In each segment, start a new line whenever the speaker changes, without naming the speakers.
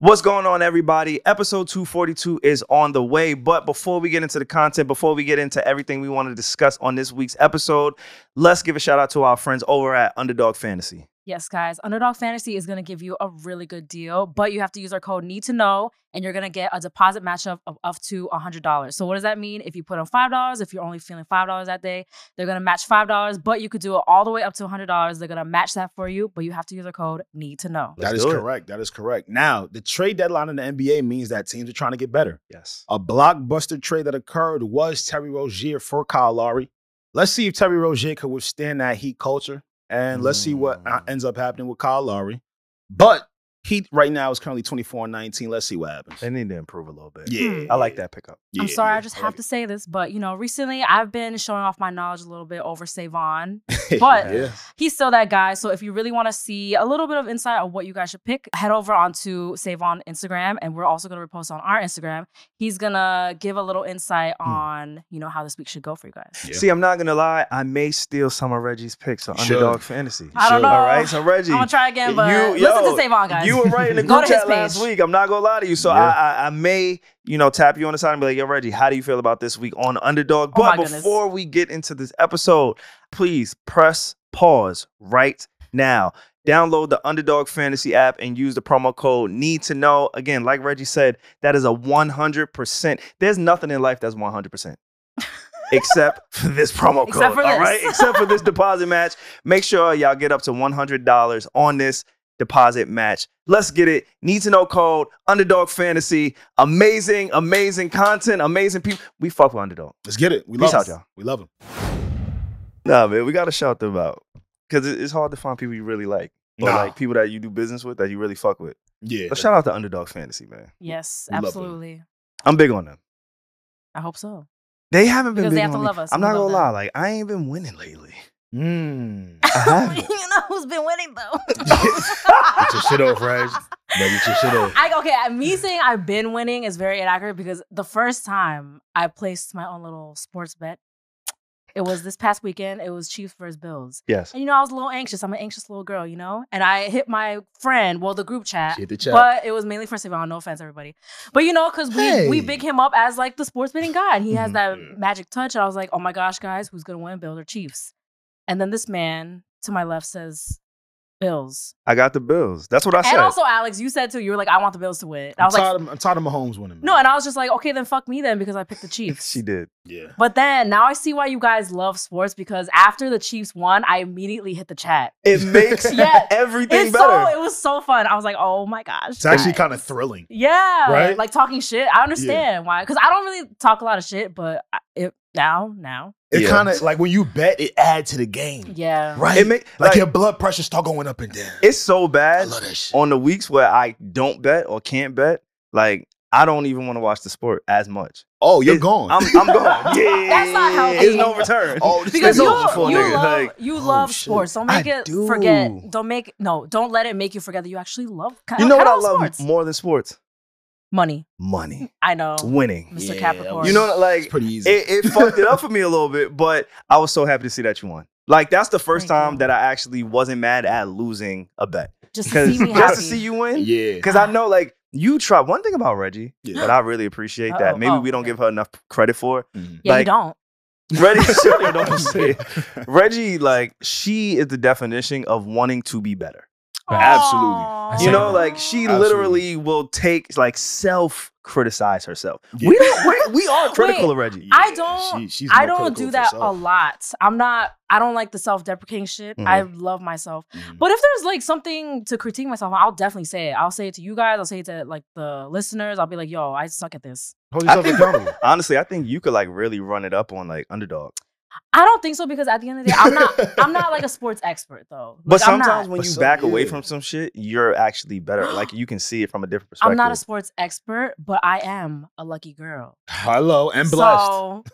What's going on, everybody? Episode 242 is on the way. But before we get into the content, before we get into everything we want to discuss on this week's episode, let's give a shout out to our friends over at Underdog Fantasy.
Yes, guys. Underdog Fantasy is going to give you a really good deal, but you have to use our code need to know and you're going to get a deposit matchup of up to $100. So what does that mean? If you put on $5, if you're only feeling $5 that day, they're going to match $5, but you could do it all the way up to $100. They're going to match that for you, but you have to use our code need to know.
Let's
that is
do it.
correct. That is correct. Now, the trade deadline in the NBA means that teams are trying to get better.
Yes.
A blockbuster trade that occurred was Terry Rozier for Kyle Lowry. Let's see if Terry Rozier could withstand that heat culture, and let's see what uh,
Mm.
ends up happening with Kyle Lowry. But Heat right now is currently 24 and 19. Let's see what happens.
They need to improve a little bit.
yeah,
I like that pickup.
Hmm. I'm
Yeah,
sorry,
yeah,
I just
like
have
it.
to say this, but you know, recently I've been showing off my knowledge a little bit over Savon. but-
yeah.
He's still that guy. So if you really want to see a little bit of insight on what you guys should pick, head over onto Savon Instagram, and we're also gonna repost on our Instagram. He's gonna give a little insight
Hmm.
on you know how this week should go for you guys.
Yeah.
See, I'm not gonna lie, I may steal some of Reggie's picks on
You should.
Underdog Fantasy.
I don't
should.
know.
All right, so Reggie,
I'm gonna try again, but
You-
listen
yo,
to Savon, guys.
You were right in the
Go
group
to his
chat last
page.
week. I'm not gonna lie to you. So
Yeah.
I, I I may, you know, tap you on the side and be like, yo, Reggie, how do you feel about this week on underdog?
Oh
But
my goodness.
before we get into this episode, please press pause right now. Download the Underdog Fantasy app and use the promo code Need to Know. Again, like Reggie said, that is a 100%. There's nothing in life that's 100%. Except for this promo code.
Except for
All
this.
right. Except for this deposit match. Make sure y'all get up to $100 on this deposit match. Let's get it. Need to know code underdog fantasy. Amazing, amazing content, amazing people. We fuck with underdog.
Let's get it. We
Peace
love
out,
him.
y'all.
We love him.
Nah, man, we gotta shout them out because it's hard to find people you really like or
Nah.
like people that you do business with that you really fuck with.
Yeah.
But shout out to underdog fantasy, man.
yes,
We love him.
absolutely.
I'm big on them.
I hope so.
They haven't been
Because
big
they have
on
to
me.
love us.
I'm
We
not gonna
love
lie,
them.
like I ain't been winning lately.
Mm.
I
you
haven't.
know who's been winning though.
Get your shit off, Reg. Now get your shit off.
I, okay, uh, me saying I've been winning is very inaccurate because the first time I placed my own little sports bet, it was this past weekend. It was Chiefs versus Bills.
yes.
And you know, I was a little anxious. I'm an anxious little girl, you know? And I hit my friend, well, the group chat.
She hit the chat.
But it was mainly for Savon. No offense, everybody. But you know, because we we
Hey. Mm-hmm.
big him up as like the sports betting guy, and he has
Mhm.
that
Yeah.
magic touch. And I was like, oh my gosh, guys, who's gonna win, Bills or Chiefs? And then this man to my left says, Bills.
I got the bills. That's what I said.
And also, Alex, you said too. You were like, I want the Bills to win. And I
I'm,
was like,
tired of, I'm tired of Mahomes winning. man.
no. And I was just like, okay, then fuck me then because I picked the Chiefs.
she did.
yeah.
But then now I see why you guys love sports because after the Chiefs won, I immediately hit the chat.
It makes
Yeah.
everything
It's
better.
so it was so fun. I was like, oh my gosh.
It's actually
guys.
kind of thrilling.
yeah,
Right?
Like talking shit. I understand why, because I don't really talk a lot of shit, but I, it now now
It
Yeah.
kind of like when you bet, it adds to the game,
yeah.
right?
It make
like,
like,
your blood pressure start going up and down.
it's so
I
bad.
love that shit.
on the weeks where I don't bet or can't bet, like I don't even want to watch the sport as much.
Oh, you're
it-
gone.
I'm, I'm gone. Yeah,
That's not healthy.
It's no return.
oh, this
Because
is
you,
over
you,
for a nigga,
love,
like,
you
oh,
love
shit.
sports. Don't make
I
it
do.
forget. Don't make no. Don't let it make you forget that you actually love.
you know what I
kinda
love
Sports.
more than sports?
Money.
Money,
I know,
winning.
Mr.
Yeah,
Capricorn.
You know,
It's
like
pretty easy.
it, it fucked it up for me a little bit, but I was so happy to see that you won. Like that's the first
Thank you.
time that I actually wasn't mad at losing a bet
just to
because
see me
just
happy.
to see you win.
yeah.
Because I know, like, you try one thing about Reggie
Yeah.
that I really appreciate that
Uh-oh.
maybe
Oh,
we don't
okay.
give her enough credit for.
Mhm.
Yeah, you
like-
don't.
Reggie, shut your mouth, shit. Reggie, like, she is the definition of wanting to be better.
Absolutely.
Aw.
You know, like, she
Absolutely.
literally will take, like, self criticize herself.
Yeah.
We, don't, we, we are critical
Wait,
of Reggie.
I
Yeah,
don't-
she's
I
more
don't
critical
do
of
that a
herself.
lot. I'm not. I don't like the self-deprecating shit.
Mhm.
I love myself.
Mhm.
But if there's like something to critique myself, on, I'll definitely say it. I'll say it to you guys. I'll say it to like the listeners. I'll be like, "Yo, I suck at this."
Hold
I
yourself
think-
accountable.
Honestly, I think you could, like, really run it up on, like, underdog.
I don't think so because at the end of the day, I'm not. I'm not like a sports expert though.
But
Like, I'm not-
sometimes when
But
you
some-
back away
yeah.
from some shit, you're actually better. Like, you can see it from a different perspective.
I'm not a sports expert, but I am a lucky girl.
Hello, and blessed.
So,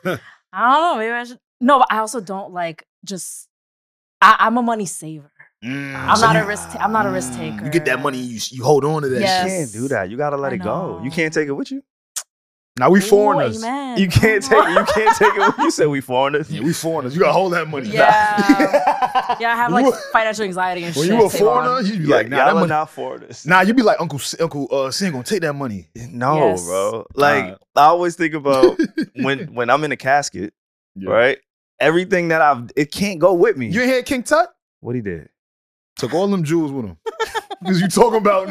I don't know. Maybe I should. No, but I also don't like just. I, I'm a money saver.
Mm.
I'm
So
not
you-
a risk-
I'm not a risk
Mm.
taker.
You get that money, you you hold on to that
you
Yes.
shit.
can't do that. You got to let
I
it go. You
know.
can't take it with you.
Now we
Ooh,
foreigners.
amen.
You can't take it. You can't take it when you say we foreigners.
Yeah, we foreigners. You gotta hold that money.
Yeah. Yeah, I have like financial anxiety and
when
shit.
you a
Savon.
foreigner, you be like, nah, that
y'all are
money.
not foreigners.
Nah, you be like Uncle S- Uncle uh, Sin gonna take that money.
No,
Yes.
bro. Like
Alright.
I always think about when when I'm in a casket,
Yeah.
right? Everything that I've it can't go with me.
You ain't had King Tut?
what he did?
Took all them jewels with him. Cause you talking about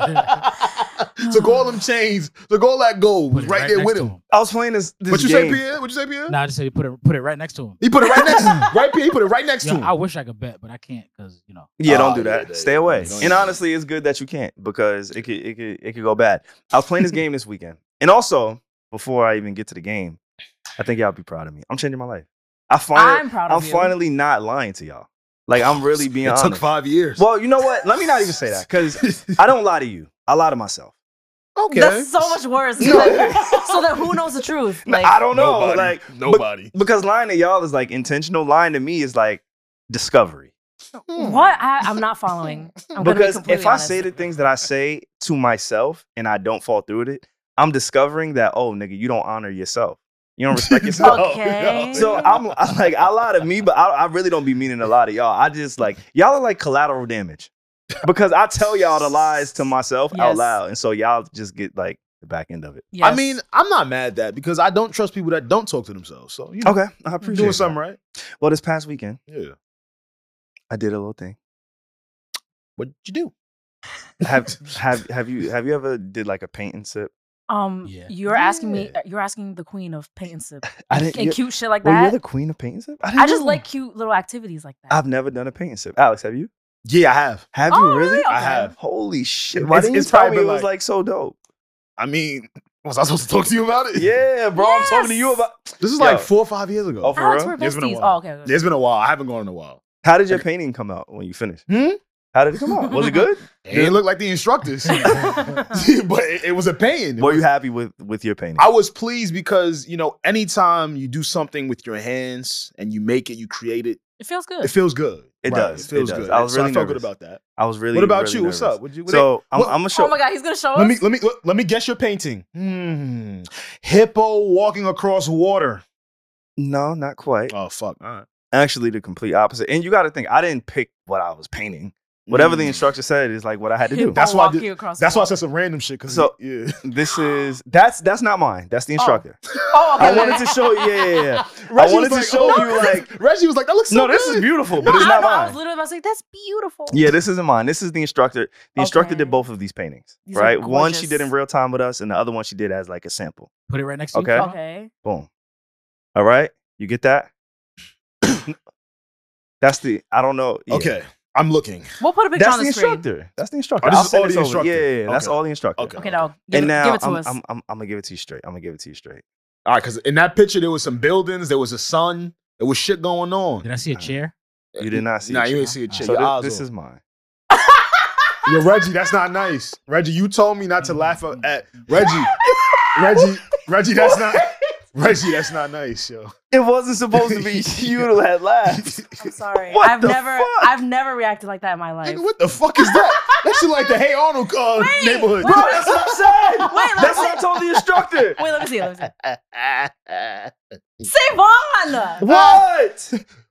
nigga. Took all them chains. Took all that gold. Was
Put it
right, there
next
with
to
him.
I was playing this. this
What you say,
game.
Pierre? What you say, Pierre?
Nah, I just said you put it put it right next to him.
He put it right next to him. Right, Pierre? He put it right next
You know,
to
I
him.
wish I could bet, but I can't because you know.
Yeah, don't
Oh,
do
yeah,
that.
yeah,
Stay
yeah.
away.
Don't do
And
that.
honestly, it's good that you can't because it could it could it could go bad. I was playing this game this weekend, and also before I even get to the game, I think y'all be proud of me. I'm changing my life. I finally,
I'm proud
I'm,
of you.
finally not lying to y'all. Like I'm really being
it
honest.
took five years.
well, you know what? Let me not even say that because I don't lie to you. I lie to myself.
okay.
That's so much worse.
No.
Like, so that who knows the truth? Like,
I don't know.
Nobody.
Like
Nobody.
because lying to y'all is like intentional. Lying to me is like discovery.
Hmm.
what? I, I'm not following. I'm gonna be
because
completely
if I
honest.
say the things that I say to myself and I don't fall through with it, I'm discovering that oh nigga, you don't honor yourself. You don't respect yourself.
Okay.
No, no.
So I'm, i like I lie to me, but I, I really don't be meaning a lot of y'all. I just like y'all are like collateral damage because I tell y'all the lies to myself out
Yes.
loud, and so y'all just get like the back end of it.
Yes.
I mean, I'm not mad at that because I don't trust people that don't talk to themselves. So
Hmm.
you know,
Okay, I
you're
appreciate
doing
that.
something right.
Well, this past weekend
Yeah.
I did a little thing.
What'd you do?
Have have have you have you ever did like a paint and sip?
um,
Yeah.
you're asking me.
Yeah.
You're asking the queen of paint and sip
I
and
didn't. you
cute shit like
well, you're
that.
the queen of paint and sip. didn't
I just
know.
like cute little activities like that.
I've never done a paint and sip. Alex, have you?
Yeah, I have.
Have
Oh,
you really?
really?
I have.
Holy shit!
It's-
Why didn't you
it's
tell me
probably
it was
like-
like so dope?
I mean, was I supposed to talk to you about it?
Yeah, bro. I'm talking to you
Yes!
about.
This is
Yo.
like four or five years ago.
Oh, for
Alex,
real?
we're
It's been a
besties.
while.
Oh, okay. okay.
It's been a while. I haven't gone in a while.
How did your painting come out when you finished?
Hmm?
How did it come out? Was it good?
It didn't look like the instructors, but it, it was a pain. It
Were
was-
you happy with with your painting?
I was pleased because you know, anytime you do something with your hands and you make it, you create it.
It feels
It
good.
feels good.
It does.
It
It
feels
does.
good.
I was
so
really
I felt good
nervous.
about that.
I was really.
what about
really
you? What's
nervous.
up? What you? what-
So I'm,
what-
I'm gonna show.
Oh my god, he's gonna show
Let me
us.
let me let, let me guess your painting. Hmm. Hippo walking across water.
No, not quite.
Oh fuck. All right.
Actually, the complete opposite. And you got to think, I didn't pick what I was painting. Whatever the
Mm.
instructor said is like what I had to
He'll
do.
That's why I
walk
did-
you across the
That's why I
wall.
said some random shit. Cause
So-
yeah.
This is that's that's not mine. That's the instructor.
Oh, okay.
I wanted to show you. Yeah, yeah, yeah.
Reggie
wanted
was
to show
like, oh,
you,
this is- Reggie was like, that looks so
no, this
good.
is beautiful,
No,
but it's
I,
not
know, I was
mine.
literally about to say that's beautiful.
Yeah, this isn't mine. This is the instructor. The instructor did
Okay.
both of these paintings,
These are
right? One she did in
gorgeous.
real time with us, and the other one she did as like a sample.
Put it right next to
Okay.
you.
Okay.
Boom. All right, you get that? That's the. I don't know. yeah.
Okay, I'm looking.
We'll put a picture
That's
on
the,
the, screen.
instructor. That's the instructor.
Oh, this
I'll
is
send
all
this
the
over. Yeah,
instructor.
yeah, yeah. that's
Okay.
all the instructor.
Okay.
Okay, dog. Give,
And
it,
now
give it to
I'm,
us.
I'm, I'm, I'm gonna give it to you straight. I'm gonna give it to you straight.
All right, because in that picture there was some buildings, there was a sun, there was shit going on.
Did I see a chair?
You did not see
Nah,
a
you
chair.
ain't see a chair.
So
Your
thi-
eyes
this
open.
is mine.
Yo, Reggie, that's not nice. Reggie, you told me not to laugh
Hmm.
at at- Reggie. Reggie, Reggie, that's not Reggie, that's not nice, yo.
It wasn't supposed to be you that laughed.
I'm sorry.
What
I've
the
never
fuck?
I've never reacted like that in my life.
Nigga, what the fuck is that? That shit like the Hey Arnold uh,
Wait,
neighborhood.
Bro, that's what I'm saying.
Wait, let
That's
me
what I told the instructor.
Wait, let me see. Let me see. Savon!
What?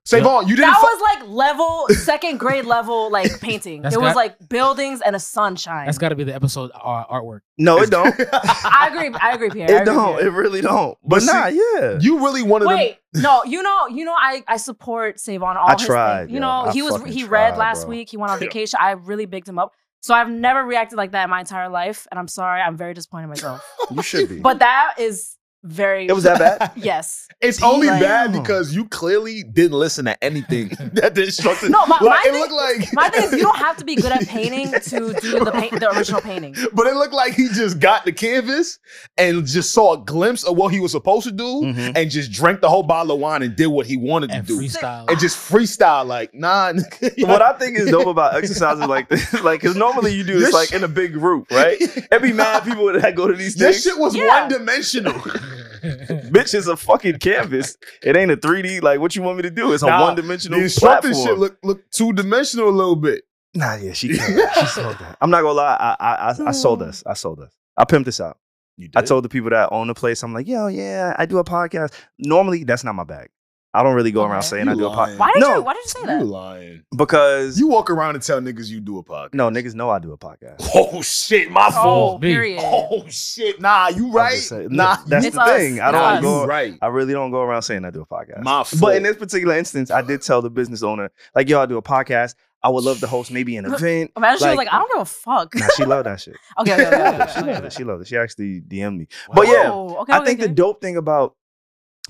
Savon, you didn't
That
fu-
was like level, second grade level, like painting.
That's
it was
got-
like buildings and a sunshine.
That's got to be the episode uh, artwork.
No, it don't.
I agree. I agree, Pierre. I
It
agree,
don't.
Pierre.
It really don't.
But
But,
see-
nah, yeah.
you really wanted
Wait, no, you know, you know, I, I support Savon all
I
his
tried,
things. You
yo.
know,
I
he was
fucking
he read
tried,
last
bro.
week. He went on
Yeah.
vacation. I really bigged him up. So I've never reacted like that in my entire life, and I'm sorry. I'm very disappointed in myself.
You should be.
but that is very.
It was that bad.
Yes.
It's only
Like-
bad because you clearly didn't listen to anything that the instructor.
No, my-
like,
my
it
thing-
looked like
My thing is, you don't have to be good at painting to do the paint, the original painting.
But it looked like he just got the canvas and just saw a glimpse of what he was supposed to do,
Mhm.
and just drank the whole bottle of wine and did what he wanted
And
to do,
freestyle.
and just freestyle like nah. nigga.
What I think is dope about exercises like this, like, cause normally you do
Your
this like
shit-
in a big group, right? It'd be mad people that go to these
This
things.
shit was
Yeah.
one dimensional.
Bitch is a fucking canvas. It ain't a 3D. Like, what you want me to do? It's a
Nah,
one dimensional
the instructor
platform.
shit looked looked two dimensional a little bit.
nah, yeah, she, can't. she sold that. I'm not gonna lie. I, I, I, I sold us. I sold us. I pimped this out.
You did?
I told the people that own the place, I'm like, yo, yeah, I do a podcast. Normally, that's not my bag. I don't
Oh,
really go around
Okay.
saying I do a podcast
Why did
No.
you? Why did you say
You
that?
lying.
because
You walk around and tell niggas you do a podcast.
no niggas know I do a podcast.
Oh shit, my fault.
Oh,
me.
period.
Oh shit,
Nah, you
I'm
right.
just saying,
nah,
that's
It's
the
us.
thing. I
It's
don't
us.
go.
you right.
I really don't go around saying I do a podcast.
my fault.
But in this particular instance, I did tell the business owner, like, yo, I do a podcast. I would love to host maybe an event.
Imagine she was
Like-
like, I don't give a fuck.
Nah, she loved that shit.
okay, okay, okay, okay,
She
okay,
loved
okay.
it. She loved it. She actually DM'd me. But yeah,
Oh, okay,
I
okay,
think the
okay.
dope thing about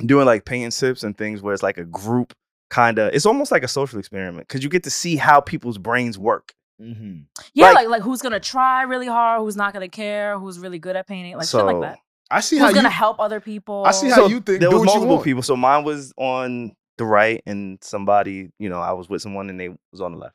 doing like paint sips and things where it's like a group kind of, it's almost like a social experiment because you get to see how people's brains work.
Mhm.
yeah,
like-
like, like who's gonna try really hard, who's not gonna care, who's really good at painting, like shit like that.
I see how
Who's
you.
gonna help other people?
I see how
So
you think.
there
do
was
what you
multiple
want.
people. So mine was on the right and somebody, you know, I was with someone and they was on the left.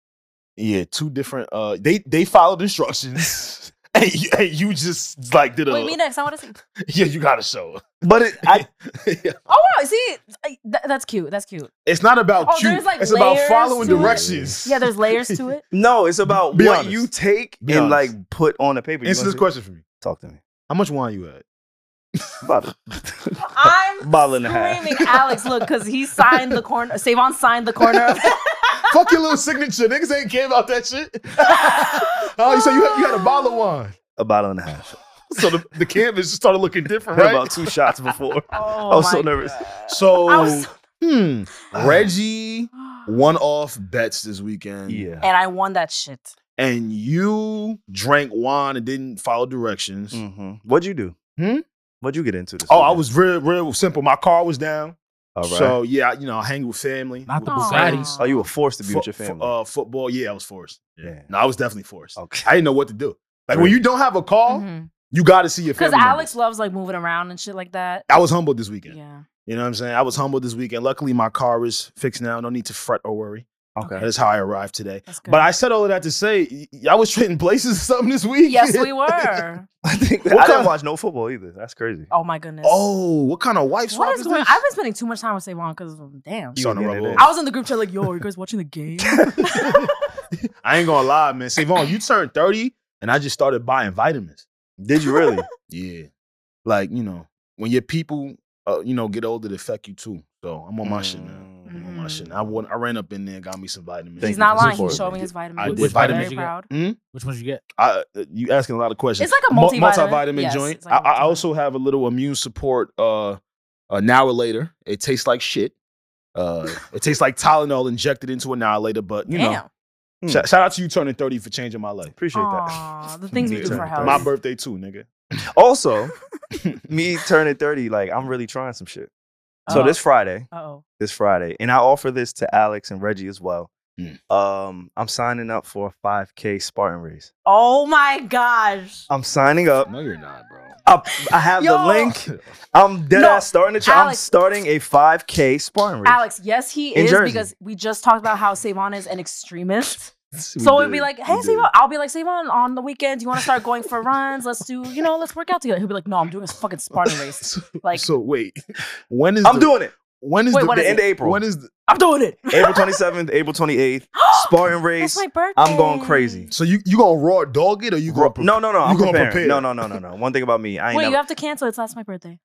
Yeah, two different. Uh, they they followed instructions, and, you, and you just like did a.
Wait, me next. I want to see.
yeah, you got to show.
But it, I,
Yeah.
Oh wow, see, I- that, that's cute. That's cute.
It's not about
Oh,
you.
there's, like,
it's about
layers
following
to it.
directions.
Yeah, there's layers to it.
no, it's about
Be
what
honest.
you take
Be
and
honest.
like put on the paper. You
Answer
wanna
this
see-
question for me.
Talk to me
How much wine you had?
about it.
I'm
Bottle and a half.
screaming, Alex. Look, because he signed the corner. Savon signed the corner. Of-
Fuck your little signature. Niggas ain't care about that shit. oh, you said you had, you had a bottle of wine.
a bottle and a half.
So the, the canvas started looking
I
different,
had
right?
about two shots before.
oh,
I was
my
so nervous.
God. I
so,
was so-
hmm, Reggie one off bets this weekend.
Yeah.
and I won that shit.
And you drank wine and didn't follow directions.
hmm What'd you do?
Hmm?
What'd you get into this?
Oh, I
weekend?
was real, real simple. My car was down.
All right.
So yeah, I- you know, I hang with family.
Not the
with
Aw.
Bugattis.
oh, you were forced to be
fo-
with your
fo-
family.
uh, football. Yeah, I was forced.
Yeah.
No, I was definitely forced.
okay.
I didn't know what to do. Like when
Really?
you don't have a call,
Mhm.
you got to see your family.
Alex
members.
loves like moving around and shit like that.
I was humbled this
Yeah.
weekend. You know what I'm saying? I was humbled this weekend. Luckily, my car is fixed now. No need to fret or worry. That
Okay.
is how I arrived today.
that's good.
But I said all of that to say, y- y'all was trading places or something this week.
yes, we were.
I think
What
I didn't
kind-
watch no football either. That's crazy.
Oh my goodness.
Oh, what kind of wife swap
what is going?
this?
I've been spending too much time with Savon because damn.
You on the
Yeah, it
rubber.
is.
I was in the group chat like, yo, are you guys watching the game?
I ain't gonna lie, man. Savon, you turned 30 and I just started buying vitamins.
Did you really?
Yeah. Like, you know, when your people uh, you know, get older, it affect you too. So I'm on my shit now. I'm on my Oh, shit now. I, went, I ran up in there and got me some vitamins.
Mm. Thank
He's
you
not
for
lying. He
supporting
showed
me.
me his
I
vitamins.
did.
I'm very
Vitamins you got?
proud.
Which ones you get?
I, uh, you asking a lot of questions.
It's like a
Mu-
multivitamin.
multivitamin
Yes,
joint.
it's like a
I, I
multivitamin.
also have a little immune support. Uh, annihilator. It tastes like shit. Uh, it tastes like Tylenol injected into annihilator. But you
Damn.
know,
Hmm.
shout, shout out to you turning thirty for changing my life.
Appreciate
Aw, the things we
Yeah.
do for health.
My birthday too, nigga.
that. Also, me turning 30, like I'm really trying some shit. So
Oh.
this Friday,
Uh-oh.
this Friday, and I offer this to Alex and Reggie as well.
Mm.
Hmm.
Um, I'm signing up for a 5K Spartan race.
Oh my gosh.
I'm signing up.
No, you're not, bro.
I, I have the
Yo.
link. I'm dead
No,
ass starting to try. I'm
Alex.
starting a 5K Spartan race.
Alex, yes, he
In
is
Jersey.
because we just talked about how Savon is an extremist. so it'd be like, hey, Savon, I'll be like, Savon, on the weekend, you want to start going for runs? Let's do, you know, let's work out together. He'll be like, no, I'm doing a fucking Spartan race.
So,
Like-
so wait, when is
I'm
the,
doing it.
When is
Wait,
the,
what
The
is
end of April.
When is the,
I'm doing it.
April 27th, April 28th. Spartan race.
That's my birthday.
I'm going crazy.
so you you gonna raw dog it or you gonna
Bro- no, no, no. I'm
you gonna
preparing.
prepare.
No, no, no, no, no. One thing about me, I ain't
Wait,
never,
you have to cancel. It's last my birthday.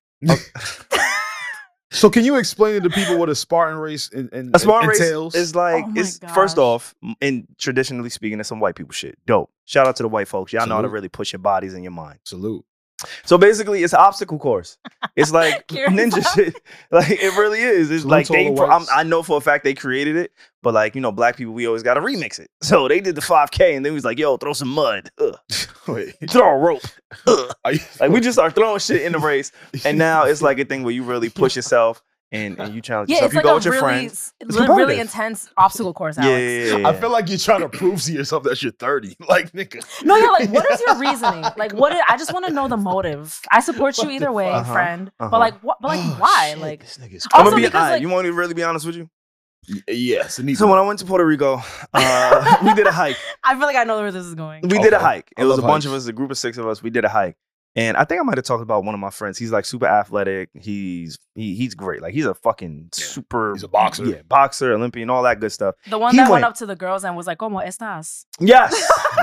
So can you explain to the people what a Spartan race and, and
a Spartan race
entails?
is like
Oh my
it's first
gosh.
off, m- and traditionally speaking, it's some white people shit. Dope. Shout out to the white folks. Y'all know how to
Salute.
really push your bodies and your mind.
Salute.
So basically, it's an obstacle course. It's like
Kieran
ninja
Fox.
shit. Like it really is. It's
Salute
like
to all
they.
the
Pro- I'm,
whites.
I know for a fact they created it, but like you know, black people, we always got to remix it. So they did the 5K, and then we was like, "Yo, throw some mud, Ugh.
Wait,
throw a rope." Ugh.
are you,
Like we just are throwing shit in the race, and now it's like a thing where you really push yourself and, and you challenge
Yeah,
yourself.
it's
You
like
go
a
with your
really,
friends.
s-
It's
li-
competitive.
really intense obstacle course,
Yeah,
Alex.
yeah, yeah, yeah.
I feel like you're trying to prove to yourself that you're 30. Like nigga,
No, yeah, like what is your reasoning? Like what is, I just want to know the motive. I support you
What
either
the
way,
fuck? Uh-huh,
friend.
uh-huh.
But like what but like
Oh,
why?
shit,
Like
this nigga's
I'm
Also
gonna be
because,
honest.
like-
you want me to really be honest with you?
Y- yes, it needs
So when I went to Puerto Rico, uh, we did a hike.
I feel like I know where this is going.
We did a
Okay.
hike.
I
It was a
love
bunch of
hikes.
us, a group of six of us. We did a hike, And I think I might have talked about one of my friends. He's like super athletic. He's he, he's great. Like he's a fucking super
He's a boxer.
Yeah, boxer, Olympian, all that good stuff.
The one
He
that went,
went-
up to the girls and was like, "Como estas?"
Yes.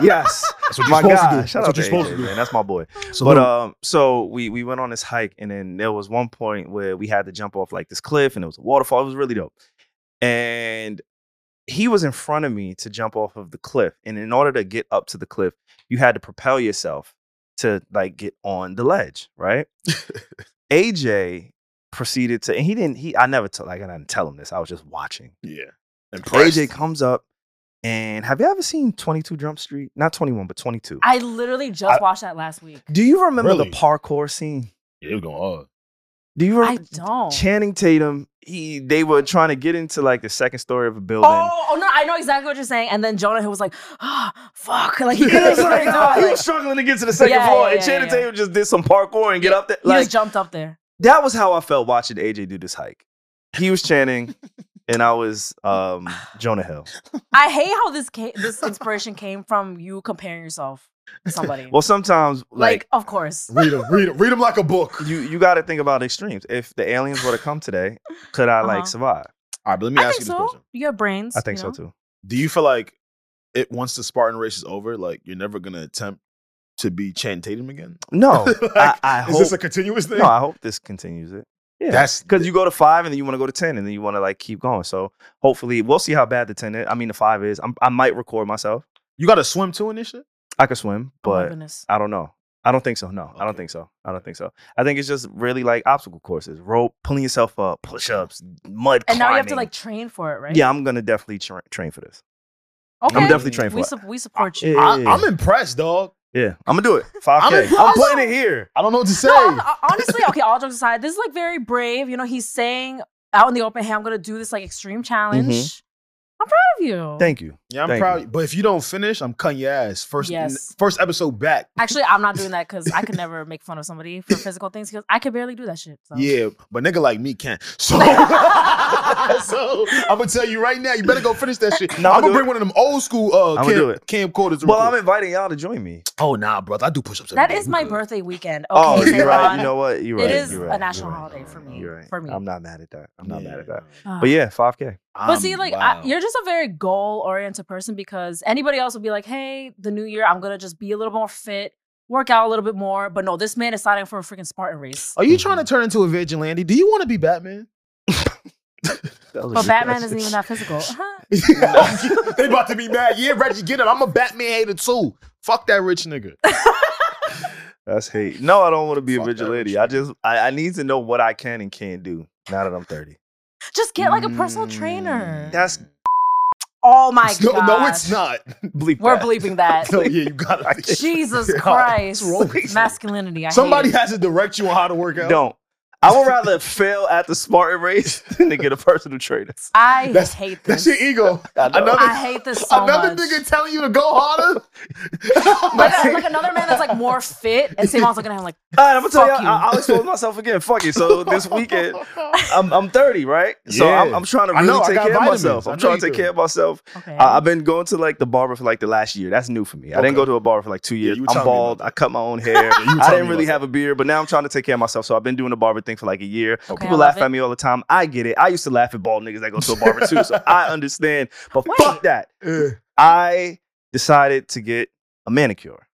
yes.
That's what
my
you're supposed to do.
God.
That's
Shout out
what
to
you're supposed
AJ,
to do. uh,
man. That's my boy.
So
but um, so we we went on this hike, and then there was one point where we had to jump off like this cliff, and it was a waterfall. It was really dope. And he was in front of me to jump off of the cliff, and in order to get up to the cliff, you had to propel yourself to like get on the ledge, right? AJ proceeded to, and he didn't. He I never told like I didn't tell him this. I was just watching.
Yeah.
AJ comes up, and have you ever seen Twenty Two Jump Street? Not twenty one, but twenty two.
I literally just watched that last week.
Do you remember
Really?
the parkour scene?
Yeah, it was going hard.
Do you
I
remember
don't.
Channing Tatum? He they were trying to get into like the second story of a building.
Oh, oh no, I know exactly what you're saying. And then Jonah Hill was like, "Ah, fuck!" Like he,
He was,
couldn't
like,
do it.
ah, he
Like,
was struggling to get to the second
Yeah,
floor,
yeah,
and
yeah,
Channing
yeah.
Tatum just did some parkour and get up there.
he
Like
just jumped up there.
that was how I felt watching AJ do this hike. He was Channing, and I was um, Jonah Hill.
I hate how this came, this inspiration came from you comparing yourself to somebody.
Well, sometimes
like,
like,
of course.
read them, read them, read them like a book.
you you got to think about extremes. If the aliens were to come today, could I
Uh-huh.
like survive?
All right, but let me
I
ask
think
you this
so.
question.
You have brains.
I think
you
so
know?
too.
Do you feel like it once the Spartan race is over, like you're never gonna attempt to be Chan Tatum again?
No, I,
Like,
Oh, I
Is
hope
this a continuous thing?
no. I hope this continues it. Yeah.
That's
because you go to five and then you want to go to ten and then you want to like keep going. So hopefully we'll see how bad the ten is. I mean the five is. I'm, I might record myself.
you gotta swim too in this shit?
I could swim,
Oh my
but
goodness.
I don't know. I don't think so. No, I don't
Okay.
think so. I don't think so. I think it's just really like obstacle courses, rope, pulling yourself up, push ups, mud.
And now you have to
climbing.
like train for it, right?
Yeah, I'm gonna definitely tra- train for this.
Okay.
I'm definitely trained for
we,
it.
su- we support you.
Yeah,
I,
yeah,
I'm impressed, dog.
yeah, I'm gonna do it. Five
I'm
K.
in-
I'm putting it here.
I don't know what to say.
No, hon- hon- honestly, okay, all jokes aside, this is like very brave. You know, he's saying out in the open, hey, I'm going to do this like extreme challenge. I'm proud of you.
Mm-hmm. Thank you.
yeah, I'm
Thank
proud.
you.
But if you don't finish, I'm cutting your ass. First,
Yes.
first episode back.
Actually, I'm not doing that because I could never make fun of somebody for physical things because I could barely do that shit. So.
Yeah, but nigga like me can't. So, so I'm gonna tell you right now, you better go finish that shit.
Nah, I'ma
I'm gonna
do
bring one of them old school uh,
I'ma do
cam-
it.
camcorders. to
Well, I'm
record.
inviting y'all to join me.
oh nah, brother, I do push ups.
That is my birthday weekend. Okay,
oh, you're
Saint
right.
Laurent.
You know what? You're
It
right.
is
You're
a
right. You're
national
right.
holiday for me.
You're right.
For me.
I'm not mad at that. I'm not mad at that.
Ah.
But yeah, five K.
But see, like, I, you're just a very goal oriented person because anybody else would be like, hey, the new year, I'm going to just be a little more fit, work out a little bit more. But no, this man is signing for a freaking Spartan race.
Oh,
Are you trying
Mm-hmm.
to turn into a vigilante? Do you want to be Batman?
But Batman isn't even that physical. Uh-huh.
they about to be mad. Yeah, Reggie, get it. I'm a Batman hater too. Fuck that rich nigga.
That's hate. No, I don't want to be a
Fuck that
vigilante.
shit.
I just I, I need to know what I can and can't do now that I'm 30.
just get like a personal trainer.
That's
Mm.
Oh my
no,
god.
no, it's not.
bleep.
We're
that.
bleeping that.
No, yeah, you gotta.
Jesus
Yeah,
Christ.
it's rolling.
Masculinity. I hate
Somebody
it.
has to direct you on how to work out.
Don't. I would rather fail at the Spartan race than to get a personal trainer.
I
That's-
hate this.
That's your ego. Another,
I hate this so
another
much.
nigga telling you to go harder.
like, a- like another man that's like more fit, and Samon's looking at him like,
All right, I'm gonna tell
Fuck
y'all. I,
you.
I'll expose myself again. Fuck it. So this weekend, I'm, I'm 30, right? So I'm,
Yeah.
I'm trying to
I
really
know, I
take
got
care of
vitamins.
myself.
I
I'm
know
trying
you
to take
do.
care of myself.
okay.
I, I've been going to like the barber for like the last year. That's new for me. I didn't
Okay.
go to a barber for like two
Yeah,
years.
you were
I'm
telling me
bald.
about
I cut my own hair.
you were
I
telling
didn't
me
really
about
have a beard, but now I'm trying to take care of myself. So I've been doing the barber thing for like a year.
Okay,
People
I
laugh
love
at me all the time. I get it. I used to laugh at bald niggas that go to a barber too. So I understand. But
Wait.
fuck that.
Yeah.
I decided to get a manicure.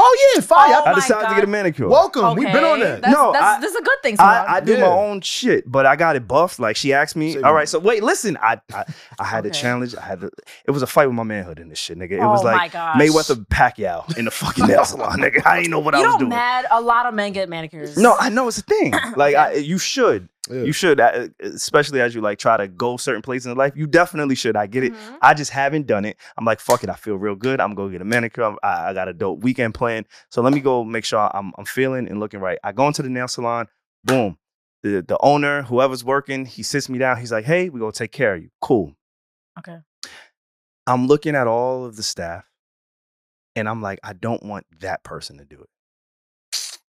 Oh yeah, fire.
Oh
I
my
decided to get a
God.
manicure.
Welcome.
Okay,
We've been on that.
That's,
No,
that's,
I-
this is a good thing. Simone.
I, I do my
Yeah.
own shit, but I got it buffed. Like she asked me,
Say
all
more.
right, so wait, listen, I I, I had a
Okay.
challenge. I had to, it was a fight with my manhood in this shit, nigga. It was
oh
like
my gosh.
Mayweather Pacquiao in the fucking nail salon, nigga. I ain't know what
you
I was
don't
doing.
mad. A lot of men get manicures.
No, I know it's a thing. Like I, you should,
Yeah.
you should, uh, especially as you like try to go certain places in life. You definitely should. I get it.
Mhm.
I just haven't done it. I'm like, fuck it. I feel real good. I'm gonna get a manicure. I'm- i I got a dope weekend plan. So let me go make sure I'm, I'm feeling and looking right. I go into the nail salon. Boom. The the owner, whoever's working, he sits me down. He's like, hey, we gonna take care of you. Cool.
Okay.
I'm looking at all of the staff, and I'm like, I don't want that person to do it.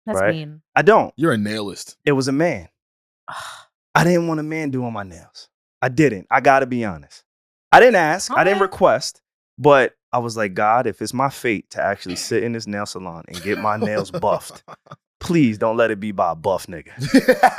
That's
Right.
mean.
I don't.
You're a nailist.
It was a man. I didn't want a man doing my nails. I didn't. I gotta be honest. I didn't ask. I didn't
Okay.
request. But I was like, God, if it's my fate to actually sit in this nail salon and get my nails buffed, please don't let it be by a buff nigga.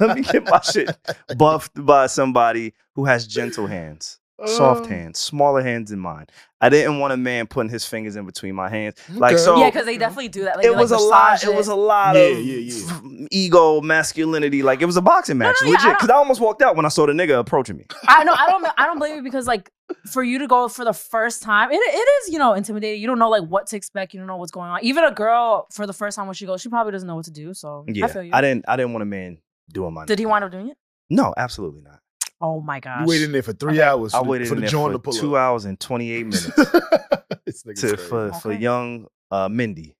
let me get my shit buffed by somebody who has gentle hands,
Oh.
Oh.
soft hands, smaller hands than mine. I didn't want a man putting his fingers in between my hands. Like
Okay.
so
yeah, because they definitely do that. Like,
it
they,
was
like,
a lot.
massage
It was a lot
Yeah,
of
yeah, yeah.
f- ego, masculinity. Like it was a boxing match,
no, yeah, I
legit.
don't-
Because I almost walked out when I saw the nigga approaching me.
I know. I don't. I don't blame you because like for you to go for the first time, it, it is you know intimidating. You don't know like what to expect. You don't know what's going on. Even a girl for the first time when she goes, she probably doesn't know what to do. So
Yeah,
I feel you.
I, didn't. I didn't want a man doing my.
Did he wind up doing it?
No, absolutely not.
Oh my gosh.
You waited in there for three hours
I
for, the,
waited
for the
in there
John
for
to pull
two
up.
hours and twenty eight minutes
This nigga's
to,
crazy.
for for
Okay.
young uh, Mindy.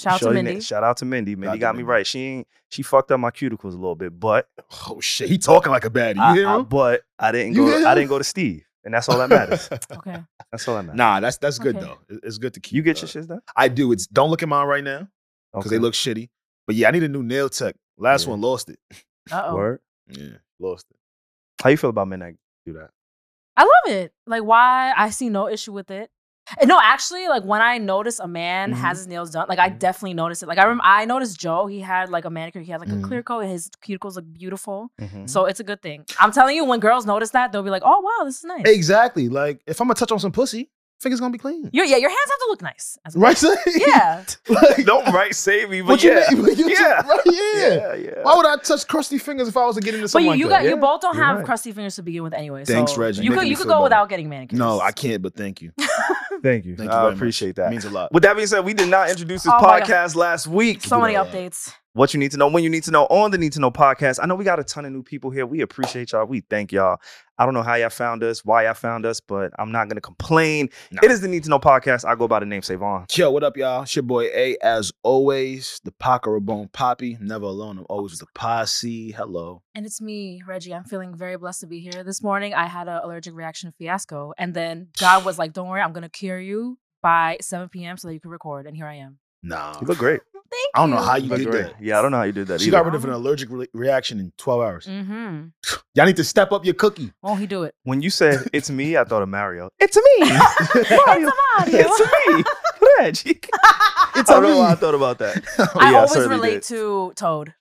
Shout out to
Shorty na-
Mindy.
shout out to Mindy. Mindy
to
got me
Mindy.
right. She ain't, she fucked up my cuticles a little bit, but
Oh shit, he talking like a baddie. You
I,
hear
I-
him?
but I didn't
You
go.
hear
I
him?
didn't go to Steve, and that's all that matters.
Okay.
that's all that matters.
Nah, that's that's good
Okay.
though. It- It's good to keep.
you get
uh,
your shits done
I do. It's don't look at mine right now because they
Okay.
look shitty. But yeah, I need a new nail tech. Last
Yeah.
one lost it.
Uh oh.
Word.
Yeah, lost it.
How you feel about men that do that?
I love it. Like why I see no issue with it. And no, actually, like when I notice a man
Mhm.
has his nails done, like I
Mhm.
definitely notice it. Like I remember, I noticed Joe. He had like a manicure. He had like
Mhm.
a clear coat. and His cuticles look beautiful.
Mm-hmm.
Mm-hmm.
Mhm.
So it's a good thing. I'm telling you, when girls notice that, they'll be like, "Oh wow, this is nice."
Exactly. Like if I'm gonna touch on some pussy, fingers gonna be clean.
Your, yeah, your hands have to look nice. as well.
Right? Say?
Yeah.
like,
Don't right save me, but
what
yeah.
you mean? But you
Yeah.
right, yeah.
yeah, yeah.
Why would I touch crusty fingers if I was to get into
but
something
you,
like
you
that?
got you both don't
You're
have
right.
crusty fingers to begin with anyway.
Thanks,
so
Reggie.
You
Making
could
me
you could
feel
go
better.
without getting manicures.
No, I can't. But thank you.
Thank you.
Thank you.
I
very much.
appreciate
It
that.
means a lot.
With that being said, we did not introduce this
Oh my God.
podcast last week.
So many
Yeah.
updates.
what you need to know, when you need to know on the Need to Know podcast. I know we got a ton of new people here. We appreciate y'all. We thank y'all. I don't know how y'all found us, why y'all found us, but I'm not gonna complain.
Nah.
It is the Need to Know podcast. I go by the name Savon.
Yo, what up, y'all? It's your boy A, as always, the Paco Rabone Poppy. Never alone. I'm always with the posse. Hello.
And it's me, Reggie. I'm feeling very blessed to be here. This morning I had an allergic reaction fiasco. And then God was like, Don't worry, I'm gonna cure you by 7 p.m. so that you can record. And here I am.
Nah.
You look great.
Thank
I don't know how you
You
did
look great.
that.
Yeah, I don't know how you did that.
She
either.
got rid of an allergic re- reaction in 12 hours.
Mm-hmm.
Y'all need to step up your cookie.
Won't he do it?
when you said it's me, I thought of Mario. It's me. Mario.
Somebody.
it's me. Reggie.
It's
I don't know
me.
why I thought about that. Yeah,
I
I
always
certainly
relate
did.
to Toad.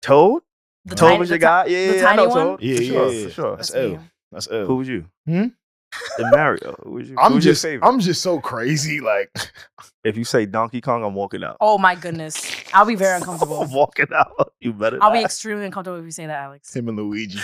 Toad?
The
Toad
tiny-
was
the
your
ti-
guy? Yeah,
the
yeah, I know
tiny one?
Toad.
Yeah,
for
yeah,
sure,
yeah.
For sure.
That's
That's me.
ill. That's ill.
Who was you?
Hmm?
And Mario. Who was you, who
I'm
was your
just
favorite?
I'm just so crazy. Like
if you say Donkey Kong, I'm walking out.
Oh my goodness. I'll be very
I'm
uncomfortable.
walking out. You better.
I'll be
not.
extremely uncomfortable if you say that, Alex.
Tim and Luigi.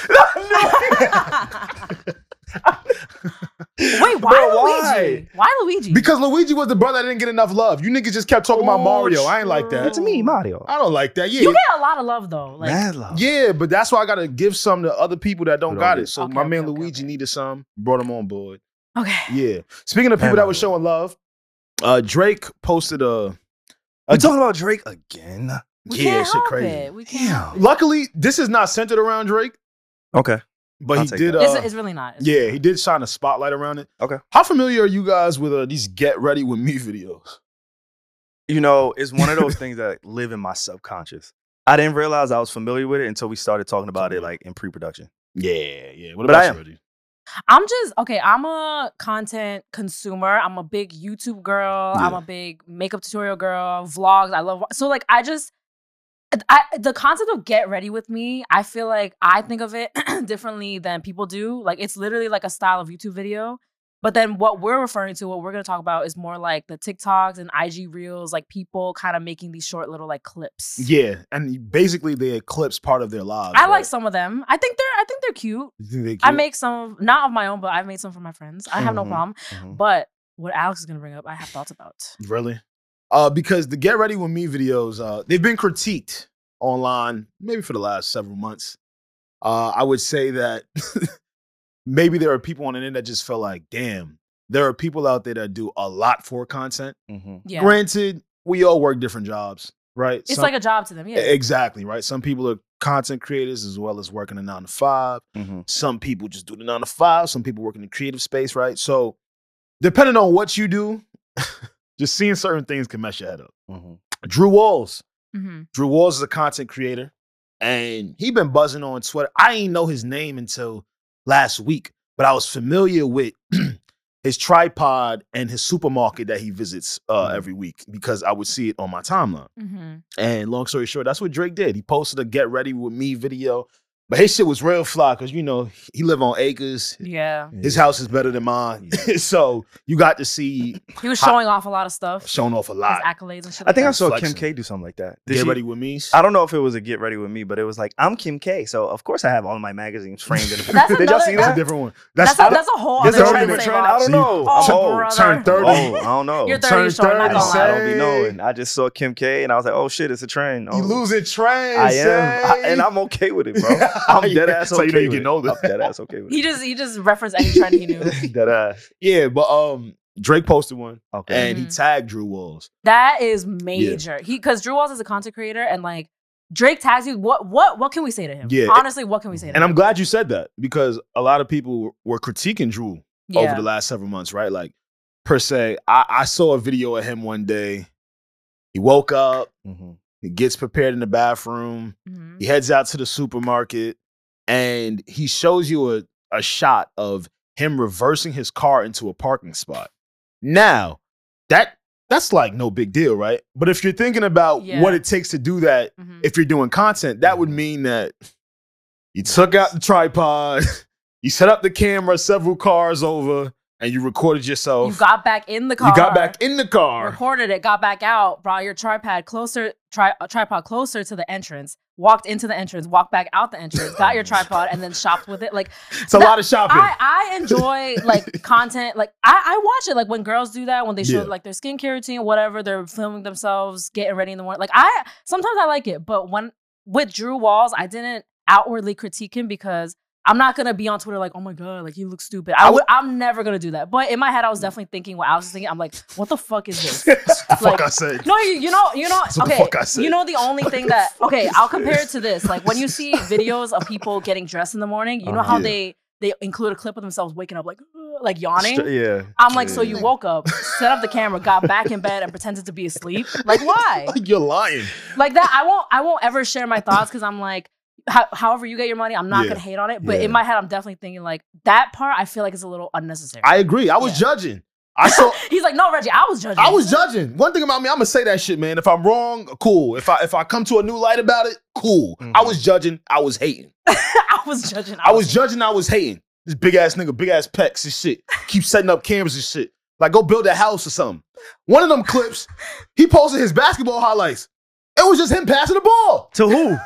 Wait, why
Bro,
Luigi? Why, Luigi?
Because Luigi was the brother that didn't get enough love. You niggas just kept talking about
Oh,
Mario. I ain't like that.
It's me, Mario.
I don't like that. Yeah.
you get a lot of love though. Like
Mad love.
Yeah, but that's why I gotta give some to other people that don't
Who don't
got
get
it. So
Okay,
my
okay,
man
okay,
Luigi
okay.
needed some, brought him on board.
okay.
Yeah. Speaking of people
And
that
I
were
will.
showing love, uh Drake posted a
We talking about Drake again.
We
yeah,
can't
shit
help
crazy.
it. We can't. help it.
Luckily, this is not centered around Drake,
Okay.
but
I'll
he
take
did.
that.
Uh,
It's, it's really not. It's
yeah,
really
he
not.
did shine a spotlight around it.
Okay.
How familiar are you guys with uh, these "Get Ready with Me" videos?
You know, it's one of those things that live in my subconscious. I didn't realize I was familiar with it until we started talking about it like in pre-production.
Yeah, yeah. What
But I
about
am.
you, Reggie?
I'm just okay. I'm a content consumer. I'm a big YouTube girl. I'm
Yeah.
a big makeup tutorial girl. Vlogs. I love so like I just I, the concept of get ready with me. I feel like I think of it differently than people do. Like it's literally like a style of YouTube video. But then what we're referring to, what we're gonna talk about, is more like the TikToks and IG reels, like people kind of making these short little like clips.
Yeah, and basically they eclipse part of their lives.
I like
right?
some of them. I think they're I think they're cute.
You think they
I
cute?
make some of, not of my own, but I've made some for my friends. I have no
Mm-hmm.
Mhm.
problem. But what Alex is gonna bring up, I have thoughts about.
Really? Uh, because the Get Ready With Me videos, uh, they've been critiqued online maybe for the last several months. Uh, I would say that maybe there are people on the internet that just feel like, damn, there are people out there that do a lot for content.
Mhm.
Yeah,
Granted, we all work different jobs, right? e-,
it's like a job to them. Yeah,
Exactly, right? Some people are content creators as well as working a nine to five.
Mhm.
Some people just do the nine to five. Some people work in the creative space, right? So, depending on what you do, just seeing certain things can mess your head up.
Mhm.
Drew Walls.
hmm
Drew Walls is a content creator, and he been buzzing on Twitter. I didn't know his name until last week, but I was familiar with his tripod and his supermarket that he visits uh, every week because I would see it on my timeline.
Mm-hmm.
And long story short, that's what Drake did. He posted a "Get Ready with Me" video, but his shit was real fly because you know he live on acres.
Yeah.
His house is better than mine, so you got to see
He was
Hot-
showing off a lot of stuff.
shown off a
His
lot.
accolades and shit.
I think I
was
saw
flexing.
Kim K do something like that. Did
Get
she-
ready with me.
I don't know if it was a get ready with me, but it was like I'm Kim K, so of course I have all of my magazines framed. In
That's
Did y'all
another-
see
That's a
that?
different one.
that's,
That's
a, that's a whole
That's
other
a
trend.
different
to
trend.
say,
I don't
wow.
know.
Oh,
I'm old.
brother.
Turn
Oh,
30.
I don't know.
You're
Turn
30 is showing. Not
I,
gonna
don't,
lie.
I
Turn
don't be
30.
knowing. I just saw Kim K and I was like, oh shit, it's a trend. Oh,
you losing train.
I am, I- and I'm okay with it, bro. I'm dead ass okay.
So you know you
with
getting
it.
older.
I'm dead ass okay with
He just he just referenced any trend he knew.
it. dead ass.
Yeah, but um, Drake posted one
Okay.
and he
Mhm.
tagged Drew Walls.
That is major. He because Drew Walls is a content creator and like Drake tags you. What what what can we say to him?
Yeah.
Honestly, what can we say to
And
him?
I'm glad you said that because a lot of people were critiquing Drew
yeah.
over the last several months, right? Like per se, I, I saw a video of him one day. He woke up,
Mhm.
he gets prepared in the bathroom,
Mhm.
he heads out to the supermarket, and he shows you a, a shot of him reversing his car into a parking spot. Now, that that's like no big deal, right? But if you're thinking about
Yeah.
what it takes to do that
Mhm.
if you're doing content, that would mean that you took out the tripod, you set up the camera several cars over, and you recorded yourself.
you got back in the car.
You got back in the car.
recorded it, got back out, brought your tripod closer, tri- uh, tripod closer to the entrance, walked into the entrance, walked back out the entrance, got your tripod, and then shopped with it. Like
It's a
That-
lot of shopping.
I, I enjoy like content. Like I, I watch it. Like when girls do that, when they show
Yeah.
like their skincare routine, whatever, they're filming themselves, getting ready in the morning. Like I sometimes I like it, but when with Drew Walls, I didn't outwardly critique him because I'm not gonna be on Twitter like, oh my god, like he looks stupid. I would, Mm. I'm never gonna do that. But in my head, I was definitely thinking what I was thinking. I'm like, what the fuck is this?
the
like-
fuck I said.
No, you, you know, you know,
That's what the
okay.
fuck I said.
You know, the only thing that,
fuck
okay,
is
I'll compare it
this?
to this. Like when you see videos of people getting dressed in the morning, you know
Uh-huh.
how
Oh, Yeah.
they they include a clip of themselves waking up like "Ugh," like yawning.
Stra- yeah.
I'm like, so you
Yeah.
woke up, set up the camera, got back in bed, and pretended to be asleep. Like why?
Like you're lying.
Like that? I won't. I won't ever share my thoughts because I'm like. How, however you get your money, I'm not
Yeah.
gonna hate on it. But
Yeah.
in my head, I'm definitely thinking like that part. I feel like is a little unnecessary.
I agree. I was
Yeah.
judging. I saw.
He's like, no, Reggie, I was judging.
I was judging. One thing about me, I'm gonna say that shit, man. If I'm wrong, cool. If I if I come to a new light about it, cool. I
Mhm.
was judging. I was hating.
I was judging.
I was judging, I was hating. This big ass nigga, big ass pecs and shit. Keep setting up cameras and shit. Like go build a house or something. One of them clips, he posted his basketball highlights. It was just him passing the ball.
To who?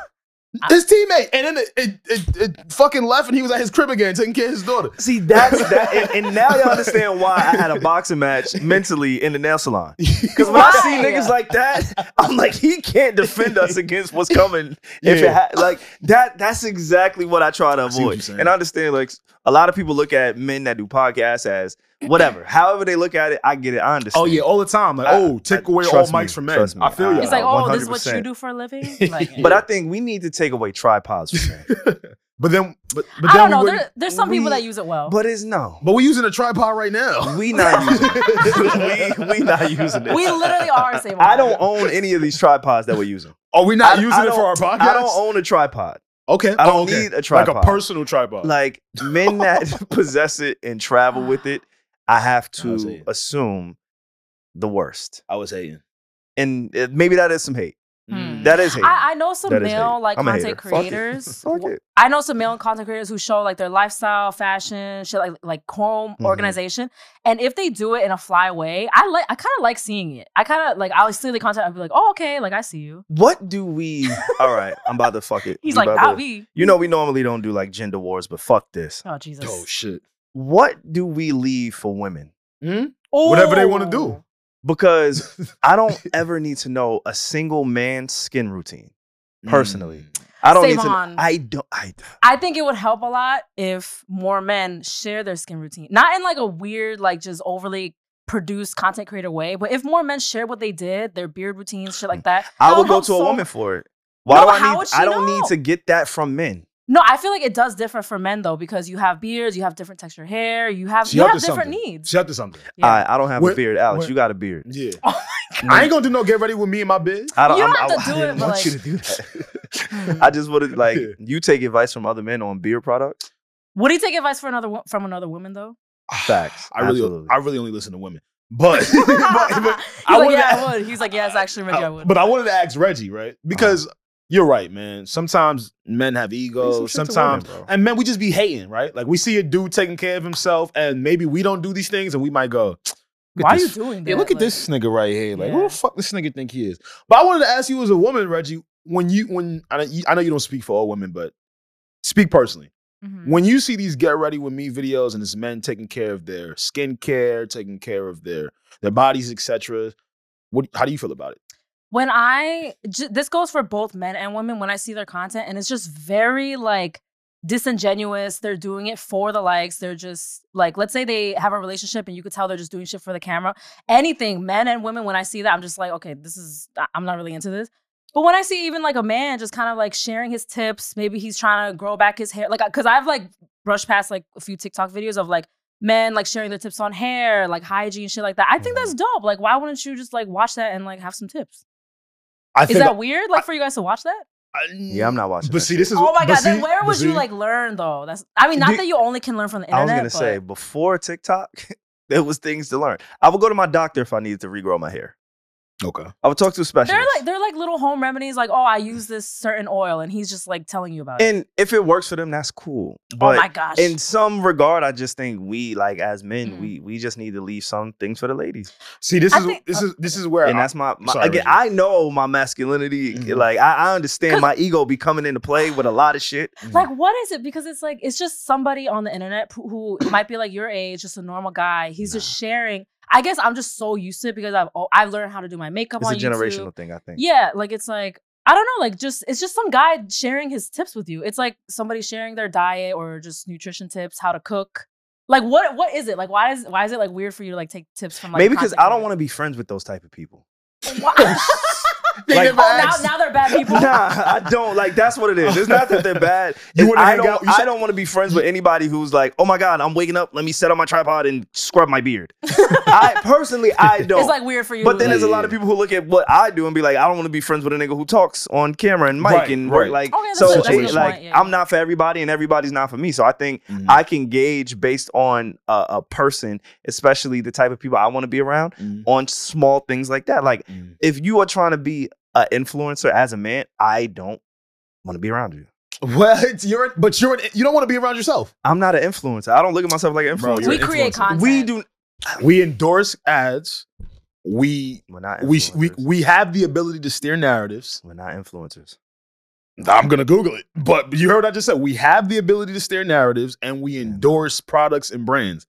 His teammate. And then it, it, it, it fucking left and he was at his crib again taking care of his daughter.
See, that's that, and, and now y'all understand why I had a boxing match mentally in the nail salon. Because when I see
Why?
niggas like that, I'm like, he can't defend us against what's coming. If it
Yeah.
ha- like that, that's exactly what I try to
see what you're
avoid.
saying.
And I understand, like, a lot of people look at men that do podcasts as whatever. However they look at it, I get it. I understand.
Oh yeah, all the time. Like,
I-
oh, take
I-
away all
trust me,
mics from men.
trust me.
I feel you.
He's like,
Uh,
oh, this is what
100%.
you do for a living. Like,
But I think we need to take away tripods from men.
but then, but, but
I
then
don't
we
know.
wouldn't-
There, there's some people
we-
that use it well.
but it's no.
but we're using a tripod right now.
We not using it. we, we not using it.
we literally are saving.
I don't own any of these tripods that we're using.
Are we not
I-
using
I
it for our
don't-
podcast?
I don't own a tripod.
okay,
I don't
Oh, okay.
need a tripod.
like a personal tripod.
like men that possess it and travel with it, I have
I see.
to assume the worst.
I was hating.
And uh, maybe that is some hate.
Hmm.
That is hate.
I, I know some
That is
male
hate.
like
I'm a hater.
content
Fuck it.
creators.
Fuck it.
I know some male content creators who show like their lifestyle, fashion, shit like like home
Mhm.
organization. And if they do it in a fly way, I like I kind of like seeing it. I kind of like I'll see the content. I'll be like, oh okay, like I see you.
What do we? All right, I'm about to fuck it.
He's
We
like "Ah,
about
that
to-
be.
You know, we normally don't do like gender wars, but fuck this.
Oh Jesus.
Oh shit.
What do we leave for women?
Whatever they wanna
Ooh.
do.
Because I don't ever need to know a single man's skin routine. Personally.
Mm.
I don't
Save
need to.
on.
I don't. I,
I think it would help a lot if more men share their skin routine. Not in like a weird, like just overly produced content creator way, but if more men shared what they did, their beard routines, shit
Mm.
like that.
I
that
would go
help
to a
so-
woman for it. Why
No,
do
but how
I need?
would she
I don't need
know?
to get that from men.
No, I feel like it does differ for men though, because you have beards, you have different texture hair, you have
She
you
up
have
to
different
something.
needs.
She up to something.
Yeah.
I, I don't have a
Where-
beard, Alex.
where-
you got a beard.
Yeah.
Oh
I ain't gonna do no get ready with me and my biz.
I don't,
You don't
I'm-
have to
I,
do
I didn't
it, but,
want
like-
you to do that.
Hmm.
I just wanted like
Yeah.
you take advice from other men on beer products.
Would he take advice for another wo- from another woman though?
Ah, Facts.
I really,
Absolutely.
I really only listen to women, but, but-
He's
but I
like,
wanted
yeah,
to-
I would. He's like, yes, actually, Reggie, I would.
but I wanted to ask Reggie, right?
Uh-huh.
Because you're right, man. Sometimes men have
Say some
egos.
shit to
Sometimes,
women, bro.
and men, we just be hating, right? Like we see a dude taking care of himself, and maybe we don't do these things, and we might go, "Look at
Why are
this
you doing that?
yeah, look at
Like,
this nigga right here. Like, who
Yeah.
the fuck this nigga think he is? But I wanted to ask you as a woman, Reggie, when you when I know you, I know you don't speak for all women, but speak personally.
mhm.
When you see these get ready with me videos and it's men taking care of their skincare, taking care of their their bodies, etc. What how do you feel about it?
when I j- this goes for both men and women when I see their content and it's just very like disingenuous. They're doing it for the likes. They're just like let's say they have a relationship and you could tell they're just doing shit for the camera. Anything, men and women when I see that I'm just like, okay, this is I- I'm not really into this. But when I see even like a man just kind of like sharing his tips, maybe he's trying to grow back his hair like cuz I've like brushed past like a few TikTok videos of like men like sharing their tips on hair, like hygiene shit like that. I think that's dope. Like why wouldn't you just like watch that and like have some tips?
I
Is that weird? Like for you guys to watch that?
Yeah, I'm not watching.
But
that
see,
shit.
this is
Oh my
but
god!
see-
then where
but
would you
see-
like learn though? That's I mean, not
Do-
that you only can learn from the
I
internet.
was gonna
but
say before TikTok, there was things to learn. I would go to my doctor if I needed to regrow my hair.
Okay.
I would talk to a specialist.
they're like they're like little home remedies. Like oh, I use this certain oil, and he's just like telling you about it.
and if it works for them, that's cool.
oh
But
my gosh!
in some regard, I just think we, like as men,
Mm.
we we just need to leave some things for the ladies.
See, this
I
is
think- uh,
this is this is where
and
I-
that's my, my
sorry,
again.
Reggie.
I know my masculinity.
Mhm.
Like I, I understand my ego be coming into play with a lot of shit.
mm,
like what is it? Because it's like it's just somebody on the internet who who might be like your age, just a normal guy. He's just sharing. I guess I'm just so used to it because I've oh, I've learned how to do my makeup
It's a
on YouTube.
generational thing, I think.
Yeah, like it's like I don't know, like just it's just some guy sharing his tips with you. It's like somebody sharing their diet or just nutrition tips, how to cook. Like what what is it? Like why is why is it like weird for you to like take tips from like
Maybe because I don't want to be friends with those type of people.
They
Like-
never
Oh,
asked.
now now they're bad people.
nah, I don't. Like that's what it is. It's not that they're bad.
You
It's-
wanna
I
hang
don't.
out- you
I
said-
don't want to be friends with anybody who's like, oh my god, I'm waking up. Let me set up my tripod and scrub my beard. I personally, I don't.
It's like weird for you.
but then
like,
there's a lot of people who look at what I do and be like, I don't want to be friends with a nigga who talks on camera and mic
Right,
and
right.
like.
Okay, that's
so
a-
it-
that's a good
like,
point, yeah.
I'm not for everybody and everybody's not for me. So I think
Mhm.
I can gauge based on a, a person, especially the type of people I Mm. want to be around,
Mhm.
on small things like that. Like
Mhm.
if you are trying to be an influencer as a man, I don't want to be around you.
Well, it's, you're but you're an, you don't want to be around yourself.
I'm not an influencer. I don't look at myself like an
Bro,
influencer.
you're
we
an
create
influencer.
content.
oh, we do.
We endorse ads. We
We're not.
we sh- we
influencers.
we have the ability to steer narratives.
We're not influencers.
I'm gonna Google it, but you heard what I just said. We have the ability to steer narratives, and we endorse products and brands.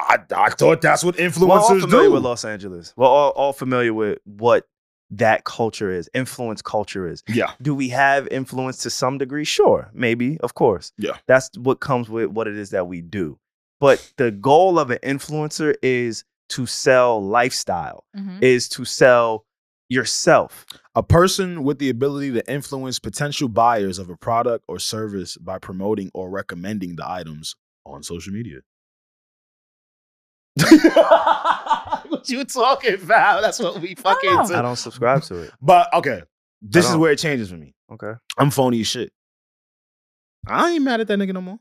I I thought that's what
We're all
influencers
familiar
do.
with Los Angeles. We're all, all familiar with what that culture is. Influence culture is.
yeah,
Do we have influence to some degree? Sure, maybe, of course.
Yeah.
That's what comes with what it is that we do. But the goal of an influencer is to sell lifestyle,
Mhm.
is to sell yourself.
a person with the ability to influence potential buyers of a product or service by promoting or recommending the items on social media. what you talking about? That's what we fucking.
know.
do.
I don't subscribe to it.
But okay, this
I
is
don't.
where it changes for me.
Okay.
I'm phony as shit. I ain't mad at that nigga no more.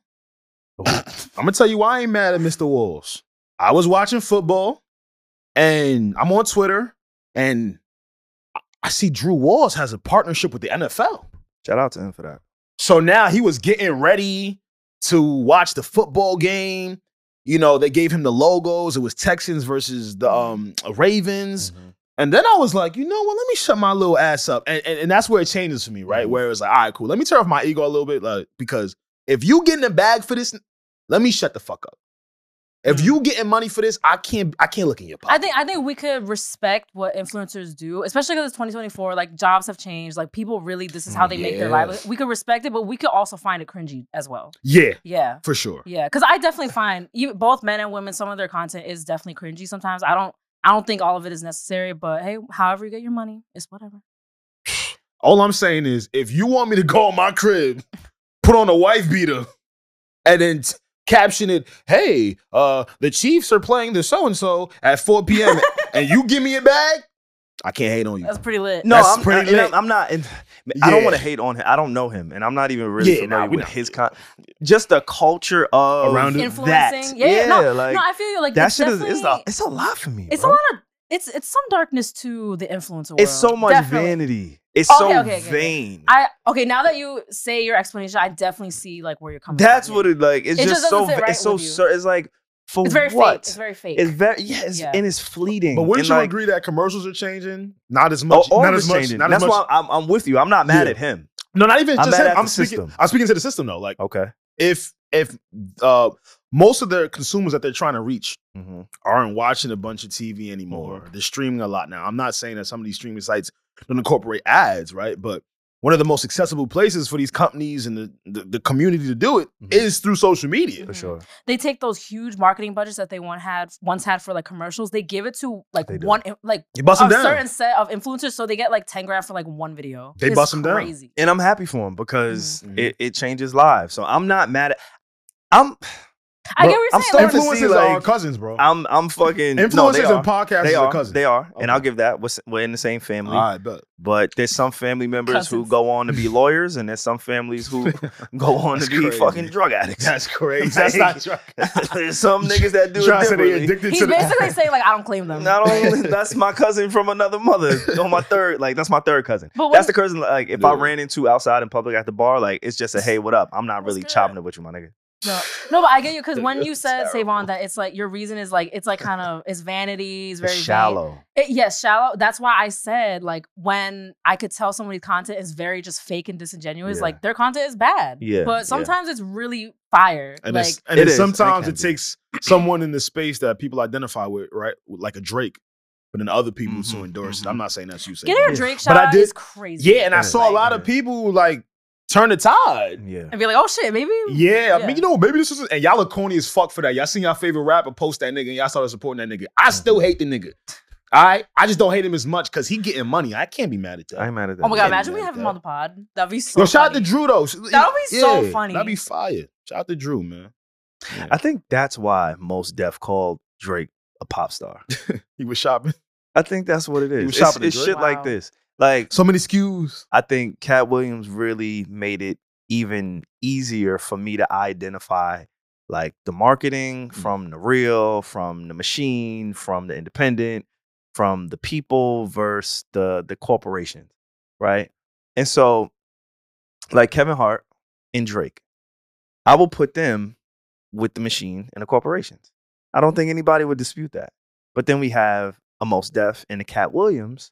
I'm gonna tell you why I ain't mad at Mr. Walls. I was watching football and I'm on Twitter and I- I see Drew Walls has a partnership with the NFL.
Shout out to him for that.
So now he was getting ready to watch the football game. You know, they gave him the logos. It was Texans versus the um, Ravens. And then I was like, you know what? Let me shut my little ass up. And and, and that's where it changes for me, right?
Mm-hmm.
Mhm.
Where it's like, all right, cool. Let me tear off my ego a little bit, like because if you getting a bag for this, let me shut the fuck up. If you getting money for this, I can't. I can't look in your pocket.
Mm-hmm. I think I think we could respect what influencers do, especially because it's 2024. Like jobs have changed. Like people really, this is
Mm,
how they make their
Yeah.
livelihood. We could respect it, but we could also find it cringy as well.
yeah,
Yeah.
for sure.
Yeah, because I definitely find you both men and women. Some of their content is definitely cringy. Sometimes I don't. I don't think all of it is necessary. But hey, however you get your money, it's whatever.
Mm.
All I'm saying is, if you want me to go on my crib, put on a wife beater, and then t- caption it, "Hey, uh, the Chiefs are playing the so and so at 4 p.m." and you give me a bag, I can't hate on you.
That's pretty lit.
No,
That's
I'm,
pretty
I- and
lit.
I'm- I'm not. And I don't
Yeah.
want to hate on him. I don't know him, and I'm not even really
Yeah, nah,
familiar
we
with
not.
his con. Just the culture of
Around it.
that.
Influencing. Yeah, no,
like
no, I feel you. Like
that
it's
shit is it's a,
definitely-
it's a lot for me.
It's
bro.
a lot of it's it's some darkness to the influencer world.
It's so much
Definitely.
vanity. It's
Okay,
so
okay, okay, okay.
vain.
I okay. Now that you say your explanation, I definitely see like where you're coming.
That's
from.
what it like. It's
It
just
just
so
doesn't sit
va- it's
right
so
with you.
sur- it's like for
It's very fake.
what?
It's very fake.
It's very yeah, it's,
Yeah.
and it's fleeting.
But wouldn't
and
you
like,
agree that commercials are changing? Not as
oh,
much.
all
not
is
as much.
changing.
Not
That's
as much.
why I'm, I'm with you. I'm not mad
Yeah.
at him.
No, not even
I'm
just
mad
him.
at
I'm
the
speaking.
system.
I'm speaking to the system Oh. though. Like
Okay.
if if uh most of the consumers that they're trying to reach
Mm-hmm.
aren't watching a bunch of TV anymore. They're streaming a lot now. I'm not saying that some of these streaming sites don't incorporate ads, right? But one of the most accessible places for these companies and the the, the community to do it is
Mhm.
through social media.
For
Mhm.
sure.
they take those huge marketing budgets that they once had once had for like commercials. They give it to like
They do.
one eh, like
You bust
a
them down.
certain set of influencers, so they get like ten grand for like one video.
They
It's
bust 'em down.
Crazy.
And I'm happy for him because
Mhm.
it, it changes lives. So I'm not mad at I'm
I
Bro,
I'm
get what you're saying.
starting to
like,
Influencers
see,
are our
like,
cousins, bro.
I'm I'm fucking
Oh. Influencers
no, they are.
and podcasters
they
are,
are,
cousins.
they are,
Okay.
and I'll give that. We're, s- we're in the same family,
All right, but
but there's some family members who
Cousins.
go on to be lawyers, and there's some families who go on to
That's
be
crazy.
fucking drug addicts.
that's crazy. That's not true.
There's some niggas that do
Trying
it
to say they
differently.
addicted
he's
to the-
basically saying like I don't claim them.
Not only that's my cousin from another mother. On my third, like that's my third cousin.
But
That's
when,
the cousin. Like if I
Yeah.
ran into outside in public at the bar, like it's just a hey, what up? I'm not
What's
really
good?
chopping it with you, my nigga.
no, no, but I get you because when you
That's
said
terrible.
Savon that it's like your reason is like it's like kind of it's vanity,
It's
it's very vain.
shallow.
It, yes, shallow. That's why I said like when I could tell somebody's content is very just fake and disingenuous.
Yeah.
Like their content is bad.
Yeah, yeah.
But sometimes it's really fire.
And
like
it's, and
It
it's
is, and it
sometimes
can
it
be.
takes someone in the space that people identify with, right? Like a Drake, but then other people to
Mhm,
endorse
mhm.
it. I'm not saying that's you saying.
getting
Yeah.
a Drake shot
But I did-
is crazy.
Yeah, and I
Yeah.
saw a lot of
Yeah.
people who, like turn the tide.
Yeah.
and be like, oh shit, maybe.
Yeah, I
Yeah.
mean, you know, maybe this is and y'all are corny as fuck for that. Y'all seen y'all favorite rapper post that nigga, and y'all started supporting that nigga. I still hate the nigga. All right, I just don't hate him as much because he getting money. I can't be mad at that.
I ain't mad at that.
Oh my god,
Yeah,
imagine we
man,
have him
that-
on the pod. That'd be so.
Yo, shout out to
funny.
Drew though.
That would be so funny.
That'd be fire. Shout out to Drew, man.
I think that's why most deaf called Drake a pop star.
He was shopping.
I think that's what it
was
is. It's,
shopping at
it's
Drake?
shit like
Wow.
this. Like
So many SKUs.
I think Cat Williams really made it even easier for me to identify like the marketing from the real, from the machine, from the independent, from the people versus the the corporations, right? And so like Kevin Hart and Drake, I will put them with the machine and the corporations. I don't think anybody would dispute that. But then we have a most deaf and a Cat Williams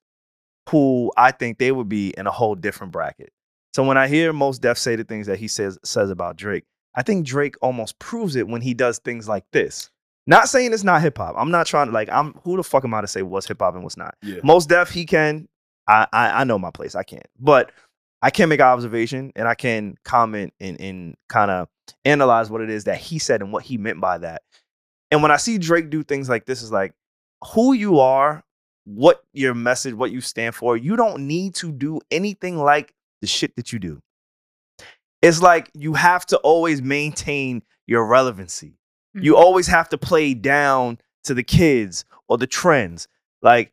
who I think they would be in a whole different bracket. So when I hear most Def say the things that he says says about Drake, I think Drake almost proves it when he does things like this. Not saying it's not hip hop. I'm not trying to like I'm who the fuck am I to say what's hip hop and what's not.
Yeah.
Most Def he can. I, I I know my place. I can't. But I can make an observation and I can comment and and kind of analyze what it is that he said and what he meant by that. And when I see Drake do things like this, is like who you are what your message, what you stand for. You don't need to do anything like the shit that you do. It's like you have to always maintain your relevancy.
Hmm. Mm.
You always have to play down to the kids or the trends. Like,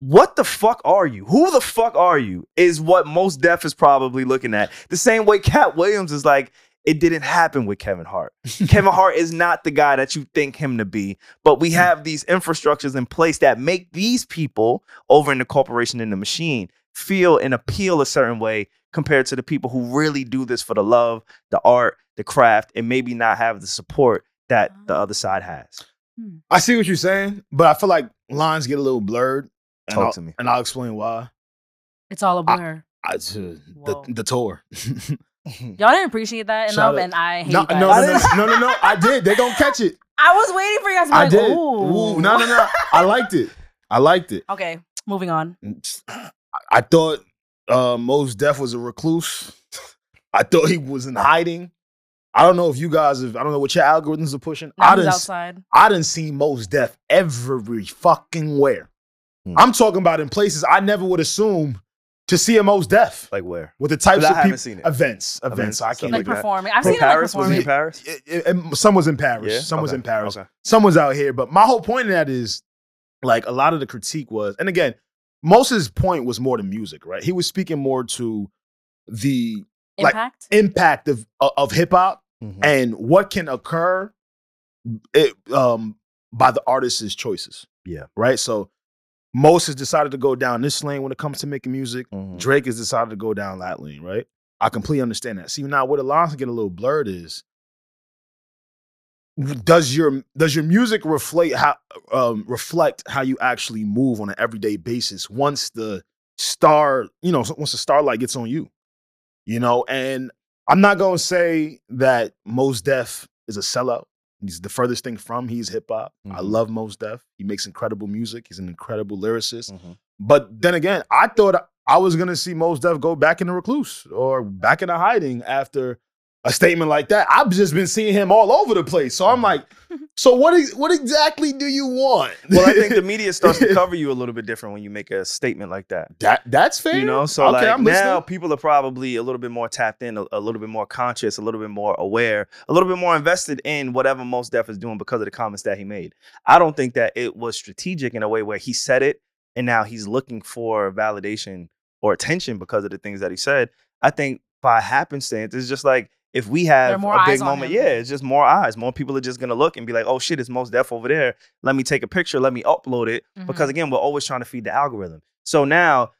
what the fuck are you? Who the fuck are you? Is what most deaf is probably looking at. The same way Cat Williams is like, it didn't happen with Kevin Hart. Kevin Hart is not the guy that you think him to be, but
Mm.
we have these infrastructures in place that make these people over in the corporation and the machine feel and appeal a certain way compared to the people who really do this for the love, the art, the craft, and maybe not have the support that the other side has.
I see what you're saying, but I feel like lines get a little blurred. And
Talk
I'll-
to me.
and I'll explain why.
It's all a
I-
blur.
I, the,
Whoa.
the tour.
Y'all didn't appreciate that enough,
Shout out-
and I hate
no,
that.
no, no,
I
no, no, no, no. I did. They gonna catch it.
I was waiting for you guys to be
I
like,
did.
ooh.
Ooh, no, no, no. I liked it. I liked it.
Okay, moving on.
I, I thought uh, Mos Def was a recluse. I thought he was in hiding. I don't know if you guys have. I don't know what your algorithms are pushing.
Now
I
who's
didn't.
outside.
I didn't see Mos Def every fucking where.
Hmm.
I'm talking about in places I never would assume to see a Mos Def
Like where?
with the types
But I
of
haven't
people.
seen it.
Events, events.
Events,
I can't.
something
Like
Like,
that.
performing. I've seen it like
Paris? Was he in
performing.
Paris?
it, it, someone's in Paris.
Yeah?
Someone's
Okay.
in Paris
Okay.
someone's out here. But my whole point of that is like a lot of the critique was, and again, Moses' point was more to music, right? He was speaking more to the Like-
Impact.
impact of of hip hop
Mm-hmm.
Mhm.
and what can occur it, um, by the artist's choices.
Yeah.
Right. So Moses decided to go down this lane when it comes to making music.
Mm-hmm.
Mhm.
Drake has decided to go down that lane, right? I completely understand that. See now, where the lines get a little blurred is, does your does your music reflect how um, reflect how you actually move on an everyday basis once the star you know once the starlight gets on you, you know? And I'm not gonna say that Mos Def is a sellout. He's the furthest thing from. He's hip hop. I
Mhm.
love Mos Def. He makes incredible music. He's an incredible lyricist.
Mm-hmm.
Mhm.
But then again, I thought I was gonna see Mos Def go back into recluse or back into hiding after a statement like that. I've just been seeing him all over the place. So I'm like, so what? Is, what exactly do you want?
Well, I think the media starts to cover you a little bit different when you make a statement like that.
that that's fair.
You know, so
Okay,
like
I'm listening.
now people are probably a little bit more tapped in, a, a little bit more conscious, a little bit more aware, a little bit more invested in whatever Most Def is doing because of the comments that he made. I don't think that it was strategic in a way where he said it and now he's looking for validation or attention because of the things that he said. I think by happenstance, it's just like if we
There are
have
more
a big
eyes on
moment,
him.
yeah, it's just more eyes. More people are just gonna look and be like, "Oh shit, it's Most Def over there. Let me take a picture. Let me upload it."
Mm-hmm.
because again, we're always trying to feed the algorithm. So now,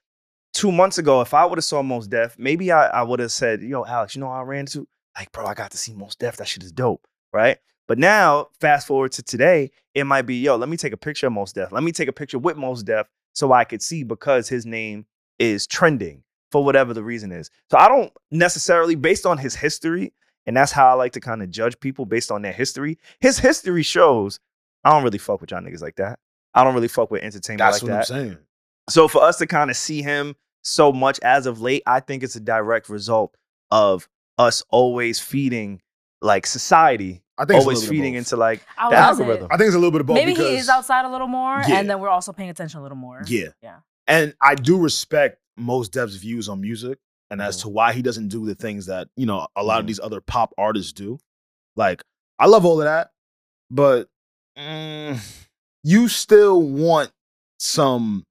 two months ago, if I would have saw Most Def, maybe I, I would have said, "Yo, Alex, you know I ran to like, bro, I got to see Most Def. That shit is dope, right?" But now, fast forward to today, it might be, "Yo, let me take a picture of Most Def. Let me take a picture with Most Def so I could see because his name is trending for whatever the reason is." So I don't necessarily, based on his history. And that's how I like to kind of judge people based on their history. His history shows I don't really fuck with y'all niggas like that. I don't really fuck with entertainment
that's
like
what
that.
I'm saying.
So for us to kind of see him so much as of late, I think it's a direct result of us always feeding like society,
I think it's a
always
little bit of
feeding
both.
into like the
I would say
algorithm.
I think it's a little bit of both.
Maybe
because,
he is outside a little more,
Yeah.
and then we're also paying attention a little more.
Yeah.
Yeah.
And I do respect most Dev's views on music and as
Mhm.
to why he doesn't do the things that, you know, a lot of
Mhm.
these other pop artists do. Like, I love all of that, but mm, you still want some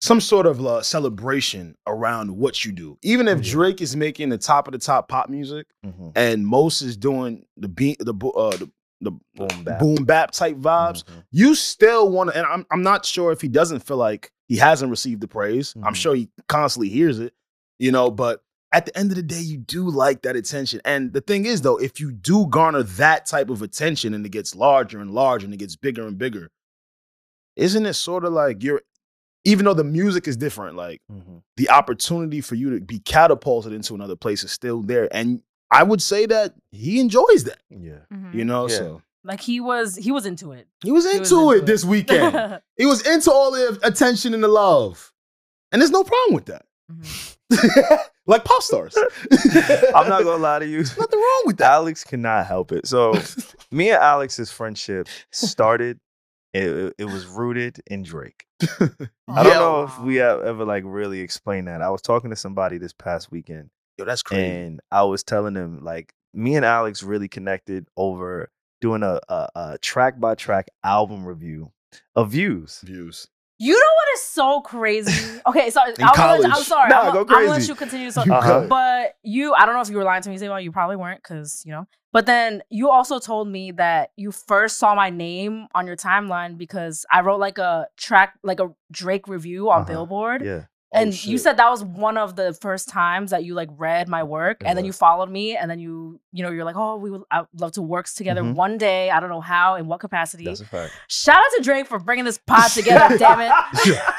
some sort of uh, celebration around what you do. Even if
Yeah.
Drake is making the top of the top pop music
Mhm.
and Mos is doing the beat the bo- uh, the, the
boom bap.
boom bap type vibes,
Mhm.
you still want to, and I'm, I'm not sure if he doesn't feel like he hasn't received the praise. I'm
Mhm.
sure he constantly hears it, you know, but at the end of the day, you do like that attention. And the thing is, though, if you do garner that type of attention and it gets larger and larger and it gets bigger and bigger, isn't it sort of like you're, even though the music is different, like
Mhm.
the opportunity for you to be catapulted into another place is still there. And I would say that he enjoys that,
Yeah.
Mhm.
you know,
Yeah.
so
like he was, he was into it.
he was
He
into,
was
it,
into it.
this weekend.
Mhm.
He was into all the attention and the love. And there's no problem with that. like pop stars.
I'm not gonna lie to you.
Nothing wrong with that.
Alex cannot help it. So me and Alex's friendship started. It, it was rooted in Drake. I don't
Yo.
know if we have ever like really explained that. I was talking to somebody this past weekend
Yo, that's crazy.
And I was telling him like me and Alex really connected over doing a a, a track by track album review of views.
Views.
You know what is so crazy? Okay, so I'm,
college.
Gonna, I'm sorry.
Nah,
I'm,
go
gonna- I'm gonna let
crazy.
you continue. So,
You
Uh-huh.
good.
but you, I don't know if you were lying to me. Saying, well, you probably weren't, because you know. But then you also told me that you first saw my name on your timeline because I wrote like a track, like a Drake review on
Uh-huh.
Billboard.
Yeah.
Oh,
and you
shit.
said that was one of the first times that you like read my work
It
and then you
was.
followed me and then you you know you're like oh we would I would love to work together
Mhm.
one day i don't know how in what capacity
That's a fact.
shout out to drake for bringing this pod together damn it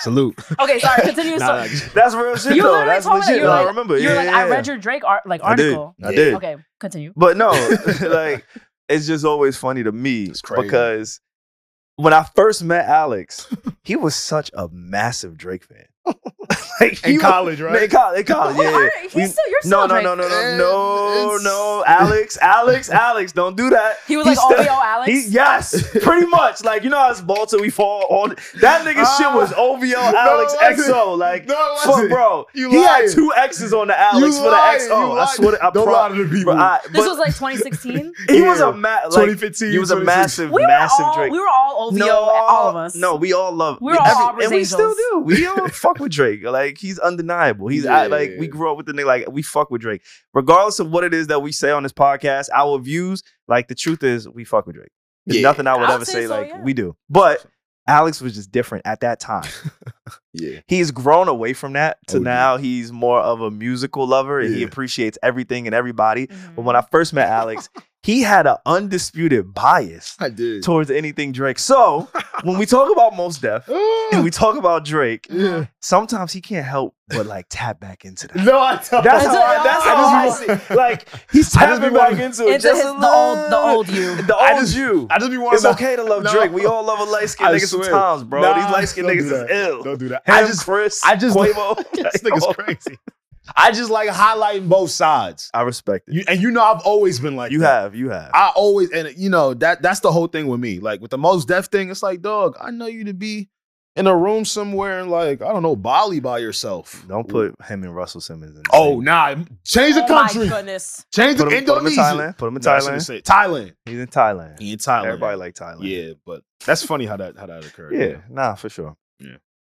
Salute.
okay sorry continue so
Nah,
That's real shit
You
though.
literally
That's
told me that.
legit.
You're
though. I
like-
remember.
you're
Yeah,
like
yeah,
i
yeah.
read your drake art like
I did.
article
I did.
okay continue
But no, like it's just always funny to me
It's crazy.
because when I first met Alex, he was such a massive Drake fan. like,
in
he-
college,
in
right?
college, in college, Oh, yeah. yeah.
He's
We-
still, you're
no,
still
no,
Drake.
no, no, no,
Eh,
no,
it's-
no, Alex, Alex, Alex, don't do that.
He was
He's
like, oh,
still-
yo, Alex.
He, yes, pretty much. Like you know how it's Balta, we fall on that nigga. shit was OVO,
Ah. No,
Alex,
it wasn't.
XO. Like,
No, it
fuck,
wasn't.
bro,
You
he
lying.
had two X's on the Alex
You
for
lying,
the XO.
you
I
lying.
swear, to, I
Don't lie
promise.
to the people.
Bro, I-
this
but
was like 2016.
he was
Yeah.
a ma- like
2015.
he was a
2016.
massive,
we, were
massive
all,
Drake.
we were all OVO, all of us.
No, we all love.
We're
we-
all
every-
Aubrey's
and we still
angels.
do. We all fuck with Drake. Like he's undeniable. He's I- like we
Yeah.
grew up with the nigga. Like we fuck with Drake, regardless of what it is that we say on this podcast. Our views, like the truth is, we fuck with Drake. There's
Yeah.
nothing I would
I'll
ever
say
say
so,
like
yeah.
we do. But Alex was just different at that time.
Yeah.
He's grown away from that to
Oh, yeah.
now. He's more of a musical lover and he
Yeah.
appreciates everything and everybody.
Mhm.
But when I first met Alex, he had an undisputed bias
I did.
towards anything Drake. So when we talk about Most Def and we talk about Drake,
Oh, Yeah.
sometimes he can't help but like tap back into that.
No, I don't.
That's how
I-
I, that's how I,
just be-
see. Like he's
I just be
tapping back
wanting-
into it.
it's
just
his-
a
the old, the
little.
old you.
the
I
old
just-
you.
I just be wanting
It's okay to love
No.
Drake. We all love a light skinned
I
nigga
swear.
sometimes, bro.
Nah,
These light skinned
don't
niggas
do
is
that.
ill.
Don't do that.
Him,
I just
Chris,
I just-
Quavo.
this nigga's crazy. I just like highlighting both sides.
I respect it.
You, and you know I've always been like
You
that.
have, you have.
I always and you know that that's the whole thing with me. Like with the most deaf thing, it's like, dog, I know you to be in a room somewhere and like, I don't know, Bali by yourself.
Don't put him and Russell Simmons in. the
Oh
same-
nah, change the
oh
country.
my goodness.
Change
put
the
him, put him in
Indonesia.
Thailand. Put him in
No, I shouldn't
Thailand.
say- Thailand.
He's in Thailand.
He in Thailand.
Everybody like Thailand.
Yeah, but that's funny how that how that occurred.
Yeah, nah, for sure.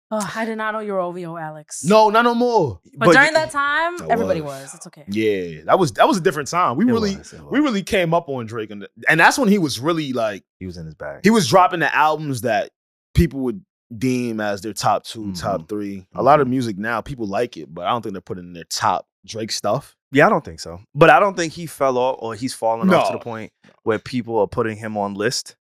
Oh, I did not know you were OVO, Alex.
No, not no more.
But, during that time,
I
everybody
was.
was. It's okay.
Yeah, that was that was a different time. We
It
really
was, it
we
was.
really came up on Drake and and that's when he was really like
he was in his bag.
he was dropping the albums that people would deem as their top 2 top 3 A lot of music now, people like it, but I don't think they're putting in their top Drake stuff.
Yeah, I don't think so. But I don't think he fell off or he's fallen off to
No.
the point where people are putting him on list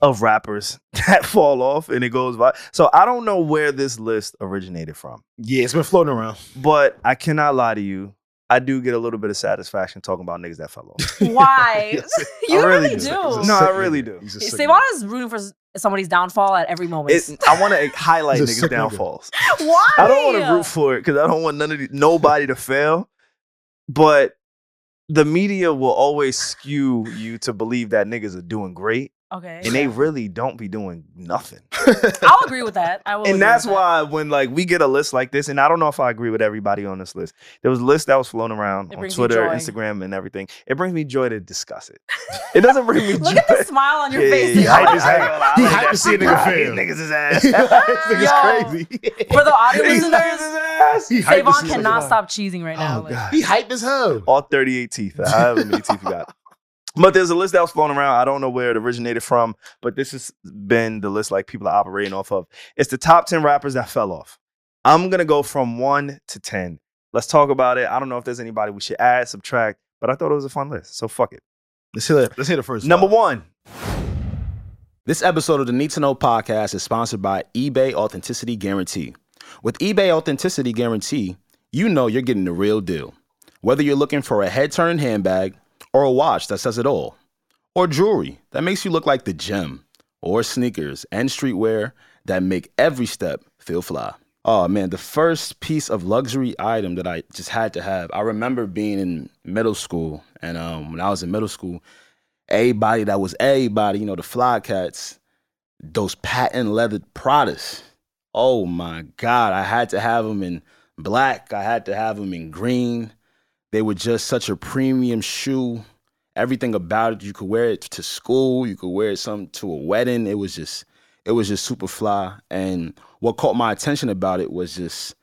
of rappers that fall off and it goes by. So I don't know where this list originated from.
Yeah, it's been floating around.
But I cannot lie to you. I do get a little bit of satisfaction talking about niggas that fell off.
Why? you
I really do.
really, do.
It's a No, I really do.
He's a sick
Savon is rooting for s- somebody's downfall at every moment.
It, I want to highlight
He's a
niggas'
sick nigga.
downfalls.
Why?
I don't want to root for it because I don't want none of the, nobody to fail. But the media will always skew you to believe that niggas are doing great,
okay.
and they really don't be doing nothing.
I'll agree with that. I will. agree
and that's
with that.
why when like we get a list like this, and I don't know if I agree with everybody on this list. There was a list that was flown around
It
on
brings you
Twitter,
joy.
Instagram, and everything. It brings me joy to discuss it. It doesn't bring me
Look
joy.
at the smile on your
Yeah,
face.
yeah,
He hype
yeah.
as
I- I-
hell.
I- I
He
like
hype
that.
to see a nigga
Nah,
fail.
These niggas
nigga.
is ass.
This nigga's
Yo.
crazy.
For the audio
These niggas
listeners,
is ass.
He hype as
Savon
hell.
cannot stop cheesing right now.
Oh,
like-
God.
He hype as hell.
all 38 teeth. I have many teeth you got. But there's a list that was flown around. I don't know where it originated from, but this has been the list like people are operating off of. It's the top 10 rappers that fell off. I'm gonna go from one to 10. Let's talk about it. I don't know if there's anybody we should add, subtract, but I thought it was a fun list. So fuck it.
Let's hear the, let's hear the first
Number one,
This episode of the Need to Know podcast is sponsored by eBay Authenticity Guarantee. With eBay Authenticity Guarantee, you know you're getting the real deal. Whether you're looking for a head turning handbag, or a watch that says it all, or jewelry that makes you look like the gym, or sneakers and streetwear that make every step feel fly. Oh man, the first piece of luxury item that I just had to have. I remember being in middle school, and um, when I was in middle school, everybody that was everybody, you know, the fly cats, those patent leather Pradas. Oh my God, I had to have them in black. I had to have them in green. They were just such a premium shoe. Everything about it, you could wear it to school, you could wear it some to a wedding. It was just, it was just super fly. And what caught my attention about it was just,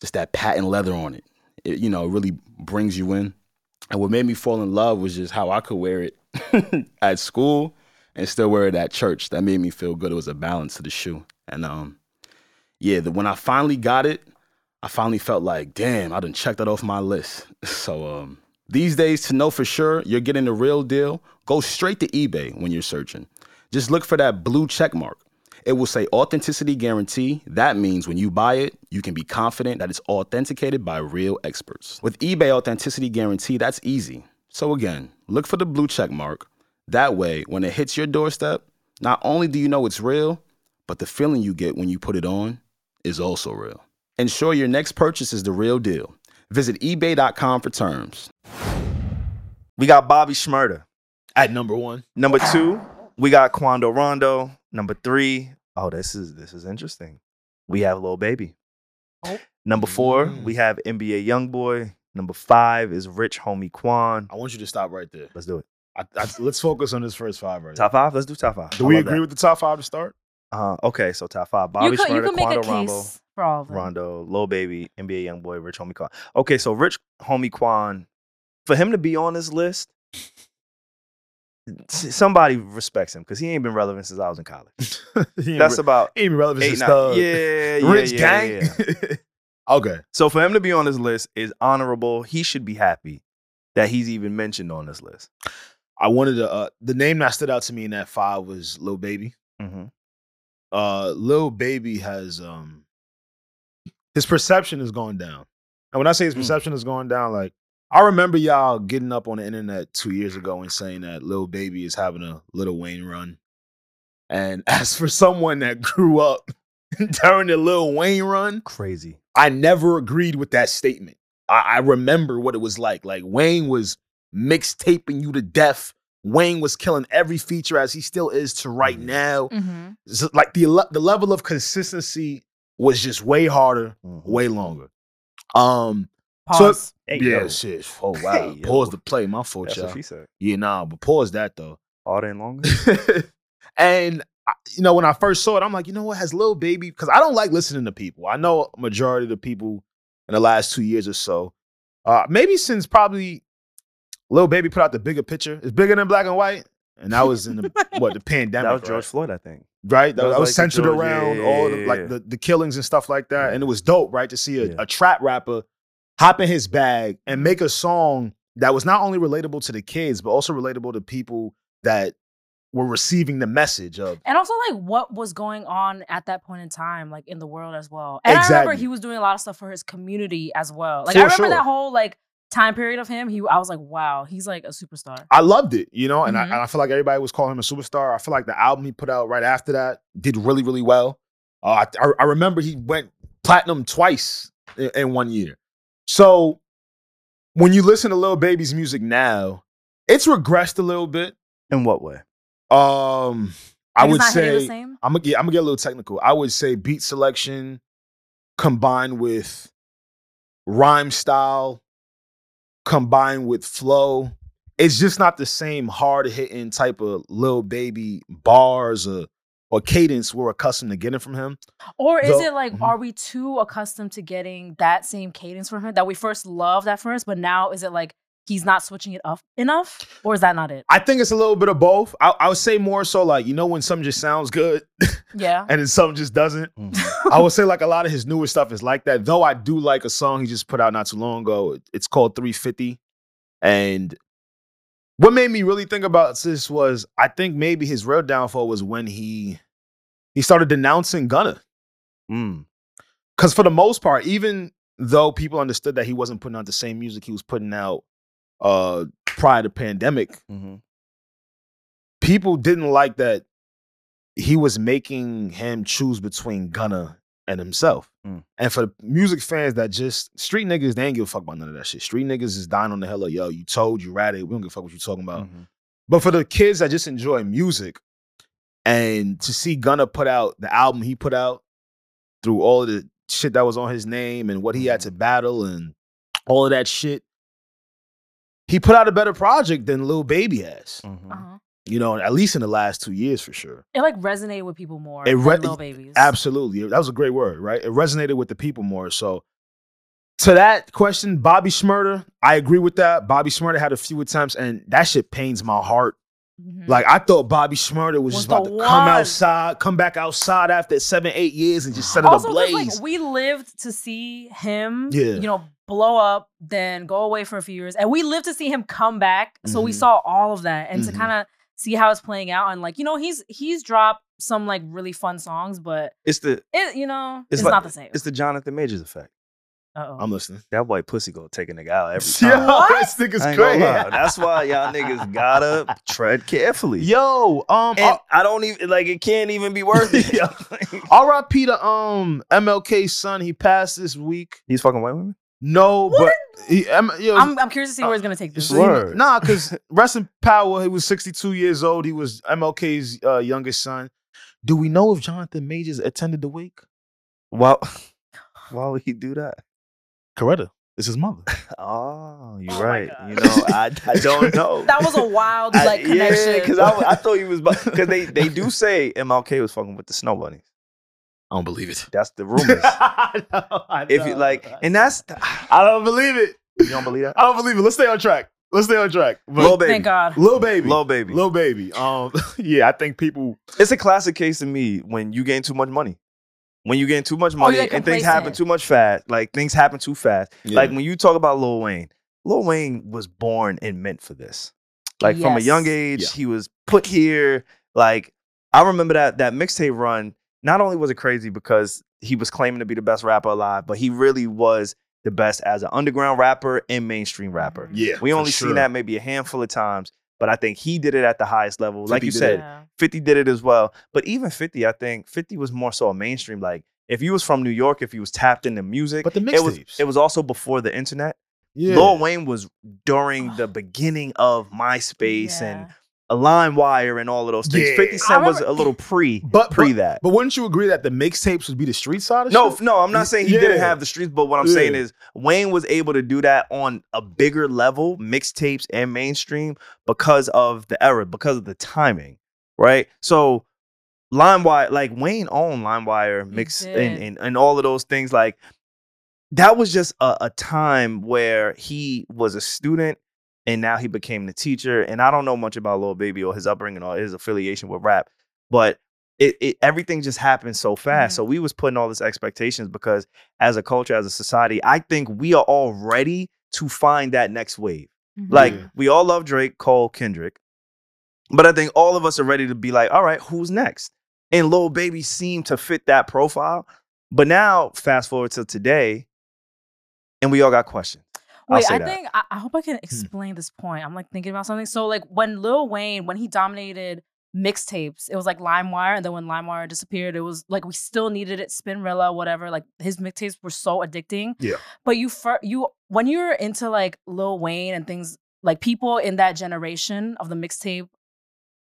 just that patent leather on it. It, you know, it really brings you in. And what made me fall in love was just how I could wear it at school and still wear it at church. That made me feel good. It was a balance to the shoe. And um, yeah, the, when I finally got it, I finally felt like, damn, I done checked that off my list. So um, these days, to know for sure you're getting the real deal, go straight to eBay when you're searching. Just look for that blue check mark. It will say authenticity guarantee. That means when you buy it, you can be confident that it's authenticated by real experts. With eBay Authenticity Guarantee, that's easy. So again, look for the blue check mark. That way, when it hits your doorstep, not only do you know it's real, but the feeling you get when you put it on is also real.
Ensure your next purchase is the real deal. Visit eBay.com for terms.
We got Bobby Schmurda.
At number one.
Number two, we got Quando Rondo. Number three, oh, this is this is interesting. We have Lil Baby.
Oh.
Number four,
Mm.
we have NBA Youngboy. Number five is Rich Homie Quan.
I want you to stop right there.
Let's do it.
I, I, let's focus on this first five right
Top five. Let's do top five.
now. Do we agree with the top five to start?
Uh, okay, so top five: Bobby
you could, you
Schmurda,
could make
Quando
a case
Rondo,
for all of them.
Rondo, Lil Baby, NBA YoungBoy, Rich Homie Quan. Okay, so Rich Homie Quan, for him to be on this list, s- somebody respects him because he ain't been relevant since I was in college. That's about
even relevant
eight,
to
nine.
Stug.
Yeah, yeah,
Rich
yeah,
gang.
yeah.
okay.
So for him to be on this list is honorable. He should be happy that he's even mentioned on this list.
I wanted to. Uh, the name that stood out to me in that five was Lil Baby.
Mm-hmm.
Uh, Lil Baby has um, his perception has gone down, and when I say his
Mm.
perception has gone down, like I remember y'all getting up on the internet two years ago and saying that Lil Baby is having a Lil Wayne run. And as for someone that grew up during the Lil Wayne run,
Crazy.
I never agreed with that statement. I, I remember what it was like. Like Wayne was mixtaping you to death. Wayne was killing every feature as he still is to right
Mm-hmm.
now.
Mm.
Mhm.
So, like the le- the level of consistency was just way harder, way longer. Um,
Pause.
Mm-hmm. Hey,
yeah,
yo,
shit. Oh wow,
Hey, yo.
pause the play. My fault,
That's what
y'all.
she said.
Yeah, nah, but pause that though.
All day long.
and I- you know, when I first saw it, I'm like, you know what? Has Lil Baby because I don't like listening to people. I know a majority of the people in the last two years or so, uh, maybe since probably Lil Baby put out the bigger picture. It's bigger than black and white, and that was in the what the pandemic.
that was
right?
George Floyd, I think.
right? That,
That was
that was
like the
centered
George-
around
yeah,
all the,
yeah, yeah.
like the, the killings and stuff like that,
Yeah.
and it was dope, right? To see a,
Yeah.
a trap rapper hop in his bag and make a song that was not only relatable to the kids, but also relatable to people that were receiving the message of
And also, like, what was going on at that point in time, like in the world as well. And I
Exactly.
remember he was doing a lot of stuff for his community as well. Like,
For
I remember
sure.
that whole like time period of him. He, I was like, wow, he's like a superstar.
I loved it, you know, and, I,
Mhm.
and I feel like everybody was calling him a superstar. I feel like the album he put out right after that did really, really well. Uh, I, I- I remember he went platinum twice in, in one year. So when you listen to Lil Baby's music now, it's regressed a little bit.
In what way?
Um, I
Like, it's
would
not hitting the
say
same.
I'm gonna get I'm gonna get a little technical. I would say beat selection combined with rhyme style combined with flow. It's just not the same hard hitting type of little baby bars or or cadence we're accustomed to getting from him.
Or is
the-
it like,
Mhm.
are we too accustomed to getting that same cadence from him that we first loved at first, but now is it like he's not switching it up enough, or is that not it?
I think it's a little bit of both. I, I would say more so like you know when something just sounds good
Yeah.
and then something just doesn't. I would say like a lot of his newer stuff is like that. Though I do like a song he just put out not too long ago. It's called 350. And what made me really think about this was I think maybe his real downfall was when he he started denouncing Gunna.
Mm.
Cause for the most part, even though people understood that he wasn't putting out the same music he was putting out uh prior to pandemic,
hmm
people didn't like that he was making him choose between Gunna and himself.
Mm.
And for music fans that just street niggas, they ain't give a fuck about none of that shit. Street niggas is dying on the hell of yo, you told, you ratted, we don't give a fuck what you talking about.
Mm. Mm-hmm.
But for the kids that just enjoy music and to see Gunna put out the album he put out through all the shit that was on his name and what he had to battle and all of that shit, he put out a better project than Lil Baby has
Mm-hmm.
Uh-huh.
you know, at least in the last two years for sure.
It like resonated with people more.
It
It
re-
little babies.
Absolutely. That was a great word, right? It resonated with the people more. So, to that question, Bobby Schmurder, I agree with that. Bobby Schmurder had a few attempts, and that shit pains my heart.
Mhm.
Like, I thought Bobby Schmurder
Was
was, just about
the
to come
one.
outside, come back outside after seven, eight years and just set it
also, 'cause,
ablaze.
Like, we lived to see him,
Yeah.
you know, blow up, then go away for a few years, and we lived to see him come back. So we
Mhm.
saw all of that, and
Mhm.
to kind of see how it's playing out, and like you know, he's he's dropped some like really fun songs, but
It's the
it you know
It's
it's,
like-
not the same.
it's the Jonathan Majors effect.
Uh oh.
I'm listening.
That white pussy gonna take a nigga out every time.
Yo, this nigga's
I ain't gonna
crazy.
lie. That's why y'all niggas gotta tread carefully.
Yo, um,
And I don't even like it can't even be worth it.
Yeah. R.I.P. to um MLK's son. He passed this week.
He's fucking white women?
No,
What?
but he, M, yo,
I'm, I'm curious to see where it's gonna take this.
so he-
Word.
nah, because Reston Powell, he was 62 years old. He was MLK's uh, youngest son. Do we know if Jonathan Majors attended the wake?
Why, why would he do that?
Coretta is his mother.
Oh, you're
Oh my
right.
God.
You know, I, I don't know.
That was a wild
I-
like connection.
Yeah, because I, was- I thought he was because they they do say MLK was fucking with the snow bunnies.
I don't believe it.
That's the rumors. if you like, and that's the,
I don't believe it.
you don't believe that.
I don't believe it. Let's stay on track. Let's stay on track. But-
Lil baby,
Thank God.
Lil baby,
Lil baby.
Lil baby. Um, yeah, I think people.
It's a classic case to me when you gain too much money. When you gain too much money
yeah,
and things happen
Oh, complacent.
too much fast, like things happen too fast.
Yeah.
Like when you talk about Lil Wayne, Lil Wayne was born and meant for this. Like from a young
Yes.
age, he was put here. Like I remember that that mixtape run. Not only was it crazy because he was claiming to be the best rapper alive, but he really was the best as an underground rapper and mainstream rapper.
Yeah,
We
for
only
sure.
seen that maybe a handful of times, but I think he did it at the highest level. Like
50
you
did
said,
Yeah.
50 did it as well. But even 50, I think 50 was more so a mainstream. Like if you was from New York, if you was tapped into music,
But the
it was
mixtapes.
it was also before the internet.
Yeah.
Lil Wayne was during the beginning of MySpace and a line wire and all of those things.
Yeah.
50
I
Cent was a
remember-
little pre
But-
pre that.
But wouldn't you agree that the mixtapes would be the street side of
no,
shit?
f- no, I'm not saying he didn't
Yeah.
have the streets, but what I'm saying
Yeah.
is Wayne was able to do that on a bigger level, mixtapes and mainstream, because of the era, because of the timing, right? So LimeWire, like Wayne owned LimeWire,
He
mix
did.
and, and and all of those things. Like that was just a, a time where he was a student and now he became the teacher. And I don't know much about Lil Baby or his upbringing or his affiliation with rap, but it, it everything just happened so fast.
Mhm.
So we was putting all these expectations because as a culture, as a society, I think we are all ready to find that next wave.
Mhm.
Like
Yeah.
we all love Drake, Cole, Kendrick, but I think all of us are ready to be like, all right, who's next? And Lil Baby seemed to fit that profile. But now, fast forward to today, and we all got questions. I'll
Wait,
say
I
that.
think I, I hope I can
Hmm.
explain this point. I'm like thinking about something. So like when Lil Wayne, when he dominated mixtapes, it was like LimeWire, and then when LimeWire disappeared, it was like we still needed it. Spinrilla, whatever. Like his mixtapes were so addicting.
Yeah.
But you fir- you when you're into like Lil Wayne and things like people in that generation of the mixtape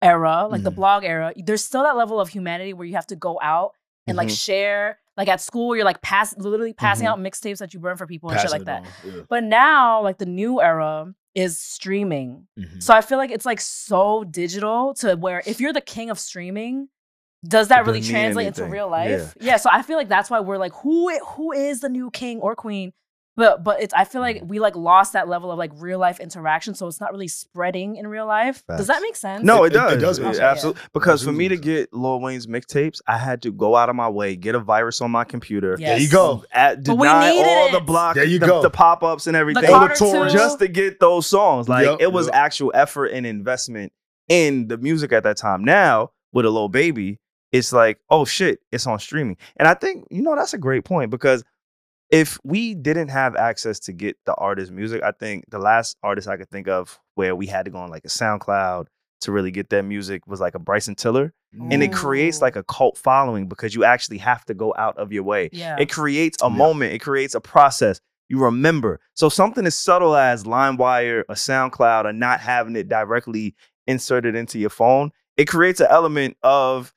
era, like the
Mhm.
blog era, there's still that level of humanity where you have to go out and
Mm-hmm.
like
Mhm.
share. Like at school, you're like pass literally passing
Mhm.
out mixtapes that you burn for people and shit like
Passing
that.
it on,
But now, like the new era is streaming.
yeah. Mhm.
So I feel like it's like so digital to where if you're the king of streaming, does that
It
really
doesn't mean
translate into
anything.
real life? Yeah. So I feel like that's why we're like, who i- who is the new king or queen? But but it's I feel like we like lost that level of like real life interaction. So it's not really spreading in real life. Does that
Facts.
make sense?
No,
It-
it,
it-
does.
it does make
sense.
absolutely. Because for
Absolutely
me to
makes
get Lil Wayne's mixtapes, I had to go out of my way, get a virus on my computer,
Yes. There you
go.
at,
But we
deny
needed
all the
it.
block,
There you
the,
go.
the pop ups and
The
everything,
Carter
Torrent.
two,
just to get those songs. Like
Yup,
it was
yup.
actual effort and investment in the music at that time. Now with a Lil Baby, it's like, oh shit, it's on streaming. And I think you know that's a great point because if we didn't have access to get the artist's music, I think the last artist I could think of where we had to go on like a SoundCloud to really get their music was like a Bryson Tiller. And it creates
Ooh.
like a cult following because you actually have to go out of your way.
yeah.
It creates a moment, it creates a process. You remember. So something as subtle as LimeWire, a SoundCloud, or not having it directly inserted into your phone, it creates an element of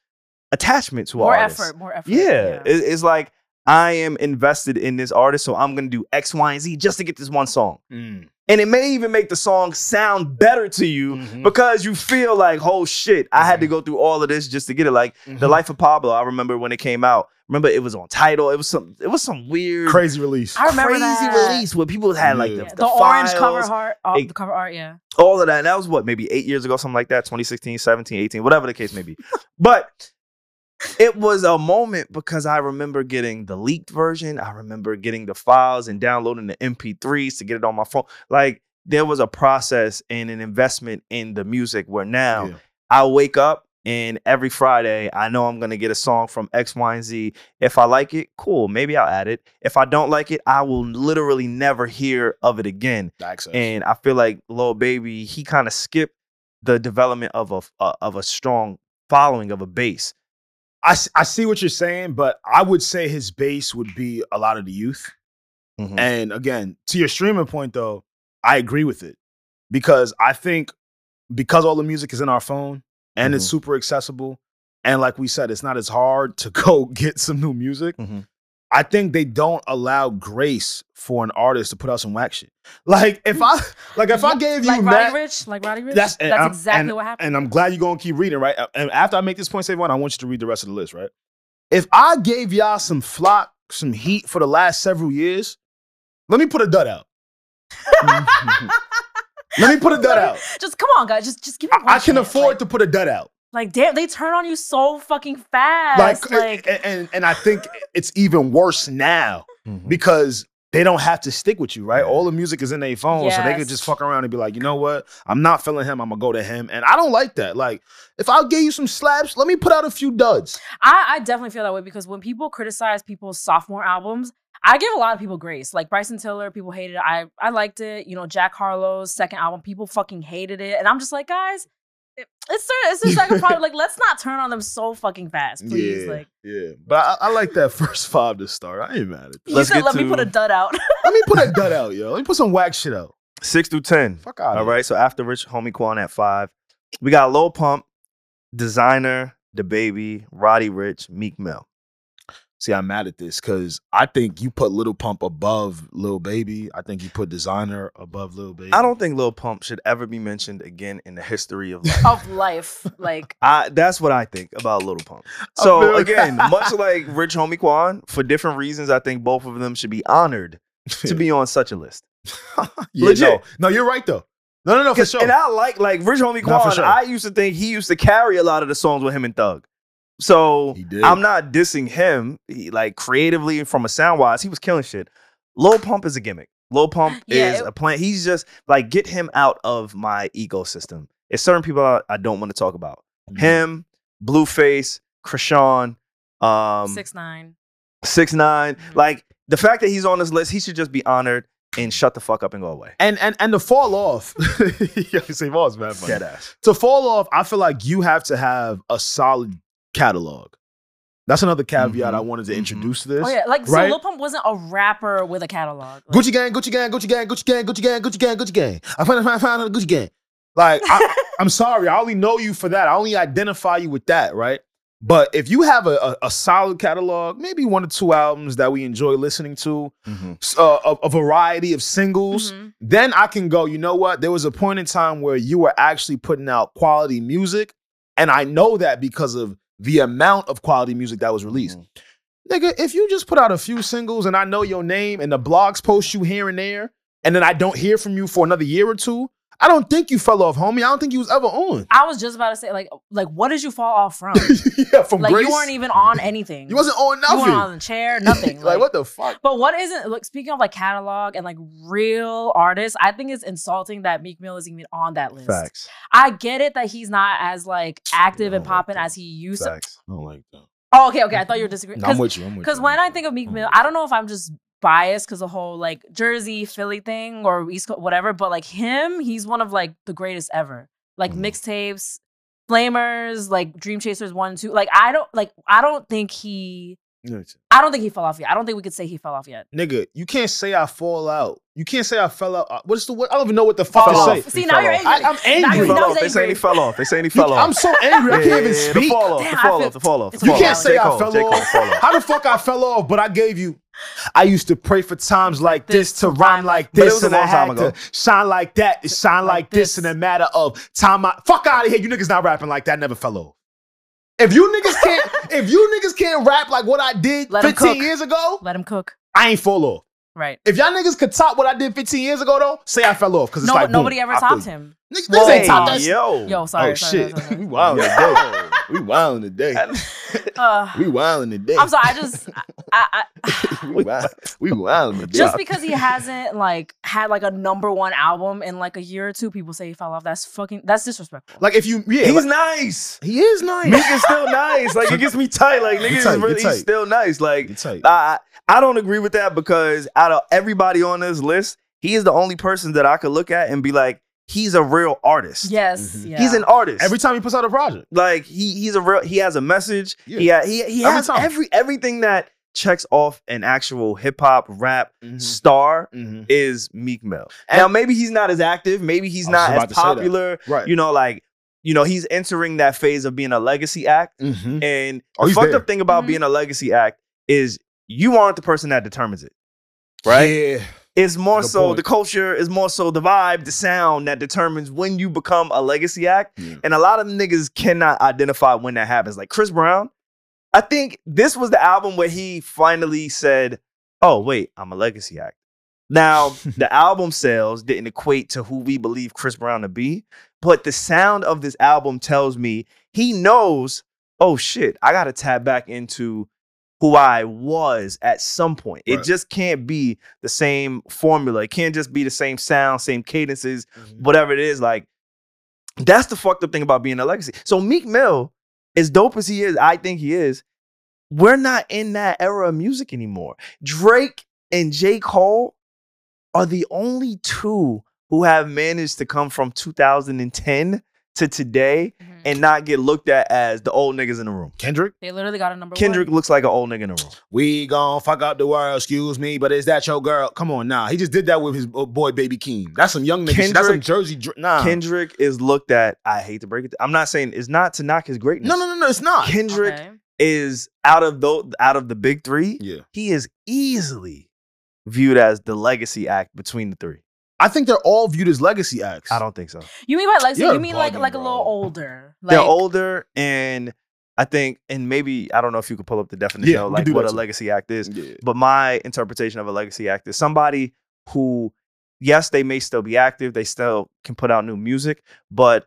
attachment to an
more
artist.
effort, more effort.
Yeah. It- it's like I am invested in this artist, so I'm gonna do X, Y, and Z just to get this one song.
Mm-hmm.
And it may even make the song sound better to you
Mm-hmm.
because you feel like, oh shit, I had to go through all of this just to get it. Like The Life of Pablo, I remember when it came out. Remember it was on title. It was some it was some weird
Crazy release.
I remember
crazy
that.
release where people had like the,
Yeah, The,
the
orange cover
files,
art, uh,
It-
the cover art, yeah.
all of that. And that was what, maybe eight years ago, something like that, 2016, 17, 18, whatever the case may be. but it was a moment because I remember getting the leaked version. I remember getting the files and downloading the MP3s to get it on my phone. Like there was a process and an investment in the music where now
Yeah.
I wake up, And every Friday, I know I'm going to get a song from X, Y, and Z. If I like it, cool. Maybe I'll add it. If I don't like it, I will literally never hear of it again.
Access.
And I feel like Lil Baby, he kind of skipped the development of a uh, of a strong following of a base.
I, s- I see what you're saying, but I would say his base would be a lot of the youth.
Mhm.
And again, to your streaming point though, I agree with it because I think because all the music is in our phone and it's super accessible, and like we said, it's not as hard to go get some new music.
Mhm.
I think they don't allow grace for an artist to put out some whack shit. Like if I like if I gave you
like
Matt,
Roddy Rich, like Roddy Rich.
That's-
That's,
and I'm-
exactly what happened.
and I'm glad you're gonna keep reading, right? And after I make this point, Savon, I want you to read the rest of the list, right? If I gave y'all some flock, some heat for the last several years, let me put a dud out. let me put a dud out.
Just come on, guys. Just just give me.
I,
one
I can
chance.
afford
Like,
to put a dud out.
like damn, they turn on you so fucking fast.
Like,
Like,
and, and and I think it's even worse now
Mhm.
because they don't have to stick with you, right? All the music is in their phone, so they could
Yes.
just fuck around and be like, you know what? I'm not feeling him. I'm gonna go to him, and I don't like that. Like, if I'll give you some slaps, let me put out a few duds.
I, I definitely feel that way because when people criticize people's sophomore albums, I give a lot of people grace. Like Bryson Tiller, people hated it. I I liked it. You know, Jack Harlow's second album, people fucking hated it, and I'm just like, guys, it, it's their it's their second product. Like, let's not turn on them so fucking fast, please.
Yeah.
Like,
Yeah, but I, I like that first five to start. I ain't mad at that.
you
Let's
said,
get
let me put
to-
a dud out.
Let me put a dud out, yo. Let me put some whack shit out.
Six through ten.
Fuck out.
All right. So after Rich Homie Quan at five, we got Lil Pump, Designer, The Baby, Roddy Rich, Meek Mill.
See, I'm mad at this because I think you put Little Pump above Lil Baby. I think you put Designer above Lil Baby.
I don't think Lil Pump should ever be mentioned again in the history of life.
of life. Like
I, that's what I think about Little Pump.
I
So
feel-
again, much like Rich Homie Quan, for different reasons, I think both of them should be honored to be on such a list.
yeah,
Legit.
No. no, you're right though. No, no, no, for sure.
And I like like Rich Homie
Nah, for
Quan.
sure.
I used to think he used to carry a lot of the songs with him and Thug. So
He did.
I'm not dissing him. He, like creatively and from a sound wise, he was killing shit. Lil Pump is a gimmick. Lil Pump
Yeah,
is
it-
a plan. He's just like get him out of my ecosystem. It's certain people I, I don't want to talk about. Him, Blueface, Krishan, um,
six nine.
six nine.
Mhm.
Like the fact that he's on this list, he should just be honored and shut the fuck up and go away.
and and and to fall off, yo, say falls mad funny.
Dead ass.
To fall off, I feel like you have to have a solid catalog. That's another caveat
Mhm.
I wanted to
Mhm.
introduce to this.
Oh yeah, like so.
right?
Lil Pump wasn't a rapper with a catalog. Like,
Gucci gang, Gucci gang, Gucci gang, Gucci gang, Gucci gang, Gucci gang, Gucci gang. I found, I found, found Gucci gang. Like, I, I'm sorry, I only know you for that. I only identify you with that, right? But if you have a, a, a solid catalog, maybe one or two albums that we enjoy listening to,
Mm-hmm.
s- uh, a, a variety of singles,
mhm.
then I can go, you know what? There was a point in time where you were actually putting out quality music. And I know that because of the amount of quality music that was released. Nigga, if you just put out a few singles and I know your name and the blogs post you here and there, and then I don't hear from you for another year or two, I don't think you fell off, homie. I don't think you was ever on.
I was just about to say, like, like what did you fall off from?
yeah, from
like
Grace.
you weren't even on anything.
you wasn't on
You
nothing.
weren't on the chair, nothing.
like, what the fuck?
But what isn't like speaking of like catalog and like real artists, I think it's insulting that Meek Mill is even on that list.
Facts.
I get it that he's not as like active
Yeah, I
and
don't like
popping
that.
as he used to.
Facts.
I don't like that.
Oh, okay, okay. I thought you were disagreeing.
No, I'm
Because
with you. I'm with you. I'm
when
with
I
you.
think of Meek
I'm
Mill,
with
I
you.
don't know if I'm just biased because the whole like Jersey Philly thing or East Coast whatever, but like him, he's one of like the greatest ever. Like
Mhm.
mixtapes, Flamers, like Dream Chasers one two. Like I don't like I don't think he. I don't think he fell off yet. I don't think we could say he fell off yet.
Nigga, you can't say I fall out. You can't say I fell out. Uh, What's the word? I don't even know what the fuck
Fall
to
off.
say.
He
See,
fell
now you're
off.
angry.
I, I'm
Now
angry.
you're- now
off. They
he's
saying he
angry.
fell off. They saying he
You-
fell off.
I'm so angry. I
Yeah,
can't
yeah,
even
yeah, The
speak.
fall off. The
Damn, I
fall
feel-
off. The fall off.
It's
the
You
fall
can't
off.
say
J.
I
Cole,
fell
J. Cole,
off.
fall off.
How the fuck I fell off? But I gave you. I used to pray for times like this to rhyme like
But it
this,
was a
and I
long time
had
ago.
to shine like that, to shine
Like
like, this.
this.
in a matter of time. I, fuck out of here, you niggas not rapping like that. I never fell off. If you niggas can't, if you niggas can't rap like what I did
Let 'em
15
cook.
years ago,
Let him cook.
I ain't fall off.
Right.
If y'all niggas could top what I did 15 years ago, though, say I fell off because it's
No,
like boom,
nobody ever
I feel
topped
you.
him.
Niggas, niggas ain't
Whoa.
top that. shit.
yo.
Yo, sorry.
oh
sorry,
shit,
sorry, sorry.
we wild. as hell. We wilding today.
Uh,
We wilding today.
I'm sorry. I just, I, I, I-
We wild. We wilding today.
just because he hasn't like had like a number one album in like a year or two, people say he fell off. That's fucking. That's disrespectful.
like if you, yeah,
He's
like-
nice.
he is nice.
Meek is still nice. Like it gets me tight. Like niggas
You're
is
tight, you're
really
tight.
he's still nice. Like
You're tight.
I I don't agree with that because out of everybody on this list, he is the only person that I could look at and be like, he's a real artist.
yes.
Mhm.
Yeah.
Mm-hmm. He's an artist.
Every time he puts out a project,
like he he's a real he has a message.
Yeah.
Yeah. He he, he
Every
has
time.
every everything that checks off an actual hip hop rap
Mm-hmm.
star
Mhm.
is Meek Mill. now maybe he's not as active, maybe he's
I was
not
about
as
to say that.
popular.
right?
You know, like you know, he's entering that phase of being a legacy act.
mm-hmm.
And
Oh,
the
he's
fucked
there.
up thing about
Mhm.
being a legacy act is you aren't the person that determines it. Right?
Yeah.
It's more
Good
so
point.
the culture is more so the vibe, the sound that determines when you become a legacy act.
Yeah.
And a lot of niggas cannot identify when that happens. Like Chris Brown, I think this was the album where he finally said, Oh, wait, I'm a legacy act. Now, the album sales didn't equate to who we believe Chris Brown to be, but the sound of this album tells me he knows, oh shit, I gotta tap back into who I was at some point. It
Right.
just can't be the same formula. It can't just be the same sound, same cadences, whatever it is. Like, that's the fucked up thing about being a legacy. So Meek Mill, as dope as he is, I think he is, we're not in that era of music anymore. Drake and J. Cole are the only two who have managed to come from 2010 to today
Mhm.
and not get looked at as the old niggas in the room.
Kendrick,
they literally got a number
Kendrick
one.
looks like an old nigga in the room.
we gon' fuck up the world. Excuse me, but is that your girl? Come on, nah. He just did that with his bo- boy Baby Keem. That's some young nigga. shit. That's some
Kendrick-
Jersey. dr- Nah.
Kendrick is looked at, I hate to break it. I'm not saying it's not to knock his greatness.
No, no, no, no. It's not.
Kendrick
Okay.
is out of those out of the big three,
yeah.
he is easily viewed as the legacy act between the three.
I think they're all viewed as legacy acts.
I don't think so.
You mean by legacy?
You're
You mean like
bugging,
like a little
bro.
older? Like,
They're older and I think and maybe I don't know if you could pull up the definition
Yeah, we
of
could
like
do
what
that
a
too.
legacy act is.
Yeah.
But my interpretation of a legacy act is somebody who, yes, they may still be active, they still can put out new music, but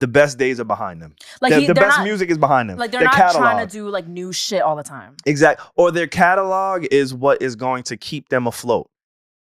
the best days are behind them.
Like
the
he,
the
they're
best
not,
music is behind them.
Like they're
Their
not
catalog.
trying to do like new shit all the time.
Exactly. Or their catalog is what is going to keep them afloat.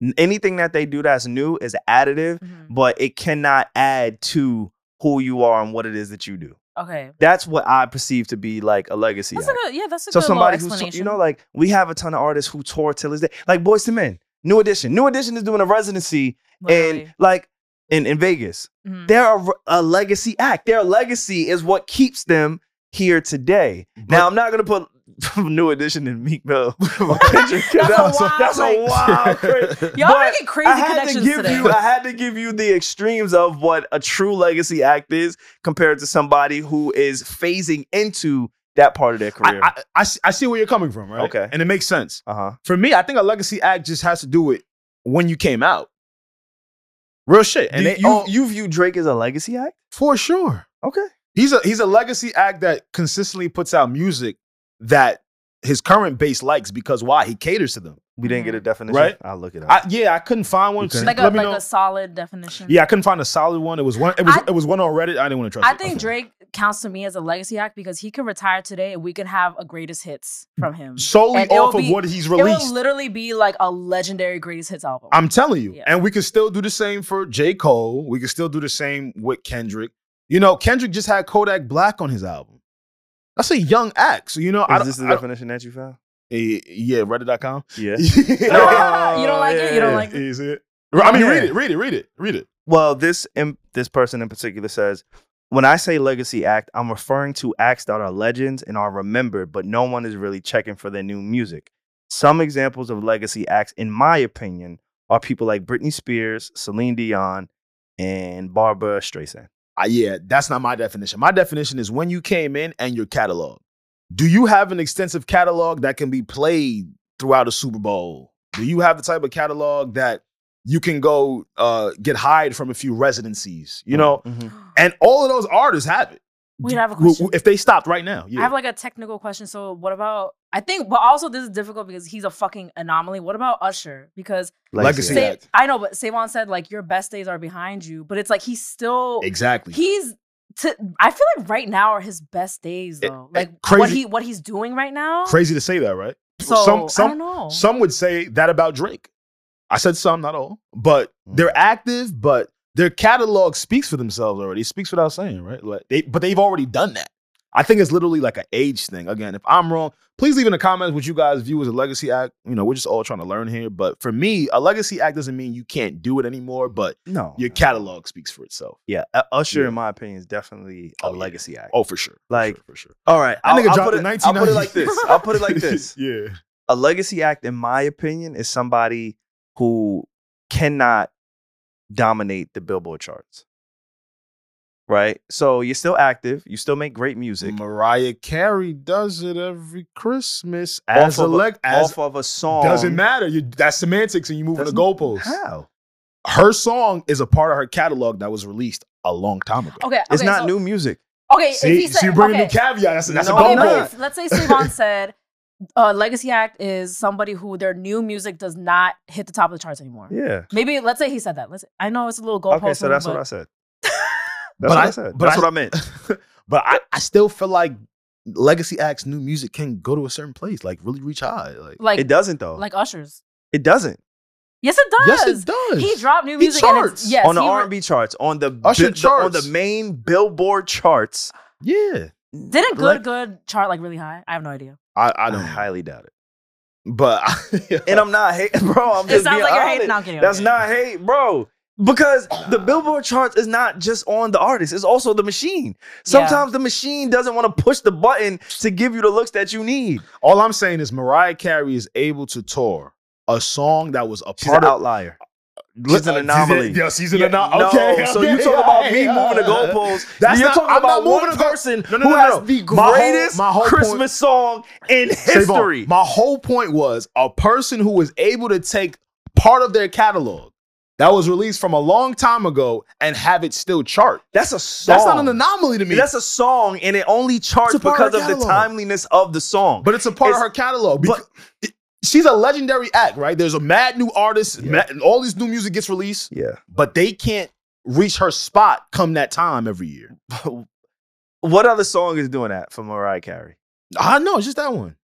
N- Anything that they do that's new is additive,
Mhm.
but it cannot add to who you are and what it is that you do.
Okay.
That's what I perceive to be like a legacy.
That's
act.
a good, yeah, that's a
so
good
somebody
little
who's
explanation.
you know like we have a ton of artists who tour till this day, like Boys to Men, New Edition. New Edition is doing a residency and
Literally.
like in in Vegas.
Mhm.
They're
Mm-hmm.
a, re- a legacy act. Their legacy is what keeps them here today.
Mm-hmm.
now I'm not gonna put New Edition and Meek Mill on Kendrick, 'cause
That's a
that's,
wild
that's a
link.
wild. cra-
Y'all
but
making crazy
I had to
connections
give
today.
you. I had to give you the extremes of what a true legacy act is compared to somebody who is phasing into that part of their
I,
career.
I, I, see, I see where you're coming from, right?
Okay.
And it makes sense.
uh huh.
For me, I think a legacy act just has to do with when you came out. Real shit. And
Do
they
you
all-
you view Drake as a legacy act?
for sure.
Okay.
He's a he's a legacy act that consistently puts out music that his current base likes because why? He caters to them.
We didn't get a definition.
Mm-hmm. Right.
I'll look it up.
I, yeah, I couldn't find one.
You couldn't?
like a
Let me
like
know.
a solid definition.
yeah, I couldn't find a solid one. It was one. It was
I-
it was one on Reddit. I didn't want to trust.
I
it.
think
Okay.
Drake counts to me as a legacy act because he could retire today and we could have a greatest hits from him.
solely
and it'll
off of
be-
what he's
It will
Mm, released.
literally be like a legendary greatest hits album.
I'm telling you.
Yeah.
And we can still do the same for J. Cole. We can still do the same with Kendrick. You know, Kendrick just had Kodak Black on his album. That's a young act. So, you know, I
is
don't-
this the
I don't-
definition that you found?
Eh, yeah, reddit.com.
Yeah.
Oh,
No, you don't like it? You don't
yeah.
like it?
Is it? I mean,
Yeah.
read it, read it, read it, read it.
Well, this in, this person in particular says, when I say legacy act, I'm referring to acts that are legends and are remembered, but no one is really checking for their new music. Some examples of legacy acts, in my opinion, are people like Britney Spears, Celine Dion, and Barbara Streisand.
Ah, yeah, that's not my definition. My definition is when you came in and your catalog. Do you have an extensive catalog that can be played throughout a Super Bowl? Do you have the type of catalog that you can go uh, get hired from a few residencies? You know,
Mhm.
and all of those artists have it.
Wait, I have a
W- w-
question.
If they stopped right now, yeah.
I have like a technical question. So what about I think but also this is difficult because he's a fucking anomaly. What about Usher? Because
Legacy
Sa-
act.
I know, but Savon said like your best days are behind you, but it's like he's still
exactly.
he's to, I feel like right now are his best days
Eh,
It-
though. Like what
crazy-
he what he's doing right now.
Crazy to say that, right?
so
some-
I don't
some-
know.
Some would say that about Drake.
I said some, not all, but they're
Mm.
active, but their catalog speaks for themselves already. It speaks without saying, right? Like they, but they've already done that. I think it's literally like an age thing. Again, if I'm wrong, please leave in the comments what you guys view as a legacy act. You know, we're just all trying to learn here. But for me, a legacy act doesn't mean you can't do it anymore, but
No.
your catalog speaks for itself.
yeah, U- Usher,
Yeah.
in my opinion, is definitely a
Oh, yeah.
legacy act.
Oh, for sure. For
Like-
sure, for sure.
All right,
That nigga
I'll, I'll
dropped
put
in
it, I'll put it like
1990.
this. I'll put it like this.
yeah.
A legacy act, in my opinion, is somebody who cannot dominate the Billboard charts. Right? So you're still active, you still make great music.
Mariah Carey does it every Christmas as a
of a-
leg as
off of a song.
doesn't matter. You that's semantics and you moving the
Doesn't-
goalposts.
How?
her song is a part of her catalog that was released a long time ago.
okay, okay,
It's not
so-
new music.
Okay, if
See,
he said,
she bringing
okay.
the caveat. That's, that's
No,
a
Okay,
bump
no.
but
up.
if, let's say Savon said uh, Legacy Act is somebody who their new music does not hit the top of the charts anymore.
Yeah.
Maybe let's say he said that. Let's. I know it's a little goalpost.
Okay, so
move,
that's what
but-
I said.
But
That's what I,
I-
said.
but
that's
I-
what I meant.
But I, I still feel like Legacy Act's new music can go to a certain place, like really reach high. Like,
like
it doesn't though.
like Usher's.
it doesn't
Yes, it does.
yes, it does.
He dropped new
He
music. and it's-
charts
yes,
on the
he re-
R and B charts, on the,
Usher
bi- the- on
charts.
the main Billboard charts.
yeah,
Didn't good
Like-
good chart like really high? I have no idea.
I, I
I
don't.
don't highly doubt it.
but
And I'm not hate, bro. I'm just
it sounds
being
like you're
honest.
hating. No, I'm kidding. I'm
That's
kidding.
not hate, bro. Because the Billboard charts is not just on the artist; it's also the machine. Sometimes the machine doesn't want to push the button to give you the looks that you need.
all I'm saying is Mariah Carey is able to tour a song that was a
She's
part
an
of.
outlier. She's an
Uh,
anomaly.
yeah, she's an
Yeah,
anomaly.
no,
okay,
so
okay,
you talk about
yeah,
me
yeah,
moving the
yeah, yeah.
goalposts.
That's
You're
not-
talking
I'm
about
not moving
one
the goal-
person
No, no,
who
no,
has
no.
the
My whole-
greatest
my whole point-
Christmas song in
Savon,
history.
my whole point was a person who was able to take part of their catalog that was released from a long time ago and have it still chart.
That's a song.
That's not an anomaly to me.
That's a song, and it only charts
It's a part
because
of
of the
catalog.
timeliness of the song.
but it's a part of
It's-
her catalog.
but-
But she's a legendary act, right? There's a mad new artist,
Yeah.
mad- and all this new music gets released,
yeah,
but they can't reach her spot come that time every year.
what other song is doing that for Mariah Carey?
I know, it's just that one.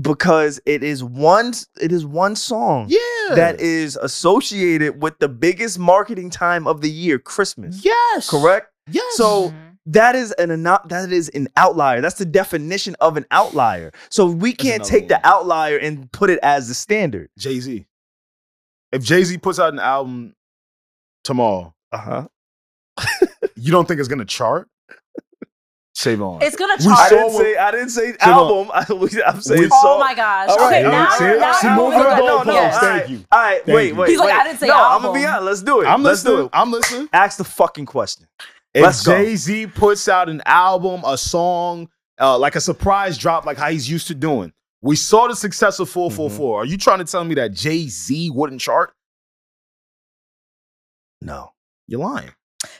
Because it is one, it is one song
Yeah.
that is associated with the biggest marketing time of the year, Christmas.
Yes.
Correct.
Yes.
So that is an ano- that is an outlier. That's the definition of an outlier. So we can't
another
take
one.
the outlier and put it as the standard.
Jay Z. If Jay Z puts out an album tomorrow,
Uh
Uh-huh.
huh.
You don't think it's gonna chart? Save on.
It's gonna
We
I
chart.
saw-
didn't
what-
say I didn't say
on.
album. I, am saying
Oh
song.
my gosh.
All
Okay,
right.
now,
See,
now,
see,
now
move
we're
your
good.
goalposts.
Yes.
All right.
Thank you.
All right,
Thank
wait,
you.
wait.
He's like,
wait.
I didn't say
No, I'm
album.
gonna be honest. Let's do it.
I'm
Let's
listening.
do it.
I'm listening.
Ask the fucking question.
If
Let's go.
Jay Z puts out an album, a song, uh, like a surprise drop, like how he's used to doing, we saw the success of 444. Are you trying to tell me that Jay Z wouldn't chart?
No.
You're lying.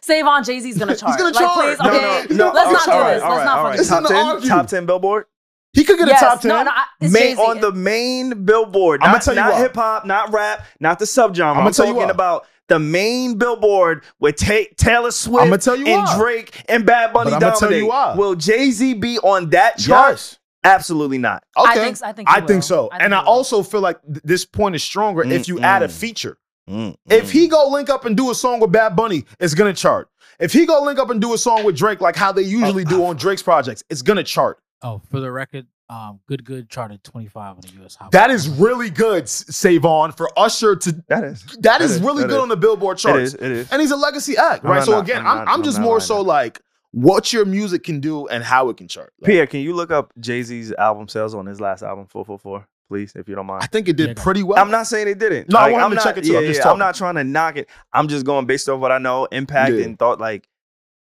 Save on Jay Z's gonna
He's
chart.
gonna
like,
chart.
Please,
No,
okay,
no, no,
let's
I'm
not
sorry.
do this.
All
Let's
right,
not
all right.
fucking.
It's not
Top
an
ten,
argue.
top ten Billboard.
He could get
Yes,
a top ten.
No, no, I- it's
Main,
Jay-Z.
on the main Billboard.
I'ma
Not,
tell you
not
why.
hip hop, not rap, not the subgenre. I'm,
I'ma tell you
talking
why.
about the main Billboard with Ta- Taylor Swift
I'ma tell you
and
why.
Drake and Bad Bunny
But I'ma
dominate.
tell you why.
Will Jay Z be on that chart?
Yes.
Absolutely not.
Okay.
I think. I think. he
I
will.
think so.
think
and
he
I
will.
also feel like th- this point is stronger if you add a
Mm-mm.
feature. If he go link up and do a song with Bad Bunny, it's gonna chart. If he go link up and do a song with Drake, like how they usually do on Drake's projects, it's gonna chart.
Oh, for the record, um, good good charted 25 in the U.S. Hot
That
100.
is really good, S- Savon, for Usher to.
that is
that
It
is,
is,
really
it
good
is.
on the Billboard
it
charts,
is it is.
and he's a legacy act,
I'm
right?
not-
so
not-
again,
I'm
I'm,
not-
I'm
I'm
just
not
more
lying.
so like what your music can do and how it can chart. Like,
Pierre, can you look up Jay Z's album sales on his last album, 444, please, if you don't mind?
I think it
Yeah,
did
go.
pretty well.
I'm not saying it didn't.
No, I
Like,
want him
I'm
to
not,
check it too.
Yeah,
I'm just
yeah,
talking.
I'm not trying to knock it. I'm just going based off what I know, impact
Yeah.
and thought. Like,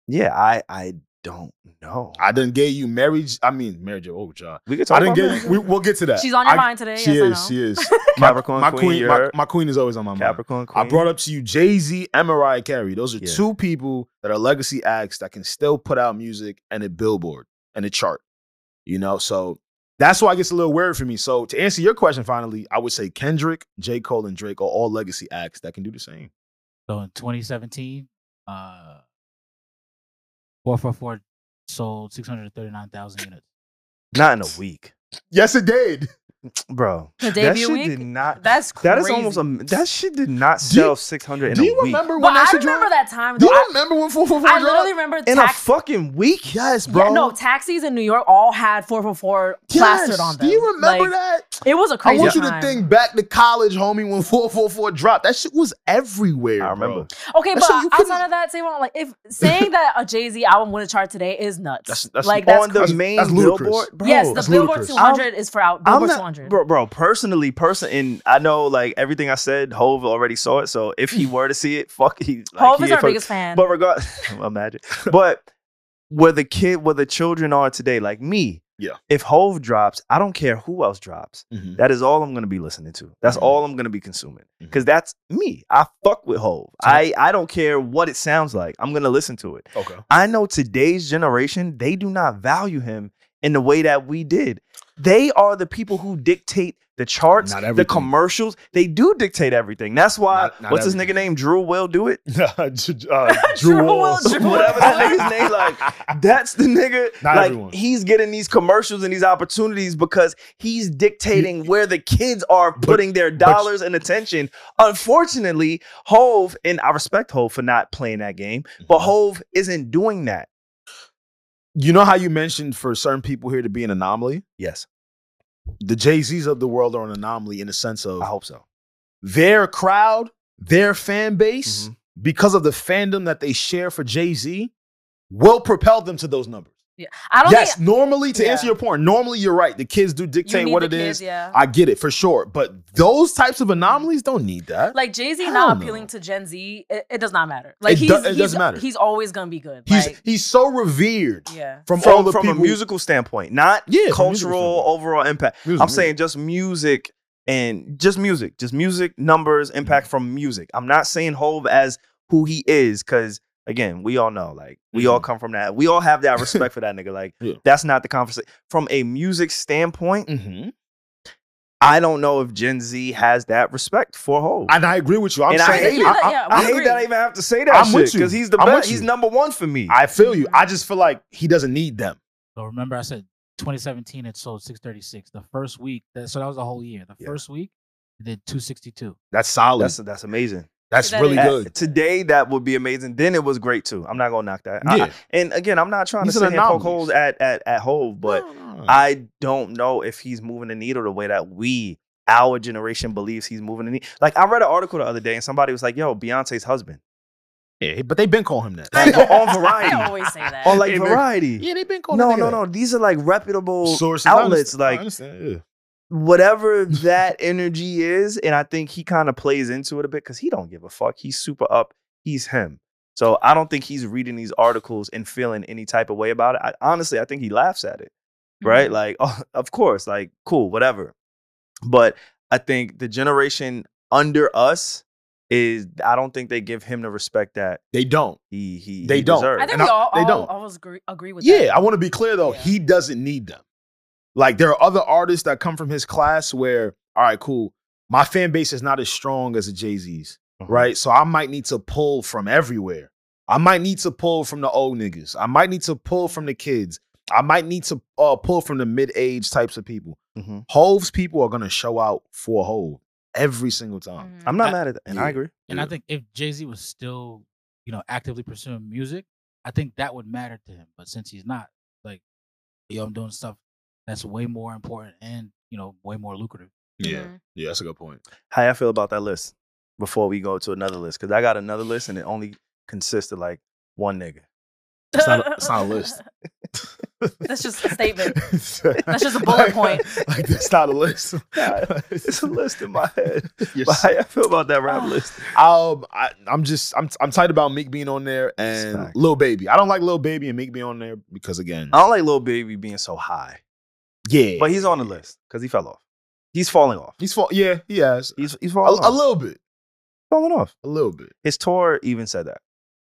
yeah, I I don't know.
I didn't get you marriage. I mean, marriage. Oh, God.
we could talk
I didn't
about
get.
that.
We, we'll get to that.
She's on your
I-
mind today.
She
yes, I
is.
know.
She is.
Capricorn
my
Queen,
queen.
you
My,
heard?
my queen is always on my mind.
Capricorn Queen.
I brought up to you Jay Z and Mariah Carey. Those are
Yeah.
two people that are legacy acts that can still put out music and a billboard and a chart. You know, so that's why it gets a little weird for me. So to answer your question, finally, I would say Kendrick, J. Cole, and Drake are all legacy acts that can do the same.
So in 2017, uh, 444 sold 639,000 units.
Not in a week,
Yes, it did.
bro.
The
that
debut
shit
week?
did not.
That's crazy.
That is almost a. That shit did not
Do you-
sell six hundred in
Do
a
you
week
remember
But
when that
I
shit
remember that
dropped?
time.
Do
Though.
you
I,
remember when 444
I
dropped?
literally remember
in a
tax-
fucking week.
Yes,
Yeah,
bro.
no, taxis in New York all had 444 plastered
Yes.
on them.
Do you remember
Like,
that?
It was a
I
crazy
want you to
time.
think back to college, homie, when 444 dropped. That shit was everywhere.
I remember.
bro.
Okay,
That's
but
what you couldn't-
outside of that, say like if saying that a Jay Z album would have charted today is nuts.
That's- that's
like
on the
crazy.
main
that's ludicrous.
billboard, bro.
yes, the
that's
Billboard
ludicrous.
200 is for out.
I'm
Billboard
not,
200.
bro, bro. Personally, person, and I know like everything I said, Hove already saw it. So if he were to see it, fuck, he. Like,
Hove
he
is our
ain't fuck-
biggest fan.
But regard, imagine. But where the kid, where the children are today, like me,
Yeah.
If Hove drops, I don't care who else drops.
Mhm.
That is all I'm gonna be listening to. That's
Mhm.
all I'm gonna be consuming
Mhm.
because that's me. I fuck with Hove. I I don't care what it sounds like. I'm gonna listen to it.
Okay.
I know today's generation, they do not value him in the way that we did. They are the people who dictate the charts,
Not
the
everything.
commercials. They do dictate everything. That's why
Not- not
what's his nigga name? Drew Will do it.
Nah, J- uh,
Drew
Drew
Will,
Wall.
Drew Will.
Whatever that nigga's name, like that's the nigga.
Not
like
everyone.
he's getting these commercials and these opportunities because he's dictating where the kids are putting their dollars and attention. Unfortunately, Hove and I respect Hove for not playing that game, but Hove isn't doing that.
You know how you mentioned for certain people here to be an anomaly?
Yes,
The Jay Z's of the world are an anomaly in the sense of
I hope so.
their crowd, their fan base,
Mhm.
because of the fandom that they share for Jay Z, will propel them to those numbers.
I don't
Yes,
think
normally, to
Yeah.
answer your point, normally you're right. The kids do
you
dictate
need
what
the
it is.
kids, Yeah.
I get it for sure. But those types of anomalies don't need that.
like Jay Z
Hell
not
no.
appealing to Gen Z, it, it does not matter. Like
It do-
he's,
it doesn't
he's-
matter.
He's always gonna be good.
he's
like
he's so revered
yeah.
from, all
from,
the
from a
people.
musical standpoint, not
Yeah, from a musical
cultural
standpoint.
overall impact.
Music,
I'm
music.
saying just music and just music, just music numbers
Mm-hmm.
impact from music. I'm not saying Hove as who he is because again, we all know like we all come from that. We all have that respect for that nigga. Like
Mm-hmm. Yeah.
that's not the conversation. From a music standpoint,
Mhm.
I don't know if Gen Z has that respect for Hove.
and I agree with you. I'm
And I
saying
hate it.
I, I-
Yeah,
I
we
hate
agree.
that I even have to say that
I'm
shit
with you.
because he's the
I'm with
best.
you.
He's number one for me.
I feel you. I just feel like he doesn't need them.
So remember, I said 2017 it sold 636. The first week, that, so that was the whole year. The
Yeah.
first week it did 262.
That's solid.
that's
That's,
that's amazing.
That
really
is-
At-
good.
Today, that would be amazing. Then it was great too. I'm not gonna knock that. I-
Yeah.
I- and again, I'm not trying
These
to
are
sit here and poke
anomalies.
holes at at at Hove, but
I,
I don't know if he's moving the needle the way that we, our generation, believes he's moving the needle. Like I read an article the other day, and somebody was like, "Yo, Beyonce's husband
yeah, but they've been calling him
Like,
that.
on
I
Variety,
always say that.
on like
Hey, man.
Variety."
yeah, they've been calling
No,
that nigga
no,
that.
no. These are like reputable
Sources I
outlets.
understand- I
Like
understand, yeah.
whatever that energy is, and I think he kind of plays into it a bit because he don't give a fuck. He's super up. He's him. So I don't think he's reading these articles and feeling any type of way about it. I, honestly, I think he laughs at it,
Mm-hmm.
right? Like, oh, of course, like cool, whatever. But I think the generation under us is I don't think they give him the respect that
they don't.
he he
They
he
don't.
deserves.
I think
And
we
I-
all,
they
all
don't.
always agree, agree with
Yeah,
that.
I want to be clear though.
Yeah.
He doesn't need them. Like there are other artists that come from his class where, all right, cool. My fan base is not as strong as the Jay Z's,
Mhm.
right? So I might need to pull from everywhere. I might need to pull from the old niggas. I might need to pull from the kids. I might need to uh, pull from the mid age types of people.
Mhm.
Hove's people are gonna show out for Hove every single time.
Mhm.
I'm not
I-
mad at that, and I
yeah.
agree.
And I
Yeah.
think if Jay Z was still, you know, actively pursuing music, I think that would matter to him. But since he's not, like, yo, I'm doing stuff that's way more important and you know way more lucrative.
Mhm.
yeah, that's a good point.
how y'all feel about that list before we go to another list because I got another list and it only consists of like one nigga.
It's not a- it's not a list.
That's just a statement.
that's
just a bullet point.
Like that's not a list.
It's a list in my head.
You're
But how y'all feel about that rap
Oh.
list?
Um, I, I'm just I'm I'm tight about Meek being on there
That's
and
facts.
Lil Baby. I don't like Lil Baby and Meek being on there because again,
I don't like Lil Baby being so high,
yeah,
Oh, but he's on the list because he fell off. He's falling off.
he's fall, yeah, he has
He's he's
a,
falling
a
off.
little bit,
falling off.
a little bit.
His tour even said that,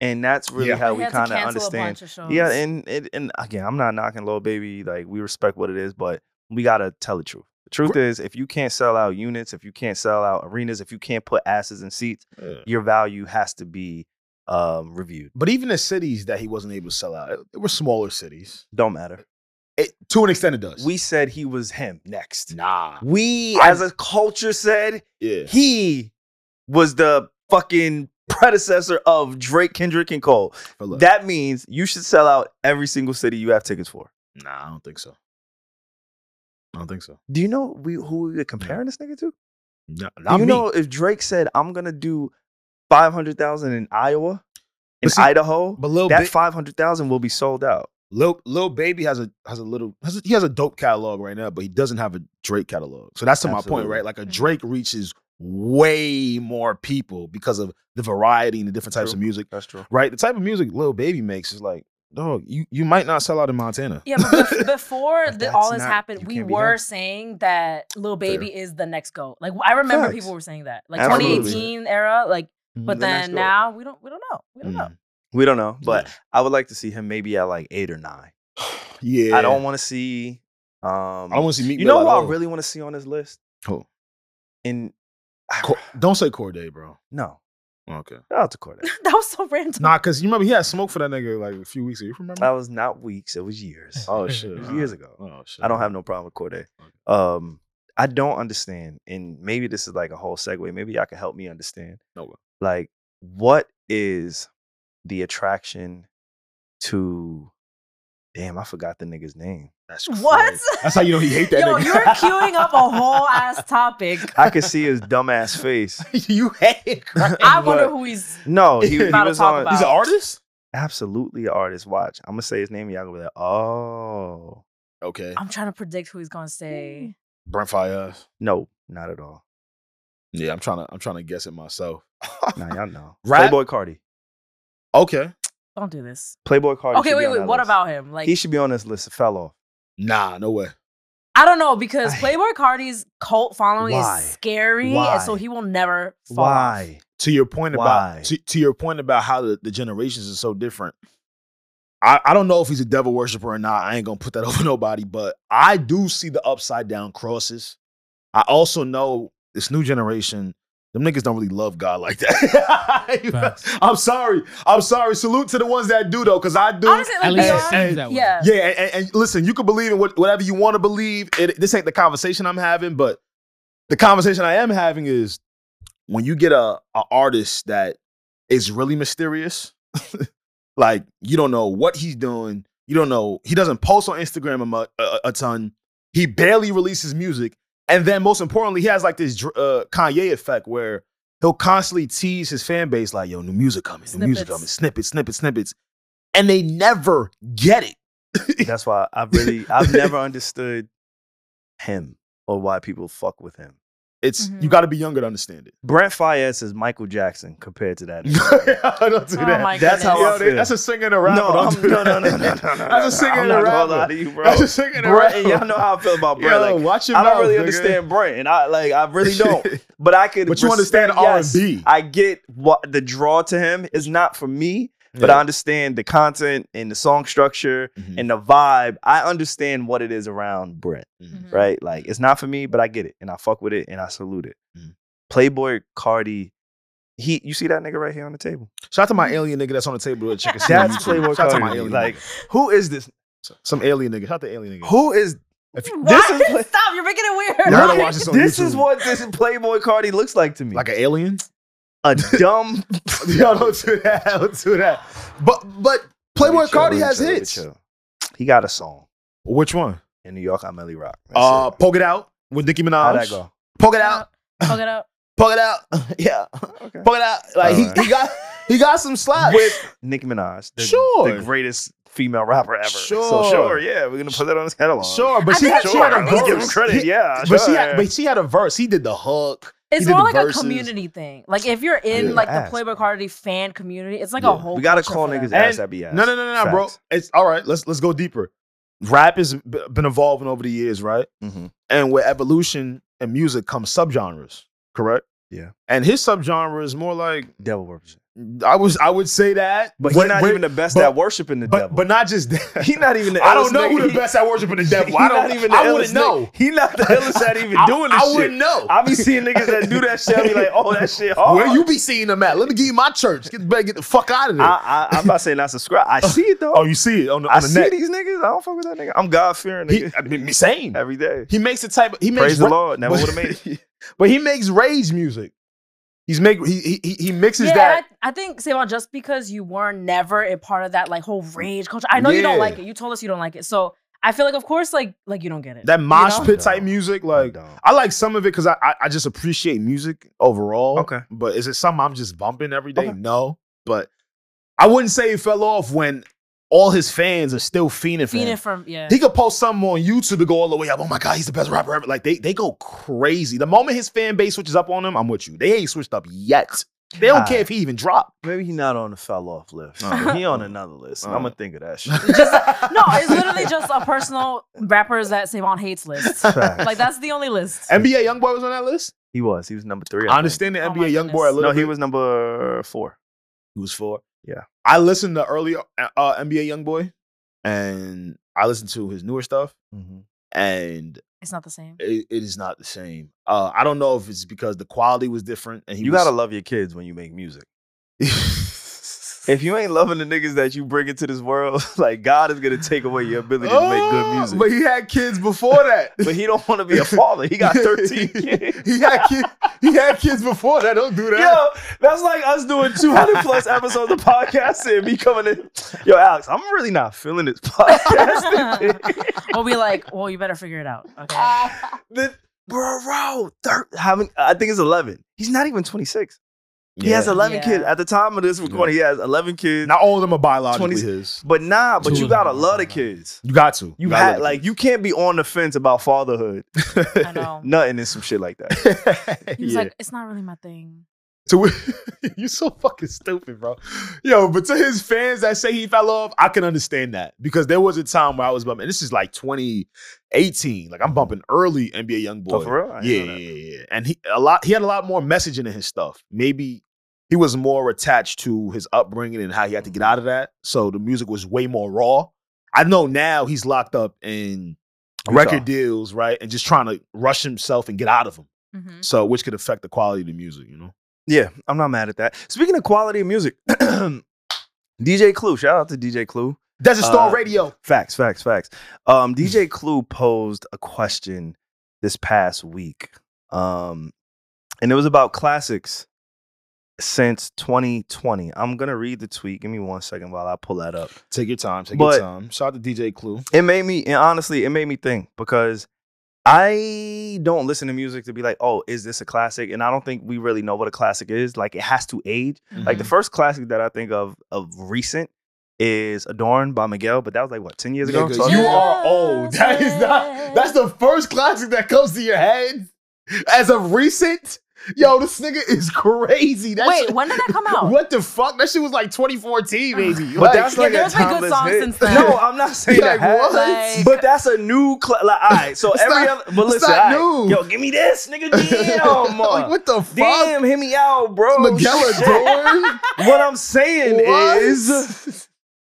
and that's really
Yeah.
how
He
we
had to
kind of
cancel a
understand.
bunch of shows.
Yeah, and, and and again, I'm not knocking Lil Baby. Like we respect what it is, but we gotta tell the truth. The truth is, if you can't sell out units, if you can't sell out arenas, if you can't put asses in seats,
Yeah.
your value has to be um, reviewed.
But even the cities that he wasn't able to sell out, it, it were smaller cities.
Don't matter.
It, to an extent, it does.
We said he was him next.
nah.
We,
I-
as a culture, said
Yeah.
he was the fucking predecessor of Drake, Kendrick, and Cole.
But look,
That means you should sell out every single city you have tickets for.
nah, I don't think so. I don't think so.
Do you know we who we were comparing this nigga to?
No,
Do
not
you
me.
know if Drake said I'm gonna do five hundred thousand in Iowa, in
But see-
Idaho,
but Lil,
that
Ba-
five hundred thousand will be sold out.
Lil, Lil Baby has a has a little has a, he has a dope catalog right now, but he doesn't have a Drake catalog. So that's to my
Absolutely.
point, right? Like a
Mhm.
Drake reaches way more people because of the variety and the different types
True.
of music,
That's true.
right? The type of music Lil Baby makes is like, dog, you you might not sell out in Montana.
Yeah, but bef- before
But
the,
that's
all this
not-
happened,
you
we
can't be
were
him.
saying that Lil Baby is the next GOAT. Like I remember
Facts.
people were saying that. Like
Absolutely.
2018 era, like
Mm-hmm.
but
The next
then
GOAT.
now we don't we don't know. We don't know.
We don't know, but I would like to see him maybe at like eight or nine.
yeah,
I don't want to see. Um,
I don't want to see Meek
you
Mill
know
at
who I
all.
really want to see on this list?
Who?
In
Co- don't say Corday, bro. Oh,
no,
Okay.
shout out to Cordae.
that was so random.
Nah, cause you remember he had smoke for that nigga like a few weeks ago. You remember?
That was not weeks; it was years.
oh shit,
It was years ago.
Oh shit.
I don't have no problem with Corday.
Okay.
Um, I don't understand, and maybe this is like a whole segue. Maybe y'all can help me understand.
Okay.
Like, what is the attraction to? Damn, I forgot the nigga's name.
That's
What?
crazy. That's how you know he hate that
Yo,
nigga.
you're queuing up a whole ass topic.
I could see his dumbass face.
you hate. Craig.
I
But-
wonder who he's
No, he, he
About
to
was
talk
on.
about.
He's an artist.
Absolutely, an artist. Watch, I'm gonna say his name, and y'all gonna be like, "Oh,
Okay.
I'm trying to predict who he's gonna say.
Brent Fayez.
no, not at all."
Yeah, I'm trying to. I'm trying to guess it myself.
Nah, y'all know.
Rap?
Playboy Cardi.
Okay.
Don't do this.
Playboy Cardi.
Okay,
should be
wait,
on
wait.
that
What
list.
about him? Like
he should be on this list. It fell off.
Nah, no way.
I don't know because
I-
Playboy Cardi's cult following
Why?
is scary,
Why?
and so he will never fall. off.
Why?
To your point
Why?
about to, to your point about how the, the generations are so different. I, I don't know if he's a devil worshiper or not. I ain't gonna put that over nobody, but I do see the upside down crosses. I also know this new generation. Them niggas don't really love God like that. You know?
Facts.
I'm sorry. I'm sorry. Salute to the ones that do though, because I do.
Honestly, like
At least it
beyond,
seems that way.
yeah.
Yeah, and, and- and listen, you can believe in what, whatever you want to believe. It, this ain't the conversation I'm having, but the conversation I am having is when you get a, a artist that is really mysterious, like you don't know what he's doing. You don't know. He doesn't post on Instagram a, mu- a, a ton. He barely releases music, and then most importantly, he has like this dr- uh, Kanye effect where he'll constantly tease his fan base like, "Yo, new music coming, new music
Snippets.
coming, snippets, snippets, snippets," and they never get it.
That's why I really I've never understood him or why people fuck with him.
It's
Mhm.
you got to be younger to understand it.
Brent Fayez is Michael Jackson compared to that.
don't do
Oh
that.
my
That's how I
Yo,
goodness.
they-
feel.
that's a singer and a
no,
rapper. don't
I'm,
do
no,
that.
no, no, no, no, no.
That's a singer
I'm
and a
not gonna lie
rapper.
to you, bro.
That's a singer and a
Brent,
rapper.
and y'all know how I feel about
Yo,
Brent. like,
watch your
I don't
mouth,
really
nigga.
understand Brent, and I like I really don't. But I could.
But you
respect-
understand
yes,
R&B.
I get what the draw to him is not for me, but
Yeah.
I understand the content and the song structure
Mhm.
and the vibe. I understand what it is around Brent.
Mm-hmm.
Mhm.
right? Like it's not for me, but I get it and I fuck with it and I salute it.
Mhm.
Playboy Cardi, he you see that nigga right here on the table.
Shout out to my alien nigga that's on the table that you can see. on
That's
YouTube.
Playboy
Shout out to my E.
Cardi.
alien
Like
nigga.
who is this?
some alien nigga. Shout out to alien nigga.
Who is
If you-
Why?
This is-
Stop! You're making it weird.
Y'all gotta watch this on
this
YouTube.
is what this Playboy Cardi looks like to me.
like an alien.
a dumb
Yo, don't do that. Don't do that. But but Playboy Cardi has hits.
He got a song
Which one?
in New York. I'm Ellie Rock. That's
Uh,
it.
poke it out with Nicki Minaj.
how'd that go?
Poke it out.
Fuck it up.
Poke it out. yeah.
Okay.
Poke it out. Like
Alright.
he, he got he got some slaps.
With Nicki Minaj, the,
Sure.
the greatest female rapper ever. so
Sure.
sure, yeah, we're gonna put that on his catalog.
Sure, but
I
she
think
had,
it's
she had a
Let's give him
verse.
credit.
He-
Yeah,
but she
sure.
had, but she had a verse. He did the hook.
It's
did
more
the
like
verses.
a community thing. Like if you're in
Yeah.
like the
Ass.
Playboy Cardi fan community, it's like
Yeah.
a whole.
we gotta
culture
call
for
niggas
that.
ass
And-
that be ass.
No, no, no, no, bro.
Facts.
It's all right. Let's let's go deeper. Rap has b- been evolving over the years, right?
Mhm.
And with evolution and music comes subgenres, correct?
Yeah.
And his subgenre is more like
Devil worship.
I was I would say that,
But he's
when-
not
when-
even the best
but-
at worshiping the
But
devil.
but not just that.
he not even. The
I don't
illest
know
nigga.
who the
He-
best at worshiping the
he
devil. I
not
don't
even.
even.
The
I wouldn't
illest
know.
nigga. He not the illest at even
I-
doing this
I
shit.
wouldn't know.
I be seeing niggas that do that shit. I be like, oh, that shit hard.
Where you be seeing them at? Let me give you my church. Get better get the fuck out of there.
I, I, I'm not saying I subscribe. I see it though.
oh, you see it on the,
I
on the
see
net.
these niggas. I don't fuck with that nigga. I'm God fearing
He,
nigga
I mean, same.
every day.
He makes the type. Of, he makes
Praise the
ra-
Lord. Never
but-
would have made it.
But he makes rage music. He's make he he- he, he mixes
yeah,
that.
I, I think Savon, just because you were never a part of that like whole rage culture, I know you don't
Yeah.
like it. You told us you don't like it, so I feel like, of course, like like you don't get it.
that
you
mosh
know?
pit type music. Like
I don't.
I like some of it because I, I I just appreciate music overall.
Okay.
but is it something I'm just bumping every day?
Okay.
No, but I wouldn't say it fell off when all his fans are still fiending for him.
Phoenix from yeah.
He could post something on YouTube to go all the way up. Oh my God, he's the best rapper ever. Like they they go crazy. The moment his fan base switches up on him, I'm with you. They ain't switched up yet. They don't
Nah.
care if he even dropped.
Maybe he not on the fell off list.
Oh.
He on another list. I'm gonna think of that shit.
no, it's literally just a personal rappers that Savon hates list.
Facts.
Like that's the only list.
NBA Youngboy was on that list.
He was. He was number three.
I
think.
understand the
Oh my
NBA Youngboy a
goodness.
little
No, he
bit.
was number four.
He was four.
Yeah.
I listened to early uh, uh, NBA Youngboy, and I listened to his newer stuff,
Mm-hmm.
and
It's not the same.
it, it is not the same. Uh, I don't know if it's because the quality was different, and he
You
was,
gotta love your kids when you make music. If you ain't loving the niggas that you bring into this world, like God is gonna take away your ability to make good
Oh,
music.
But he had kids before that.
But he don't want to be a father. He got 13 kids.
he had kids. He had kids before that. Don't do that.
Yo, that's like us doing 200 plus episodes of podcast and me coming in. Yo, Alex, I'm really not feeling this podcast.
We'll be like, well, you better figure it out. Okay.
the, bro, thir- having, I think it's 11. He's not even 26. He has 11
Yeah.
kids. At the time of this recording, he has 11 kids.
Not all of them are biologically
20s.
his.
But nah, but
Two
you
of them
gotta
are
love the
like that.
kids.
You got to.
You
gotta
had
look
like you can't be on the fence about fatherhood,
I know.
nothing and some shit like that.
at-
He was
Yeah.
like, it's not really my thing.
to you so fucking stupid, bro. Yo, but to his fans that say he fell off, I can understand that because there was a time where I was bumping. And this is like 2018. Like I'm bumping early NBA Young Boy.
But Oh, for real, I
yeah,
didn't know
yeah,
that.
yeah, yeah. And he a lot. He had a lot more messaging in his stuff. Maybe he was more attached to his upbringing and how he had to get out of that. So the music was way more raw. I know now he's locked up in record deals, right, and just trying to rush himself and get out of them.
Mm-hmm.
Mhm.
So which could affect the quality of the music, you know.
Yeah, I'm not mad at that. Speaking of quality of music, DJ Clue, shout out to DJ Clue.
Desert Star
Uh,
Radio.
Facts, facts, facts. Um, DJ Clue posed a question this past week, um, and it was about classics since 2020. I'm gonna read the tweet. Give me one second while I pull that up.
Take your time. Take
But-
your time. Shout out to DJ Clue.
It made me, and honestly, it made me think because I don't listen to music to be like, oh, is this a classic? And I don't think we really know what a classic is. Like, it has to age. Like
Mm-hmm.
the first classic that I think of of recent is Adorn by Miguel, but that was like what ten years ago.
Nigga,
So-
you are old. That is not. That's the first classic that comes to your head as of recent. Yo, this nigga is crazy. That's
Wait, when did that come out?
What the fuck? That shit was like 2014, maybe.
but
Like,
that's
Yeah,
like
there's
a
been good
timeless
songs
hit.
since then.
No, I'm not saying
Like,
that. has-
what?
But that's a new. Cl- like, all right, so
It's
every
not-
other. But
it's
listen,
not
all right,
new.
yo, give me this, nigga. Damn,
like what the fuck?
damn, hit me out, bro.
Miguel
Shit.
Adorn?
What I'm saying
What?
is,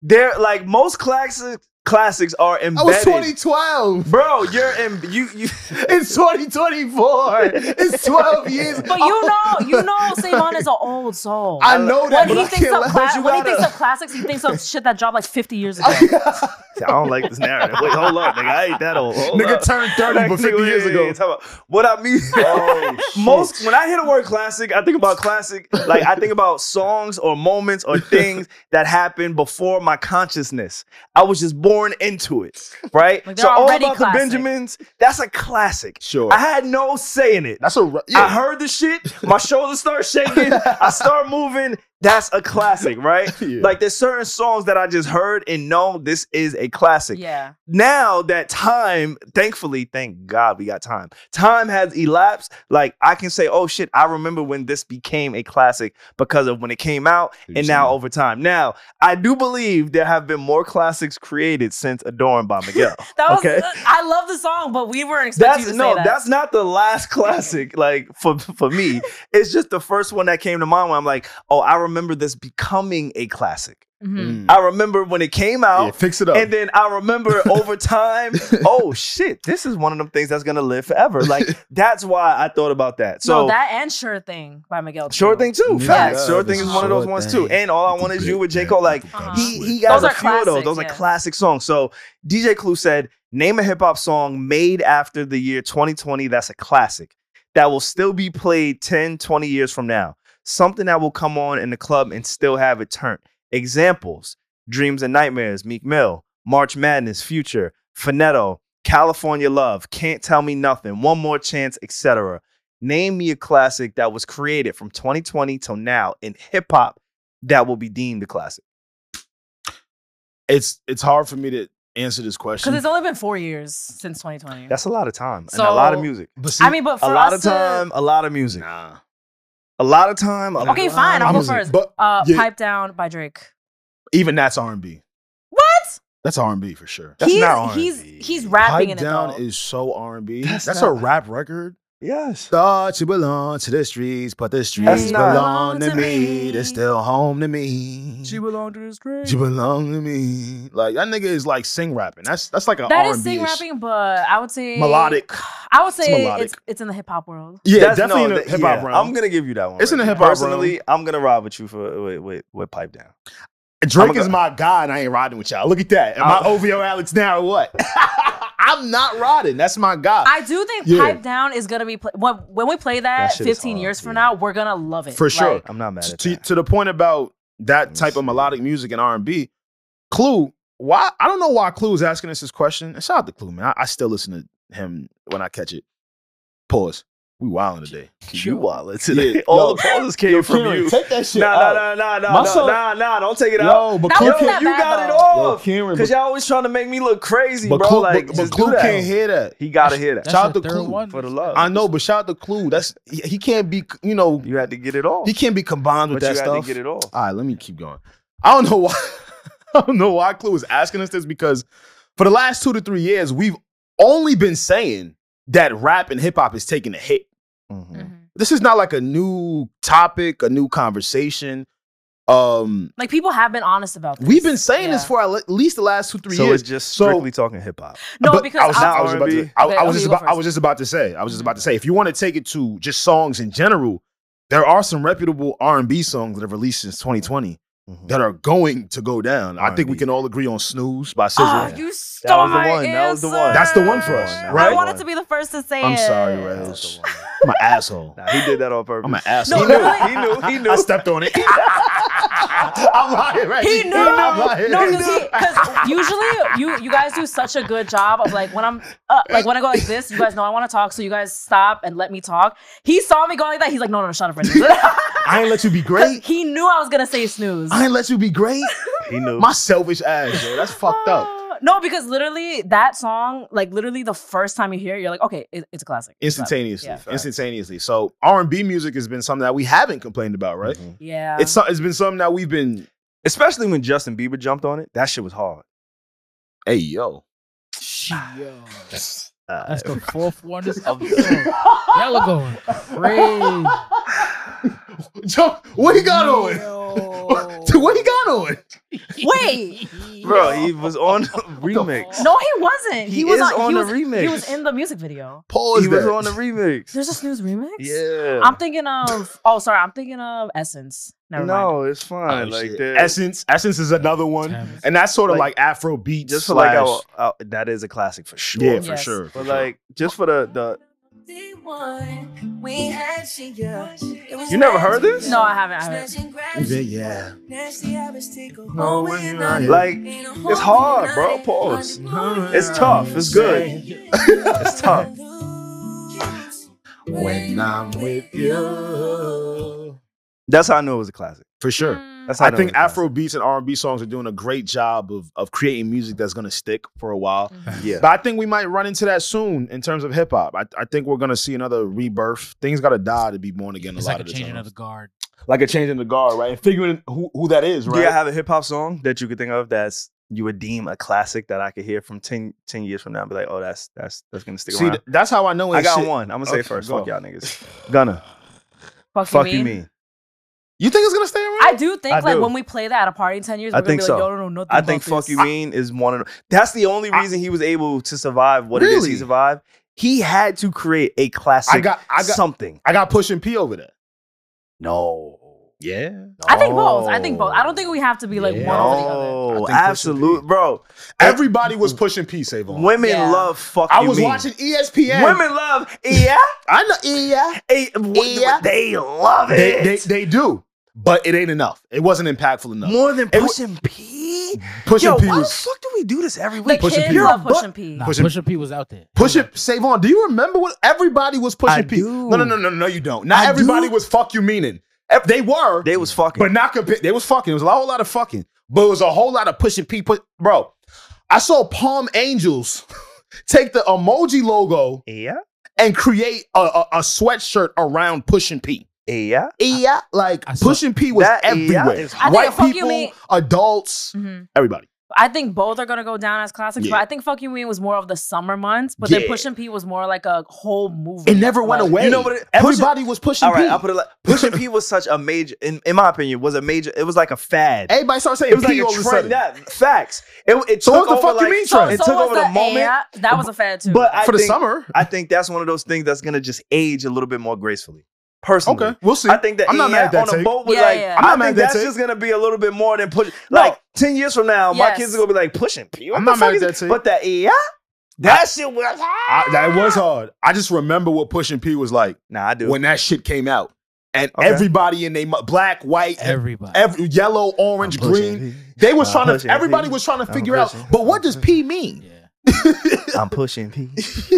there like most classic classics are
I was
embedded.
2012.
Bro, you're in you you.
It's 2024. It's 12 years.
But you know, you know, Savon is an old soul.
I know that.
when
But
he
I
thinks
can't
of cla-
let
you
when he
gotta-
thinks of classics, he thinks of shit that dropped like 50 years ago.
I don't like this narrative. Wait, hold up, nigga. I ain't that old. Hold
Nigga
up.
turned 30 but
Like, nigga,
50 years
yeah, yeah, yeah,
ago.
talk about- What I mean,
Oh,
most when I hear the word classic, I think about classic. Like I think about songs or moments or things that happened before my consciousness. I was just born into it, right?
Like, they're
so all
already
about
classic.
the Benjamins. That's a classic.
Sure.
I had no say in it.
That's a. re-
I heard the shit. My shoulders start shaking. I start moving. That's a classic, right?
Yeah.
Like there's certain songs that I just heard and know this is a classic.
Yeah.
Now that time, thankfully, thank God we got time. Time has elapsed. Like I can say, oh shit, I remember when this became a classic because of when it came out and now over time. Now, I do believe there have been more classics created since Adorned by Miguel.
That was. uh,
Okay.
I love the song, but we weren't expecting
That's
you to
no,
say that.
that's not the last classic. Like for for me, it's just the first one that came to mind. When I'm like, oh, I remember this becoming a classic.
Mhm.
Mm.
I remember when it came
Yeah,
out,
fix it up.
and then I remember over time. oh shit, this is one of them things that's gonna live forever. Like that's why I thought about that. So
no, that and Sure Thing by Miguel. too.
Sure thing too.
Yeah.
Facts.
Yeah,
sure
this
thing is
is
one of those
Sure
ones too.
Thing.
And all I want is you with J. Cole. Like
Uh-huh.
he he got
Those
a
are
few of those.
classics,
Those are
yeah.
classic songs. So DJ Clue said, name a hip hop song made after the year 2020 that's a classic that will still be played 10, 20 years from now. Something that will come on in the club and still have it turned. Examples: Dreams and Nightmares, Meek Mill, March Madness, Future, Finetto, California Love, Can't Tell Me Nothing, One More Chance, etc. Name me a classic that was created from 2020 till now in hip hop that will be deemed a classic.
It's it's hard for me to answer this question.
Because it's only been four years since 2020.
That's a lot of time and a lot of
So-
music.
but see,
I mean, but for
A lot
us
of time, a lot of music.
nah.
A lot of time. A lot
Okay, fine, I'll go first.
But
to, uh,
Yeah.
Pipe Down by Drake.
even that's R and B.
What?
That's R and B for sure.
That's
he's,
not
he's
R&B.
he's rapping in
Pipe
it
down
though.
is so R and B.
That's
That's,
not-
a rap record.
Yes.
Thought you belong to the streets, but the streets
not-
Belong
belong to
to
me.
me.
They're still home to me.
belonged to the street.
You belong to me. Like that nigga is like sing rapping. That's that's like a
that
R&B
is sing
-ish.
rapping, but I would say
Melodic.
I would say
melodic.
it's, it's in the hip hop world.
Yeah,
That's-
definitely
no,
in the
that-
hip hop
yeah,
realm.
I'm gonna give you that one.
It's in
right
the
now.
hip-hop realm.
Personally, I'm gonna ride with you for with, with, with pipe down.
Drake
I'm a-
is my guy, and I ain't riding with y'all. Look at that. Am I
I'm-
OVO Alex now or what? I'm not riding. That's my guy.
I do think
Yeah.
Pipe Down is gonna be play- when when we play that,
shit is
15
hard,
years from
yeah.
now, we're gonna love it
For sure.
Like,
I'm not mad at
to,
that.
to the point about that
me
type
see.
of melodic music and R and B, Clue. Why I don't know why Clue is asking us this question. And shout out to Clue, man. I, I still listen to him when I catch it. Pause. We wilding today.
you wallet
Yeah,
All
yo,
the pauses came from you.
Take that shit
Nah, nah, nah, nah,
My
nah,
son-
nah, nah. Don't take it out.
Yo, but
That
Clue
Yo,
wasn't
can't.
you
bad,
got it
though.
Yo,
off.
Cameron,
Cause y'all always trying to make me look crazy,
but
bro.
Clue,
like,
but, but
just do
Clue
that.
can't hear that.
He gotta hear that.
That's- Shout out
the
to
third
Clue
one
for the love.
I know, but shout out to Clue. That's he, he can't be. You know,
You had to get it off.
he can't be combined with
but you
that
had
stuff.
to get it off.
All right, let me keep going. I don't know why. I don't know why Clue is asking us this because for the last two to three years, we've only been saying that rap and hip hop is taking a hit.
Mhm.
Mhm.
This is not like a new topic, a new conversation. Um,
Like people have been honest about this.
we've been saying this
Yeah.
for at least the last two three
So
years.
it's just
So-
strictly talking hip hop.
no
But
because
I was,
I'll-
I was about to. I,
Okay,
I was
okay,
just
you go
about. I
first.
was just about to say. I was just about to say. If you want to take it to just songs in general, there are some reputable R and B songs that have released since 2020
Mm-hmm.
that are going to go down. I think we
R&B.
can all agree on "Snooze" by
Oh,
SZA.
you stole
That was the
my
one. That was the one.
answer.
That's the one for us,
I
right?
wanted to be the first to say
I'm
it.
sorry, Ray. I'm an asshole.
Nah, he did that on purpose.
I'm an
No,
asshole. he knew.
really?
He knew. He knew.
I stepped on it. I'm lying, right?
He knew.
I'm
No,
lying.
because usually you you guys do such a good job of like when I'm uh, like when I go like this, you guys know I want to talk, so you guys stop and let me talk. He saw me going like that. He's like, no, no, no shut up, Reggie.
I ain't let you be great.
he knew I was gonna say snooze.
I ain't let you be great.
he knew.
My selfish ass, yo. That's fucked up.
Uh, No, because literally that song, like literally the first time you hear it, you're like, okay, it- it's a classic. It's a classic.
Instantaneously,
Yeah.
instantaneously. So R and B music has been something that we haven't complained about, right?
Mhm.
Yeah.
It's so- it's been something that we've been.
Especially when Justin Bieber jumped on it. That shit was hard.
Hey yo,
Yo, that's
Uh,
the fourth one is up. Y'all are going crazy.
Joe, what he got on?
Yo.
Dude, what he got on?
Wait.
bro, he was on the remix.
No, he wasn't. He,
He
was
is
on,
on the
he was, He
remix.
was in the music video.
Pause
he was
that.
on the remix.
There's a snooze remix.
Yeah.
I'm thinking of. Oh, sorry. I'm thinking of Essence. Never mind.
no, it's fine.
Oh,
like
shit.
that.
Essence, Essence is another one,
Damn.
and that's sort of
Like-
like, Afro beats.
just for like
slash-
our, our- that is a classic for sure.
yeah, for
Yes.
sure. for
But
sure.
like just for the the
We had she, yeah. It was
You never heard this?
No, I haven't. I haven't.
snatching grabs.
yeah, yeah.
Nasty habits take a
No,
hold
when
when
you're
I-
like
Ain't a
it's
whole
hard,
night
bro. Pause.
under-
It's tough. It's good. It's tough.
When I'm with you.
That's how I knew it was a classic.
for sure.
Mm,
That's how
I think
know it's
Afro beats and R and B songs are doing a great job of of creating music that's gonna stick for a while.
Mm-hmm.
mhm.
Yeah.
But I think we might run into that soon in terms of hip hop. I, I think we're gonna see another rebirth. Things gotta die to be born again.
It's
a lot
like a
of the
changing
time.
of the guard.
like a change in the guard, right? And figuring who, who that is,
Do
right?
you have a hip hop song that you could think of that's you would deem a classic that I could hear from 10, 10 years from now and be like, oh, that's that's that's gonna stick
See,
around.
th- that's how I know.
I
it's
got
shit.
one. I'm gonna say
Okay,
it first.
go.
Fuck y'all niggas. Gonna
Fuck,
fuck
you, mean?
you mean.
You think it's gonna stay around?
I do think
I
like
do.
when we play that at a party in ten years,
I
we're gonna
think
be
so.
like, yo, no, no, nothing.
I think
about
fuck you
this.
mean is one of them. That's the only reason he was able to survive what it is he
Really?
survived. He had to create a classic
I got, I got,
something.
I got pushing P over there.
No.
Yeah,
I think both. I think both. I don't think we have to be like
Yeah.
one over the other.
I
No,
think Pusha
absolute,
T.
bro.
everybody was pushing P. Save on.
Women
Yeah.
love fuck
I
you
was
mean.
watching E ESPN.
Women love, E yeah,
I know. E Yeah,
eh, what-
Yeah.
they love it.
they, they they do, but it ain't enough. It wasn't impactful enough.
More than
It wa-
pushing P.
Pushing
Yo,
P
why the
was
fuck do we do this every
The
week?
Pusha
kids
P.
love
You're a
pushing P.
Nah,
Pushing-
Pusha P was out there.
Push it, save on. Do you remember what everybody was pushing
I
P?
do.
No, no, no, no, no. You don't. Not
I
everybody
do.
was fuck you meaning. Ev- They were,
They was fucking.
but not compa- They was fucking. It was a whole lot of fucking, but it was a whole lot of pushing P. Push- Bro, I saw Palm Angels take the emoji logo
yeah,
and create a, a, a sweatshirt around pushing P.
yeah.
Yeah, like
I saw-
pushing P was
That- yeah,
everywhere.
is- I
think
White
Fuck You
people,
Mean-
adults,
Mhm.
everybody.
I think both are gonna go down as classics,
Yeah.
but I think "Fuck You Mean" was more of the summer months, but
Yeah.
then "Push and P" was more like a whole movie.
It never went
Like,
away.
You know what it-
everybody was pushing
All right,
P.
I'll put it like pushing P was such a major, in, in my opinion, was a major. It was like a fad.
everybody started saying
it was
P
like
all
a
of a
trend.
sudden.
Yeah, facts. It, it
So
took
what the
over,
fuck you
like-
mean
So,
trend?
It
so
took
was
over the
the
moment,
air. That was a fad too.
but I
for the
think-
summer.
I think that's one of those things that's gonna just age a little bit more gracefully. Personally,
Okay, we'll see.
I think that
I'm not
AI
mad at that
on a
take.
boat with
Yeah,
like
yeah.
I'm
I
not mad
think
at that
that's
take.
just gonna be a little bit more than push. Like ten years from now, my
Yes.
kids are gonna be like pushing P. What
I'm
the
not
fuck
mad
is
at
it?
that take.
But that yeah, that shit was.
I, that was hard. I just remember what Pushing P was like
Nah, I do.
when that shit came out, and
Okay.
everybody in they mu- black, white, every,
Everybody.
yellow, orange,
I'm pushing
green.
P.
They was
I'm
trying to.
pushing
Everybody
P.
was trying to
I'm
figure out.
pushing.
But what does P mean?
yeah.
I'm pushing P.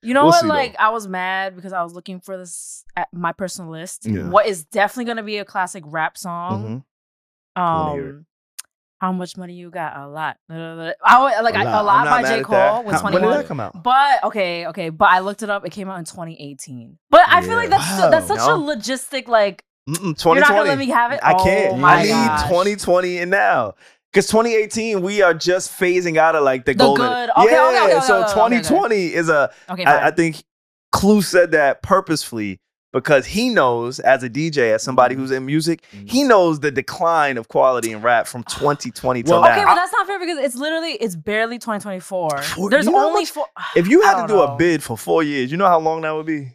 you know
We'll
what?
see, though.
Like I was mad because I was looking for this at my personal list.
Yeah.
What is definitely gonna be a classic rap song?
Mhm. wanna hear it.
Um, how much money you got? A lot. I would- like
A
I-
lot.
a
I'm
lot
I'm not
by
mad
J
at
Cole
that.
was
How-
twenty
When did
one.
that come out?
But okay, okay, but I looked it up. It came out in 2018. But I feel like that's
Wow.
that's such a
No.
logistic like
Mm-mm,
you're not gonna let
2020.
me have it.
I
Oh
can't.
my
I need
gosh.
2020 and now. Because 2018, we are just phasing out of like the,
The
golden.
good. Okay, okay,
yeah.
okay, okay,
so
okay, okay,
2020 is a.
Okay,
I, I
fine.
think Clue said that purposefully because he knows, as a DJ, as somebody
Mm-hmm.
who's in music, he knows the decline of quality in rap from 2020 till
Well,
Ah, okay,
now.
but that's not fair because it's literally it's barely 2024.
Four-
There's
you know how
only
much-
four.
if you had
I
to do
don't
a
know.
bid for four years, you know how long that would be?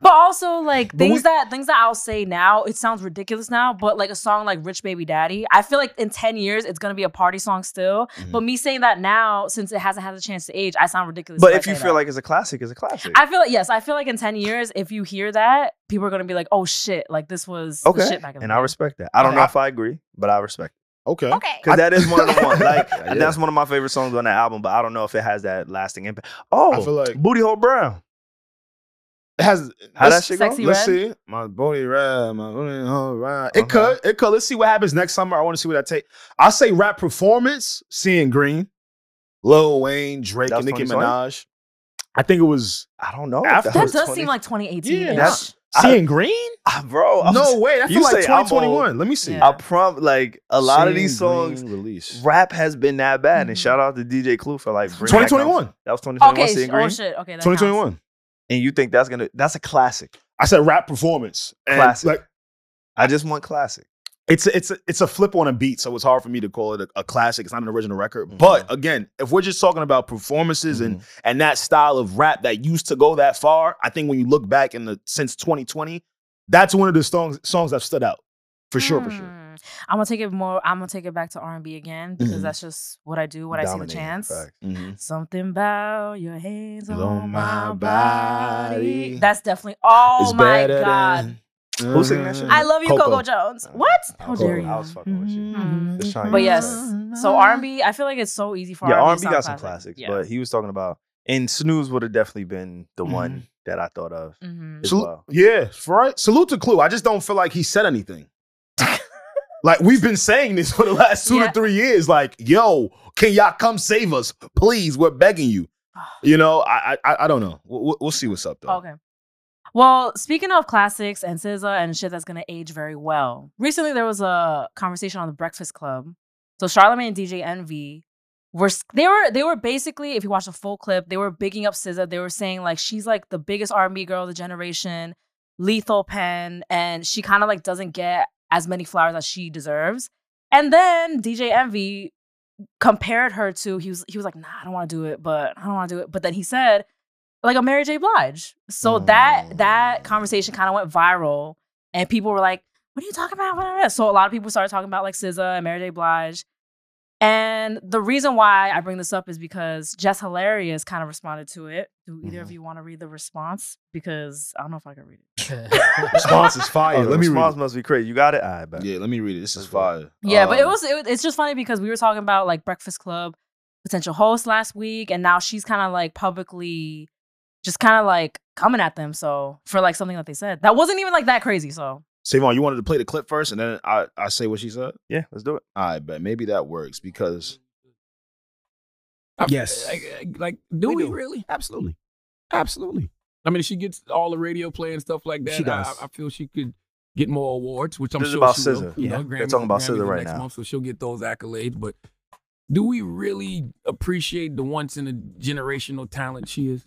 But also like
But
things
we-
that things that I'll say now, it sounds ridiculous now, but like a song like Rich Baby Daddy, I feel like in 10 years it's gonna be a party song still.
Mm-hmm.
Mhm.
But me saying that now, since it hasn't had a chance to age, I sound ridiculous.
But
I
if you
say
feel
that.
like it's a classic, it's a classic.
I feel like yes, I feel like in ten years, if you hear that, people are gonna be like, "Oh shit!" Like this was the
okay.
shit back in the
And I
day.
respect that. I don't
I-
know if I agree, but I respect
Okay.
Okay.
Because that is one of the ones. Like
Yeah.
that's one of my favorite songs on that album, but I don't know if it has that lasting impact. Oh,
I feel like-
Booty Hole Brown.
It has
How that
let's-
shit go?
Sexy
Let's
red.
see. My booty red, my booty all right. It
Okay.
could, it could. Let's see what happens next summer. I want to see what I take. I say rap performance, seeing green, Lil Wayne, Drake,
That
and
was
Nicki
2020?
Minaj. I think it was
I don't know.
After-
if
That
was
does
20
seem like 2018.
Yeah,
-ish.
that's-
seeing green.
Ah, bro. I'm
no way. I feel
you
like
say I'm old.
2021. Let me see.
Yeah.
I prom like a lot of these
Seeing
songs.
Green release.
Rap has been that bad, and
Mhm.
shout out to DJ Clue for like bringing that
2021.
concept. That was 2021.
okay.
Seeing
sh-
Green.
Oh shit. Okay. That
2021.
And you think that's gonna that's a classic?
I said rap performance. And
Classic.
Like
I just want classic.
it's a, it's a, it's a flip on a beat, so it's hard for me to call it a, a classic. It's not an original record.
Mm-hmm.
But again, if we're just talking about performances and
Mm-hmm.
and that style of rap that used to go that far, I think when you look back in the since 2020, that's one of the songs songs that stood out for sure, for sure.
Hmm. I'm gonna take it more. I'm gonna take it back to R and B again because
Mhm.
that's just what I do. What I see the chance.
Mm-hmm.
Something about your hands
Is
on
on
my
my
body.
body.
That's definitely. Oh my god.
Who sing that shit?
I love you, Coco, Jones. What?
I
How
was-
dare you?
Uh, I was fucking with you.
Mhm.
Just trying
But
to-
yes, so R and B. I feel like it's so easy for
yeah,
R
R&B
and B.
got some classics, but he was talking about and Snooze would have definitely been the
Mm-hmm.
one that I thought of.
hmm
as
Salu-
well.
Yeah, right. Salute to Clue. I just don't feel like he said anything. Like we've been saying this for the last two
Yeah.
to three years. Like, yo, can y'all come save us, please? We're begging you. You know, I I- I, I don't know. We'll, we'll- we'll see what's up though.
Okay. Well, speaking of classics and SZA and shit that's gonna age very well, recently there was a conversation on the Breakfast Club. So Charlamagne and DJ Envy were s- they were they were basically, if you watch the full clip, they were bigging up SZA. They were saying like she's like the biggest R&B girl of the generation, lethal pen, and she kind of like doesn't get as many flowers as she deserves. And then DJ Envy compared her to he was he was like, nah, I don't want to do it, but I don't want to do it. But then he said like a Mary J. Blige. So that that conversation kind of went viral, and people were like, "What are you talking about?" Blah, blah, blah. So a lot of people started talking about like SZA and Mary J. Blige. And the reason why I bring this up is because Jess Hilarious kind of responded to it. Do either of you want to read the response? Because I don't know if I can read it.
Response is fire.
Oh, the
Let me read.
response
it.
must be crazy. You got it? All right, bet.
Yeah, let me read it. This is
That's fire.
fire.
Yeah, but it
Um,
was it, was- it's just funny because we were talking about like Breakfast Club potential host last week, and now she's kind of like publicly just kind of like coming at them. So for like something that they said that wasn't even like that crazy. So
Savon, you wanted to play the clip first, and then I I say what she said.
Yeah, let's do it.
All right, but maybe that works because
Yes.
like, do we,
We do.
really?
Absolutely.
Absolutely. I mean, if she gets all the radio play and stuff like that,
She does.
I, I feel she could get more awards, which I'm
This is
sure
about
she
SZA.
Will. You
Yeah.
know,
They're talking about
Grammys-
SZA
Grammys are
right
next
now.
Month, so she'll get those accolades. But do we really appreciate the once in a generational talent she is?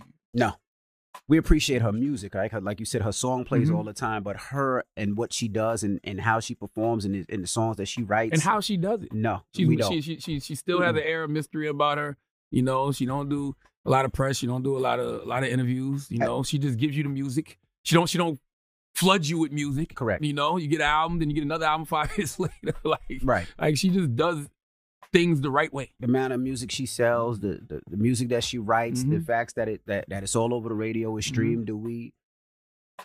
we appreciate her music, right? 'Cause Like you said, her song plays
Mhm.
all the time, but her and what she does and, and how she performs and, the- and the songs that she writes.
And how she does it?
No,
She
we don't.
she, she she she still has an air of mystery about her. You know, she don't do a lot of press. She don't do a lot of a lot of interviews. You know, she just gives you the music. She don't she don't flood you with music.
Correct.
You know, you get an album, then you get another album five years later. like
right.
like she just does things the right way.
The amount of music she sells, the, the, the music that she writes, the
Mhm.
facts that it that, that it's all over the radio
Mm-hmm.
is streamed. Do we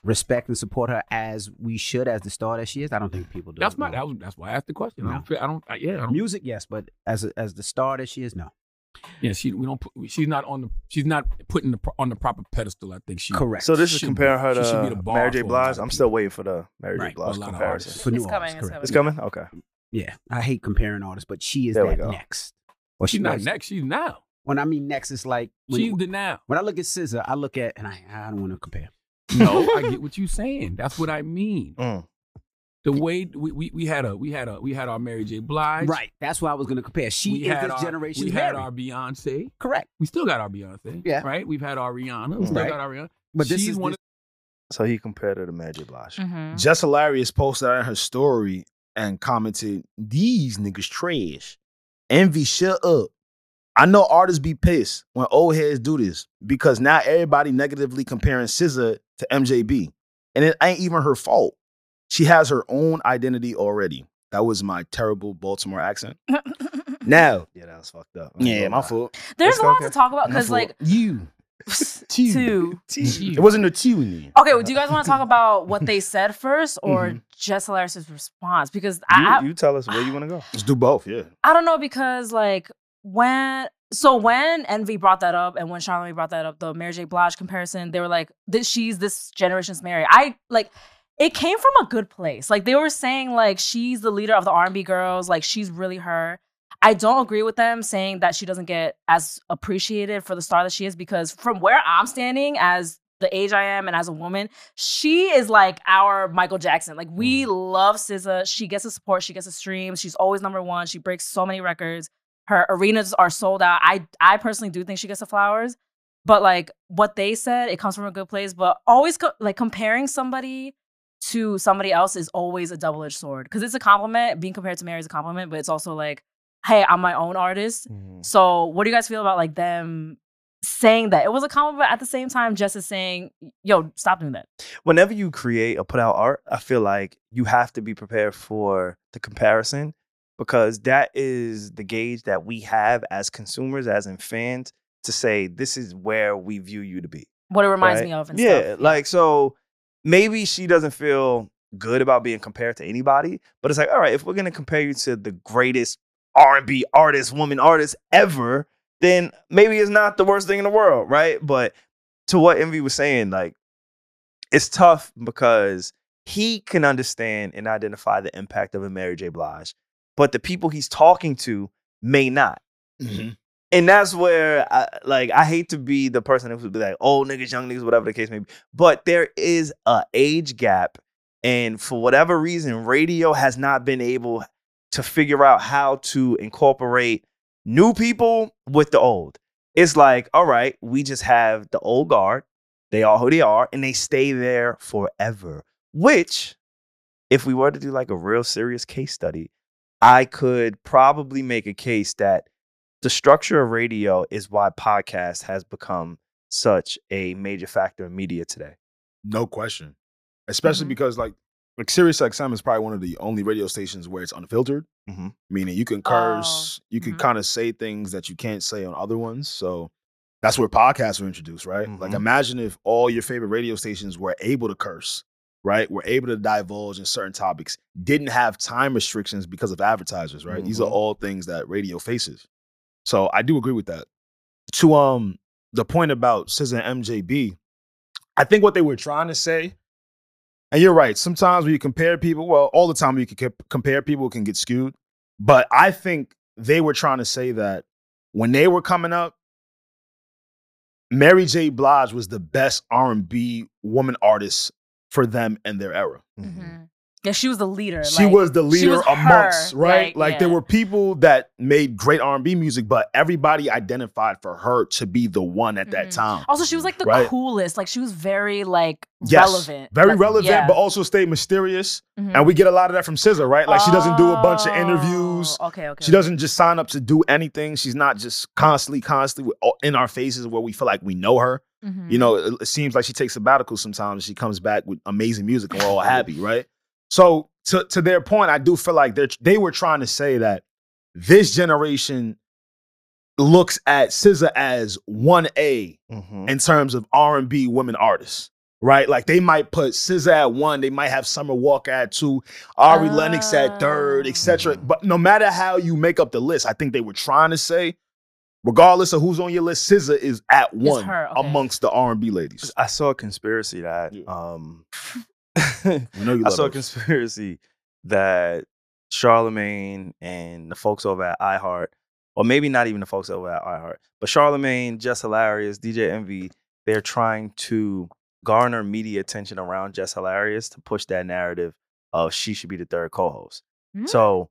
respect and support her as we should, as the star that she is? I don't think people do.
That's my
no.
that was, that's why I asked the question. I
No.
don't feel, I don't I, yeah I don't,
music, yes, but as a, as the star that she is, no.
yeah she we don't put, she's not on the she's not putting the pro- on the proper pedestal. I think she
Correct.
So this is
Should be-
comparing her
she should be
to
the bar
Mary J.
for a lot
Blige.
of
I'm
people.
still waiting for the Mary J.
Right, for a
Blige
lot of
comparison.
artists.
for new
It's coming,
artists,
it's
correct.
It's coming? Okay.
Yeah, I hate comparing artists, but she is
There we
that
go.
next. Or
she's not
was-
next. She's now.
When I mean next, it's like when,
She's the now.
when I look at SZA, I look at and I I don't want to compare.
No, I get what you're saying. That's what I mean.
Mm.
The way we, we, we had a we had a we had our Mary J. Blige.
Right, that's why I was going to compare. She
we
is
had
this
our,
generation.
We had
Mary.
our Beyonce.
correct,
We still got our Beyonce.
Yeah.
Right? We've had our Rihanna. We still
Right.
got our Rihanna.
but this
She's
is
one
this-
So he compared her to Mary J. Blige.
Mhm.
Jess Hilarious posted on her story and commented, These niggas trash. Envy, shut up. I know artists be pissed when old heads do this because now everybody negatively comparing SZA to MJB. And it ain't even her fault. She has her own identity already. That was my terrible Baltimore accent. Now,
Yeah, that was fucked up.
yeah, my fault.
There's
Let's
a
go,
lot
okay.
to talk about
My
because
fault.
Uh, like
you, Two.
two.
it wasn't a T in there.
Okay, well, do you guys want to talk about what they said first or Jess Hilarious' response? Because I, I
You, you tell us where you want to go.
Let's do both. Yeah,
I don't know because like when so when Envy brought that up and when Charlamagne brought that up, the Mary J. Blige comparison, they were like, "This she's this generation's Mary." I like it came from a good place. Like they were saying like she's the leader of the R&B girls, like she's really her. I don't agree with them saying that she doesn't get as appreciated for the star that she is because from where I'm standing as the age I am and as a woman, she is like our Michael Jackson. Like we love SZA. She gets the support. She gets the streams. She's always number one. She breaks so many records. Her arenas are sold out. I I personally do think she gets the flowers, but like what they said, it comes from a good place. But always co- like comparing somebody to somebody else is always a double edged sword because it's a compliment. Being compared to Mary is a compliment, but it's also like, hey, I'm my own artist.
Mm.
So, what do you guys feel about like them saying that? It was a compliment, but at the same time, Jess is saying, "Yo, stop doing that."
Whenever you create or put out art, I feel like you have to be prepared for the comparison because that is the gauge that we have as consumers, as in fans, to say this is where we view you to be.
What it reminds
right?
me of. And
yeah,
stuff.
like so maybe she doesn't feel good about being compared to anybody, but it's like, all right, if we're gonna compare you to the greatest R and B artist, woman artist ever, then maybe it's not the worst thing in the world, right? But to what Envy was saying, like it's tough because he can understand and identify the impact of a Mary J. Blige, but the people he's talking to may not.
Mm-hmm.
And that's where, I, like, I hate to be the person who would be like, old niggas, young niggas, whatever the case may be. But there is a age gap, and for whatever reason, radio has not been able to figure out how to incorporate new people with the old. It's like, all right, we just have the old guard. They are who they are, and they stay there forever. Which, if we were to do like a real serious case study, I could probably make a case that the structure of radio is why podcast has become such a major factor in media today.
No question. Especially because like like Sirius XM is probably one of the only radio stations where it's unfiltered.
Mhm.
Meaning you can curse, you can
mhm.
kind of say things that you can't say on other ones. So that's where podcasts were introduced, right? Like imagine if all your favorite radio stations were able to curse, right? Were able to divulge in certain topics, didn't have time restrictions because of advertisers, right? These are all things that radio faces. So I do agree with that. To um the point about SZA and MJB, I think what they were trying to say, and you're right. Sometimes when you compare people, well, all the time when you can comp- compare people it can get skewed. But I think they were trying to say that when they were coming up, Mary J. Blige was the best R&B woman artist for them in their era.
Mhm. Yeah, she was the leader.
Mm-hmm. She
like-
was the leader
was
amongst,
her,
right?
like,
Like there
yeah.
were people that made great R&B music, but everybody identified for her to be the one at that
Mhm.
time.
Also, she was like the
Right.
coolest. Like she was very like
Yes,
relevant.
Very
Like,
relevant,
yeah.
but also stayed mysterious.
Mhm.
Mm-hmm. And we get a lot of that from SZA, right? Like she doesn't do a bunch of interviews.
Oh, Okay, okay.
She doesn't just sign up to do anything. She's not just constantly, constantly with- in our faces where we feel like we know her.
Mhm.
You know, it, it seems like she takes sabbaticals sometimes. and She comes back with amazing music, and we're all happy, right? So, to to their point, I do feel like they are they were trying to say that this generation looks at SZA as one A
Mm-hmm.
in terms of R and B women artists, right? Like they might put SZA at one, they might have Summer Walker at two, Ari Lennox at third, etc.
Mhm.
But no matter how you make up the list, I think they were trying to say, regardless of who's on your list, SZA is at one
her, okay.
amongst the R and B ladies.
I saw a conspiracy that
Yeah.
um
I know you
I
love
saw a
her.
conspiracy that Charlemagne and the folks over at iHeart, or maybe not even the folks over at iHeart, but Charlemagne, Jess Hilarious, DJ Envy, they're trying to garner media attention around Jess Hilarious to push that narrative of she should be the third co-host.
Mm.
So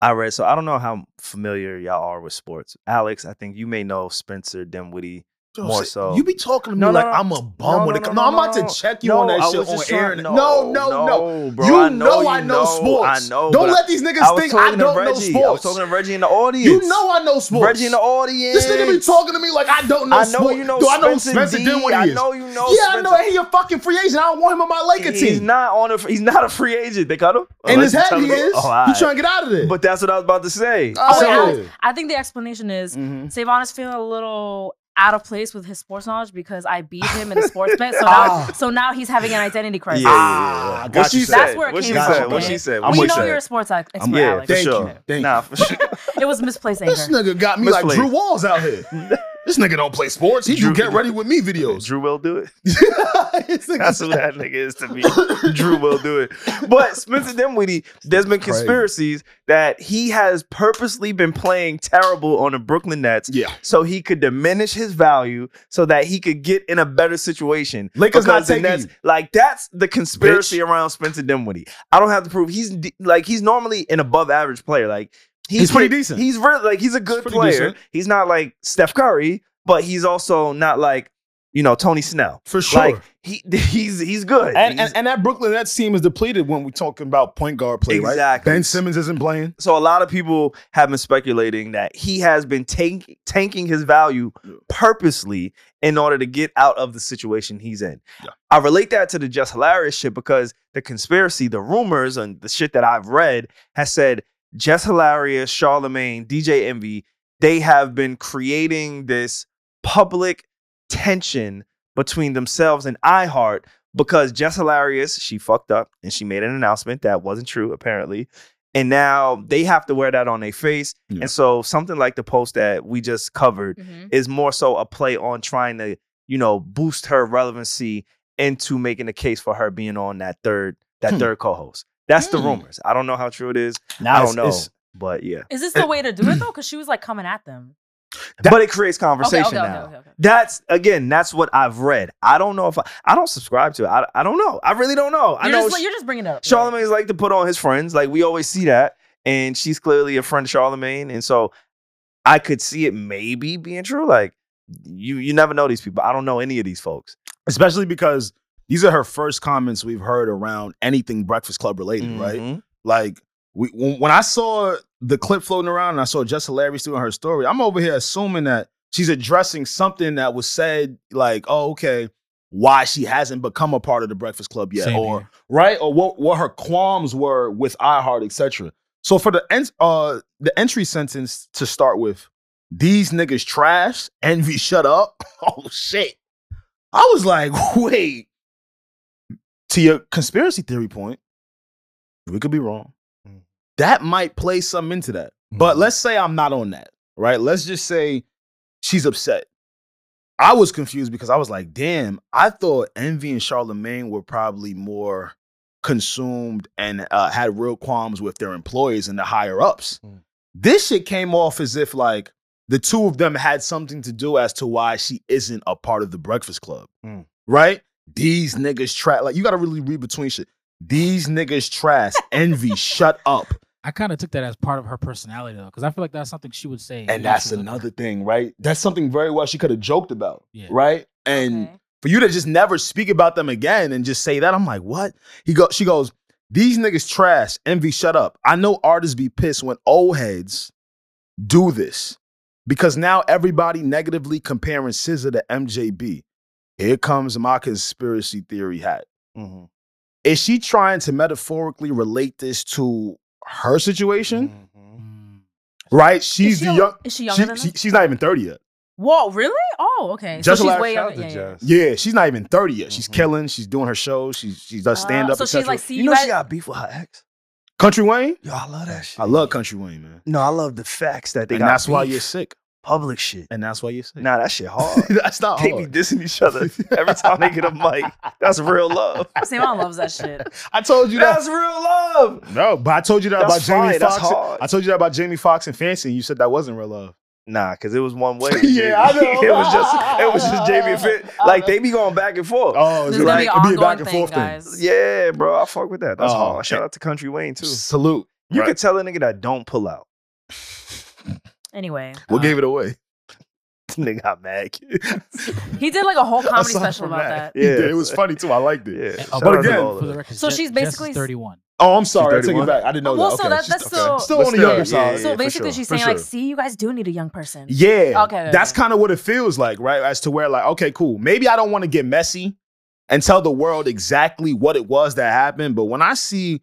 I read. So I don't know how familiar y'all are with sports. Alex, I think you may know Spencer Dinwiddie. more so.
You be talking to me
No, no,
like
no.
I'm a bum
No,
when
no,
it comes.
no,
No, I'm
no,
about
no.
to check you on that
I
shit
was
on
just
air.
trying-
no, no, no.
bro.
you
I
know,
know, you
I know, sports.
I know.
Don't
but
let these
I, I
niggas
was
think I
talking
don't
to
know
Reggie.
sports.
I was talking to Reggie in the audience.
you know I know sports.
Reggie in the audience.
This nigga be talking to me like I don't know
I know
sports.
you know
Do I know who
Spencer
Spencer
D.
Dinwiddie
I
is?
know you know
yeah, I
Spencer-
know. and He a fucking free agent. I don't want him on my Laker
He's
team.
not on a. He's not a free agent. They cut him.
In
Unless
his
you're
head,
telling
he
me-
is.
Oh, all
He's
right.
trying to get out of there.
But that's what I was about to say.
Oh, wait,
So-
Alex, I think the explanation
Mm.
is
Mhm.
Savon is feeling a little out of place with his sports knowledge because I beat him in a sports bet. So now, so now he's having an identity crisis.
Ah,
What
got
she
you.
said.
That's where it
what
came
she
from,
said. What
okay?
she said.
I'm
what
we
she
with
know
said.
you're a sports ex- expert,
yeah,
Alex.
for
Thank
sure.
you. Thank
nah, for sure.
It was misplaced
This
anger.
nigga got me like
Misplaced.
Drew Walls out here. This nigga don't play sports. He do
Drew-
get ready with me videos.
Drew will do it.
This nigga-
That's who that nigga is to me. Drew will do it. But Spencer Dinwiddie, there's been
Crazy.
conspiracies that he has purposely been playing terrible on the Brooklyn Nets
yeah.
so he could diminish his value so that he could get in a better situation.
Lakers
Because
not
the
taking
Nets-
you.
like that's the conspiracy around Spencer Dinwiddie. I don't have to prove he's de- like he's normally an above average player. Like
He's pretty decent.
He's really like he's a good
pretty
player.
decent.
He's not like Steph Curry, but he's also not like you know Tony Snell.
For sure.
Like he he's he's good.
and,
He's-
and, and that Brooklyn Nets team is depleted when we're talking about point guard play, right?
Exactly.
Ben Simmons isn't playing.
so a lot of people have been speculating that he has been tank- tanking his value purposely in order to get out of the situation he's in.
Yeah.
I relate that to the just hilarious shit because the conspiracy, the rumors, and the shit that I've read has said Jess Hilarious, Charlemagne, DJ Envy, they have been creating this public tension between themselves and iHeart because Jess Hilarious, she fucked up and she made an announcement that wasn't true, apparently. And now they have to wear that on their face.
Yeah.
And so something like the post that we just covered
Mhm.
is more so a play on trying to, you know, boost her relevancy into making a case for her being on that third, that
Hmm.
third co-host. That's the
Hmm.
rumors. I don't know how true it is. I
Now it's-
don't know,
it's-
but yeah.
Is this the way to do it though? Because she was like coming at them.
but it creates
Okay,
conversation
okay, okay,
now.
okay, okay.
That's again. That's what I've read. I don't know if I. I don't subscribe to it. I, I don't know. I really don't know. I
You're
know
just, like- you're just bringing it up.
Charlemagne's like to put on his friends. Like we always see that, and she's clearly a friend of Charlemagne, and so I could see it maybe being true. Like you, you never know these people. I don't know any of these folks.
especially because these are her first comments we've heard around anything Breakfast Club related, right?
Mhm.
Like we, when, when I saw the clip floating around and I saw Jess Hilarious doing her story, I'm over here assuming that she's addressing something that was said, like, oh, okay, why she hasn't become a part of the Breakfast Club yet,
Same
or
here.
right, or what what her qualms were with iHeart, etc. So for the en- uh the entry sentence to start with, these niggas trash, envy, shut up. oh shit. I was like, wait. To your conspiracy theory point, we could be wrong. That might play some into that. But let's say I'm not on that, right? Let's just say she's upset. I was confused because I was like, damn, I thought Envy and Charlemagne were probably more consumed and uh, had real qualms with their employees and the higher ups.
Mm.
This shit came off as if like the two of them had something to do as to why she isn't a part of the Breakfast Club,
Mm.
right? These niggas trash. Like you got to really read between shit. These niggas trash. Envy, shut up.
I kind of took that as part of her personality though, because I feel like that's something she would say.
And
if
that's
she was-
another thing, right? That's something very well she could have joked about,
Yeah.
right? And
Okay.
for you to just never speak about them again and just say that, I'm like, what? He go, she goes, these niggas trash. Envy, shut up. I know artists be pissed when old heads do this because now everybody negatively comparing Scissor to MJB. Here comes my conspiracy theory hat. Mm-hmm.
Mhm.
Is she trying to metaphorically relate this to her situation?
Mhm.
Mm.
Right?
is
She's
she
the
a-
young.
Is she
she-
younger than
she-
them?
she's not even 30 yet.
Whoa, really? Oh, okay.
Just
so she's
last
way
Shout
younger.
out
Yeah,
to
yeah, yeah.
Jess.
Yeah, she's not even 30 yet. She's
Mhm.
killing. She's doing her shows. She she does
Uh,
stand up.
so she's like, see
You
you,
know
guys.
she got beef with her ex.
Country Wayne.
Yo, I love that shit.
I love Country Wayne, man.
No, I love the facts that they
and
got.
that's why
beef.
you're sick.
public shit.
And that's why you're sick.
Nah, that shit hard.
that's not
they be
hard.
dissing each other every time they get a mic. That's real love.
Samon loves that shit.
I told you that.
That's real love.
No, but I told you that about
That's
Jamie
fine, that's
Foxx.
hard.
I told you that about Jamie Foxx and Fancy, and you said that wasn't real love.
Nah, because it was one way. with
Yeah, I
Jamie.
know.
it was just it was just Jamie and Fit. Like they be going back and forth.
Oh,
There's
it's
gonna
like-
be an ongoing
it'd a back and
thing,
forth thing.
guys.
Yeah, bro, I fuck with that. That's
Oh,
hard. Shout out to Country Wayne too.
Salute.
You
Right.
could tell a nigga that don't pull out.
Anyway,
What gave it away?
nigga got mad.
he did like a whole comedy
Aside
special
from
about that.
He did.
Yeah.
It was funny too. I liked it.
Yeah.
And- uh,
shout
but
out to
again-
all
for
of
the
them.
record,
So
Je-
she's
Jess is
basically-
31.
Oh, I'm sorry. I take it
31?
back. I didn't know
Well,
that.
so
Okay,
that-
she's-
that's
okay.
still-
still
But
on the
still,
younger
yeah,
side.
yeah,
so
for
basically,
sure,
she's
for
saying like,
sure.
see, you guys do need a young person.
Yeah.
Okay.
That's kind of what it feels like, right? As to where, like, okay, cool. Maybe I don't want to get messy and tell the world exactly what it was that happened. But when I see,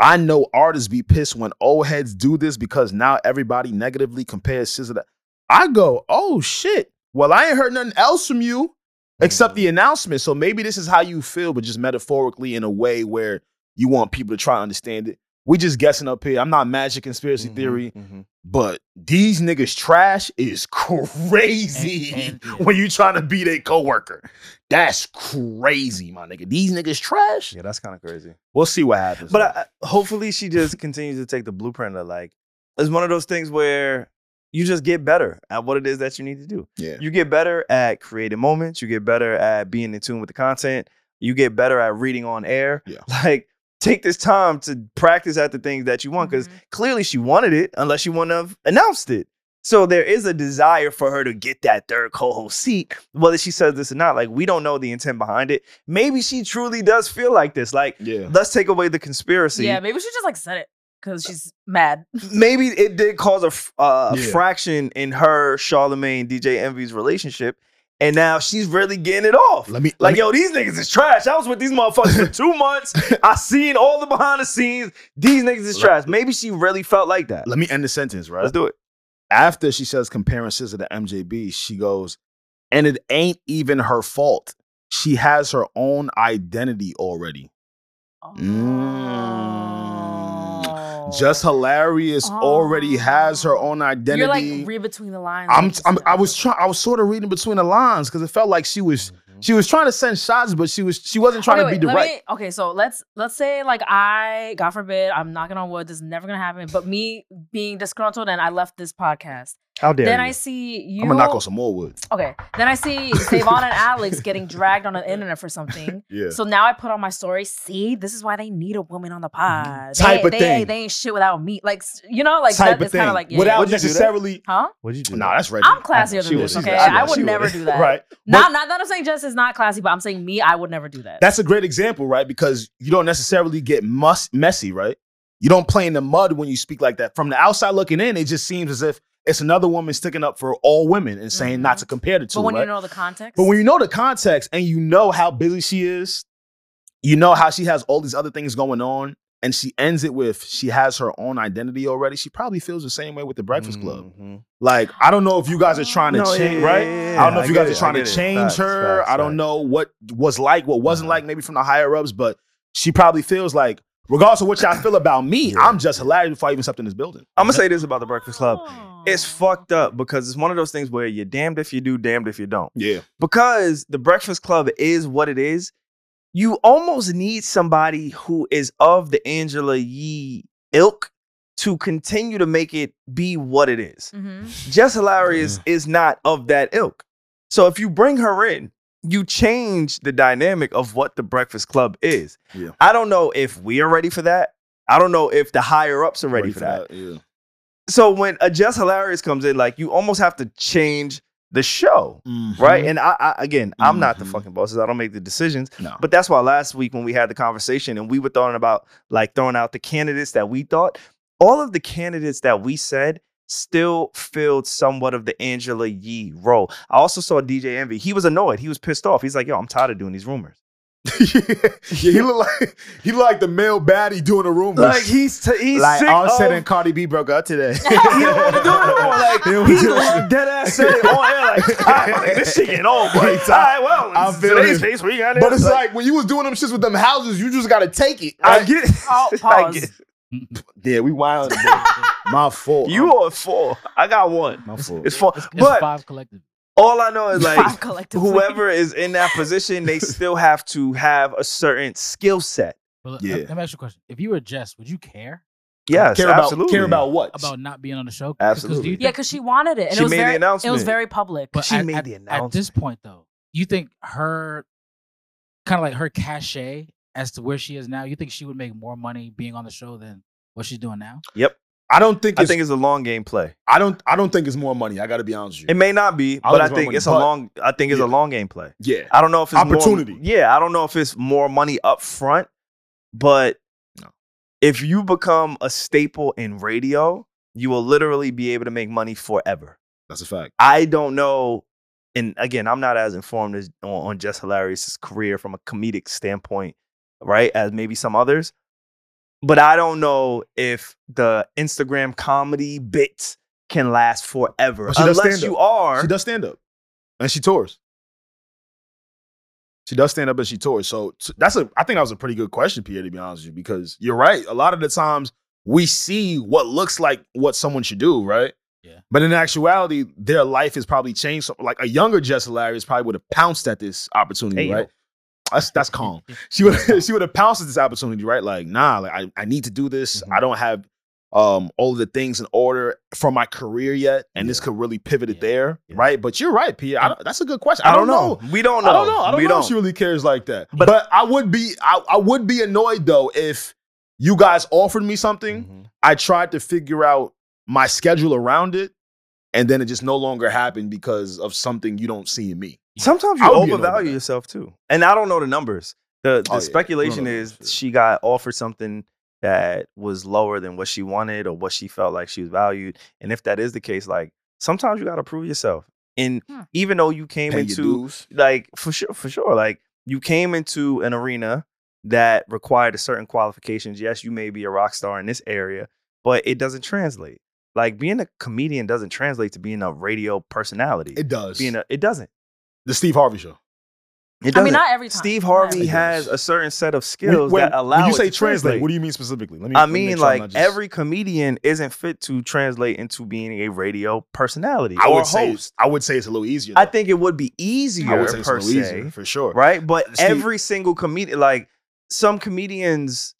I know artists be pissed when old heads do this because now everybody negatively compares Scissor to. I go, oh shit. Well, I ain't heard nothing else from you except the announcement. So maybe this is how you feel, but just metaphorically in a way where you want people to try to understand it. We just guessing up here. I'm not magic conspiracy theory.
Mhm.
But these niggas trash is crazy
And- and-
when you trying to be their coworker. That's crazy, my nigga. These niggas trash.
Yeah, that's kind of crazy.
We'll see what happens.
But I, I- hopefully, she just continues to take the blueprint of like, it's one of those things where you just get better at what it is that you need to do.
Yeah.
You get better at creating moments. You get better at being in tune with the content. You get better at reading on air.
Yeah.
Like, take this time to practice at the things that you want because
Mhm.
clearly she wanted it unless she wouldn't have announced it. So there is a desire for her to get that third co-host seat, whether she says this or not. Like we don't know the intent behind it. Maybe she truly does feel like this. Like
yeah.
let's take away the conspiracy.
Yeah, maybe she just like said it because she's mad.
Maybe it did cause a f- uh,
Yeah.
fraction in her Charlemagne DJ Envy's relationship, and now she's really getting it off.
Let me
Like,
let me,
yo, these niggas is trash. I was with these motherfuckers for two months. I seen all the behind the scenes. These niggas is trash. Maybe she really felt like that.
let me end the sentence, right?
Let's do it.
After she says comparing Scissor to MJB, she goes, and it ain't even her fault. She has her own identity already. Mm. Just hilarious already has her own identity.
You're like read between the lines.
I'm,
like you
I'm
said.
I was trying I was sort of reading between the lines because it felt like she was She was trying to send shots, but she was she wasn't trying
Oh, Wait,
to be
wait,
direct.
let me- okay, so let's let's say like I, God forbid, I'm knocking on wood. This is never gonna happen. But me being disgruntled and I left this podcast.
How dare
then
you?
I see you.
I'm gonna knock on some more wood.
Okay. Then I see Savon and Alex getting dragged on the internet for something.
Yeah.
So now I put on my story. See, this is why they need a woman on the pod.
Mm, Type
they,
of
they,
thing.
They ain't shit without me. Like s- you know, like
type
that,
of
it's kind
thing.
of like yeah,
Without
Would you do that?
necessarily.
Huh?
What'd you do?
Nah, that's Reggie.
I'm classier
She
than this.
was-
Okay,
she was-
I would
she
never
was-
do that.
Right.
Not not that I'm saying Jess is not classy, but I'm saying me, I would never do that.
That's a great example, right? Because you don't necessarily get muss- messy, right? You don't play in the mud when you speak like that. From the outside looking in, it just seems as if it's another woman sticking up for all women and saying not
Mhm.
to compare the two.
but when
right?
you know the context.
But when you know the context and you know how busy she is, you know how she has all these other things going on, and she ends it with she has her own identity already. She probably feels the same way with the Breakfast Club.
Mhm.
Like, I don't know if you guys are trying to
No, yeah,
change,
yeah,
right?
yeah,
I don't know
yeah,
if you
get
guys
it,
are trying
I
to
get it.
change
Facts,
her.
facts,
I don't
facts.
know what was like, what wasn't
Uh-huh.
like, maybe from the higher ups, but she probably feels like, regardless of what y'all feel about me,
Yeah.
I'm just hilarious before I even stepped in this building.
I'm gonna say this about the Breakfast Club.
Oh.
It's fucked up because it's one of those things where you're damned if you do, damned if you don't.
Yeah.
Because the Breakfast Club is what it is. You almost need somebody who is of the Angela Yee ilk to continue to make it be what it is.
Mhm.
Jess Hilarious is not of that ilk. So if you bring her in, you change the dynamic of what the Breakfast Club is.
Yeah.
I don't know if we are ready for that. I don't know if the higher ups are ready, for that.
Yeah.
So when a Jess Hilarious comes in, like you almost have to change the show. Right. And I, I again, I'm not the
Mhm.
fucking bosses. I don't make the decisions.
No.
But that's why last week when we had the conversation and we were throwing about like throwing out the candidates that we thought, all of the candidates that we said still filled somewhat of the Angela Yee role. I also saw DJ Envy. He was annoyed. He was pissed off. He's like, yo, I'm tired of doing these rumors.
yeah, he looked like he looked like the male baddie doing a room.
Like he's t- he's
like
sick
all
of-
said and Cardi B broke up today.
he don't want to do it no more. Like
He don't
he
do it.
dead ass said it on air. Like, all right, like this shit getting old, boy. All right, well,
I
I
feel
today's
him.
case, we got it.
but it's like when you was doing them shits with them houses, you just gotta take it.
I
Like,
get.
Oh,
I
pause.
get-
yeah, we wild. My fault.
You are four. I got one.
my fault.
It's four.
It's
But
five collective.
all I know is
Five
like
collectively.
whoever is in that position, they still have to have a certain skill set.
But
Yeah.
yeah. let, let me ask you a question. If you were Jess, would you care
Yes,
care
absolutely.
about care about what?
about not being on the show? 'Cause- 'cause do you
Absolutely.
think-
Yeah, because she wanted it. And
She
it was
made the
very, It was
announcement.
very public.
But
She
at,
made
at-
the
At this
announcement.
point, though, you think her kind of like her cachet as to where she is now, you think she would make more money being on the show than what she's doing now?
I don't think.
I
It's, I
think it's a long game play.
don't. I don't think it's more money. I gotta be honest with you.
It may not be,
I
but I
like
think
Roman,
it's a
but-
long. I think it's a
Yeah.
long game play.
yeah.
I don't know if it's more-
Opportunity.
yeah, I don't know if it's more money up front, but
No.
if you become a staple in radio, you will literally be able to make money forever.
That's a fact.
I don't know, and again, I'm not as informed as on, on Jess Hilarious' career from a comedic standpoint, right? As maybe some others. But I don't know if the Instagram comedy bits can last forever.
But she does
Unless
stand-up.
you are
She does stand up, and she tours. She does stand up and she tours. So t- that's a. I think that was a pretty good question, Pierre. To be honest with you, because you're right. A lot of the times we see what looks like what someone should do, right?
Yeah.
But in actuality, their life has probably changed. So, like a younger Jess Hilarious probably would have pounced at this opportunity,
Hey, yo.
right? That's that's calm. She would she would have pounced at this opportunity, right? Like, nah, like I, I need to do this.
Mhm.
I don't have um all of the things in order for my career yet, and this could really pivot it
Yeah.
there,
Yeah.
right? But you're right, Pierre. I don't, that's a good question.
I don't know. We don't know.
I don't know. I don't
we
know if she really cares like that. But,
But-
I would be I, I would be annoyed though if you guys offered me something,
Mhm.
I tried to figure out my schedule around it, and then it just no longer happened because of something you don't see in me.
Sometimes
I
you
would be annoyed by
overvalue
that.
yourself too. And I don't know the numbers. The the
Oh, yeah. We don't know
speculation
the
is
numbers, yeah.
she got offered something that was lower than what she wanted or what she felt like she was valued. And if that is the case, like sometimes you gotta prove yourself. And
Hmm.
even though you came
Pay your
into
dues.
like for sure, for sure, like you came into an arena that required a certain qualifications. Yes, you may be a rock star in this area, but it doesn't translate. Like being a comedian doesn't translate to being a radio personality.
It does.
being a, it doesn't.
the Steve Harvey show.
It
I
doesn't.
mean, not every time.
Steve
Not
Harvey
every time.
has a certain set of skills
when,
that allow
when you
it
say
to
translate, what do you mean specifically? Let me.
I
let me make
mean,
sure I'm
like
not just-
every comedian isn't fit to translate into being a radio personality
I
or
would
a
say,
host.
I would say it's a little easier.
I
though.
think it would be
I
easier
would say it's a
per
little
se,
easier for sure.
right? But
Steve-
every single comedian, like some comedians,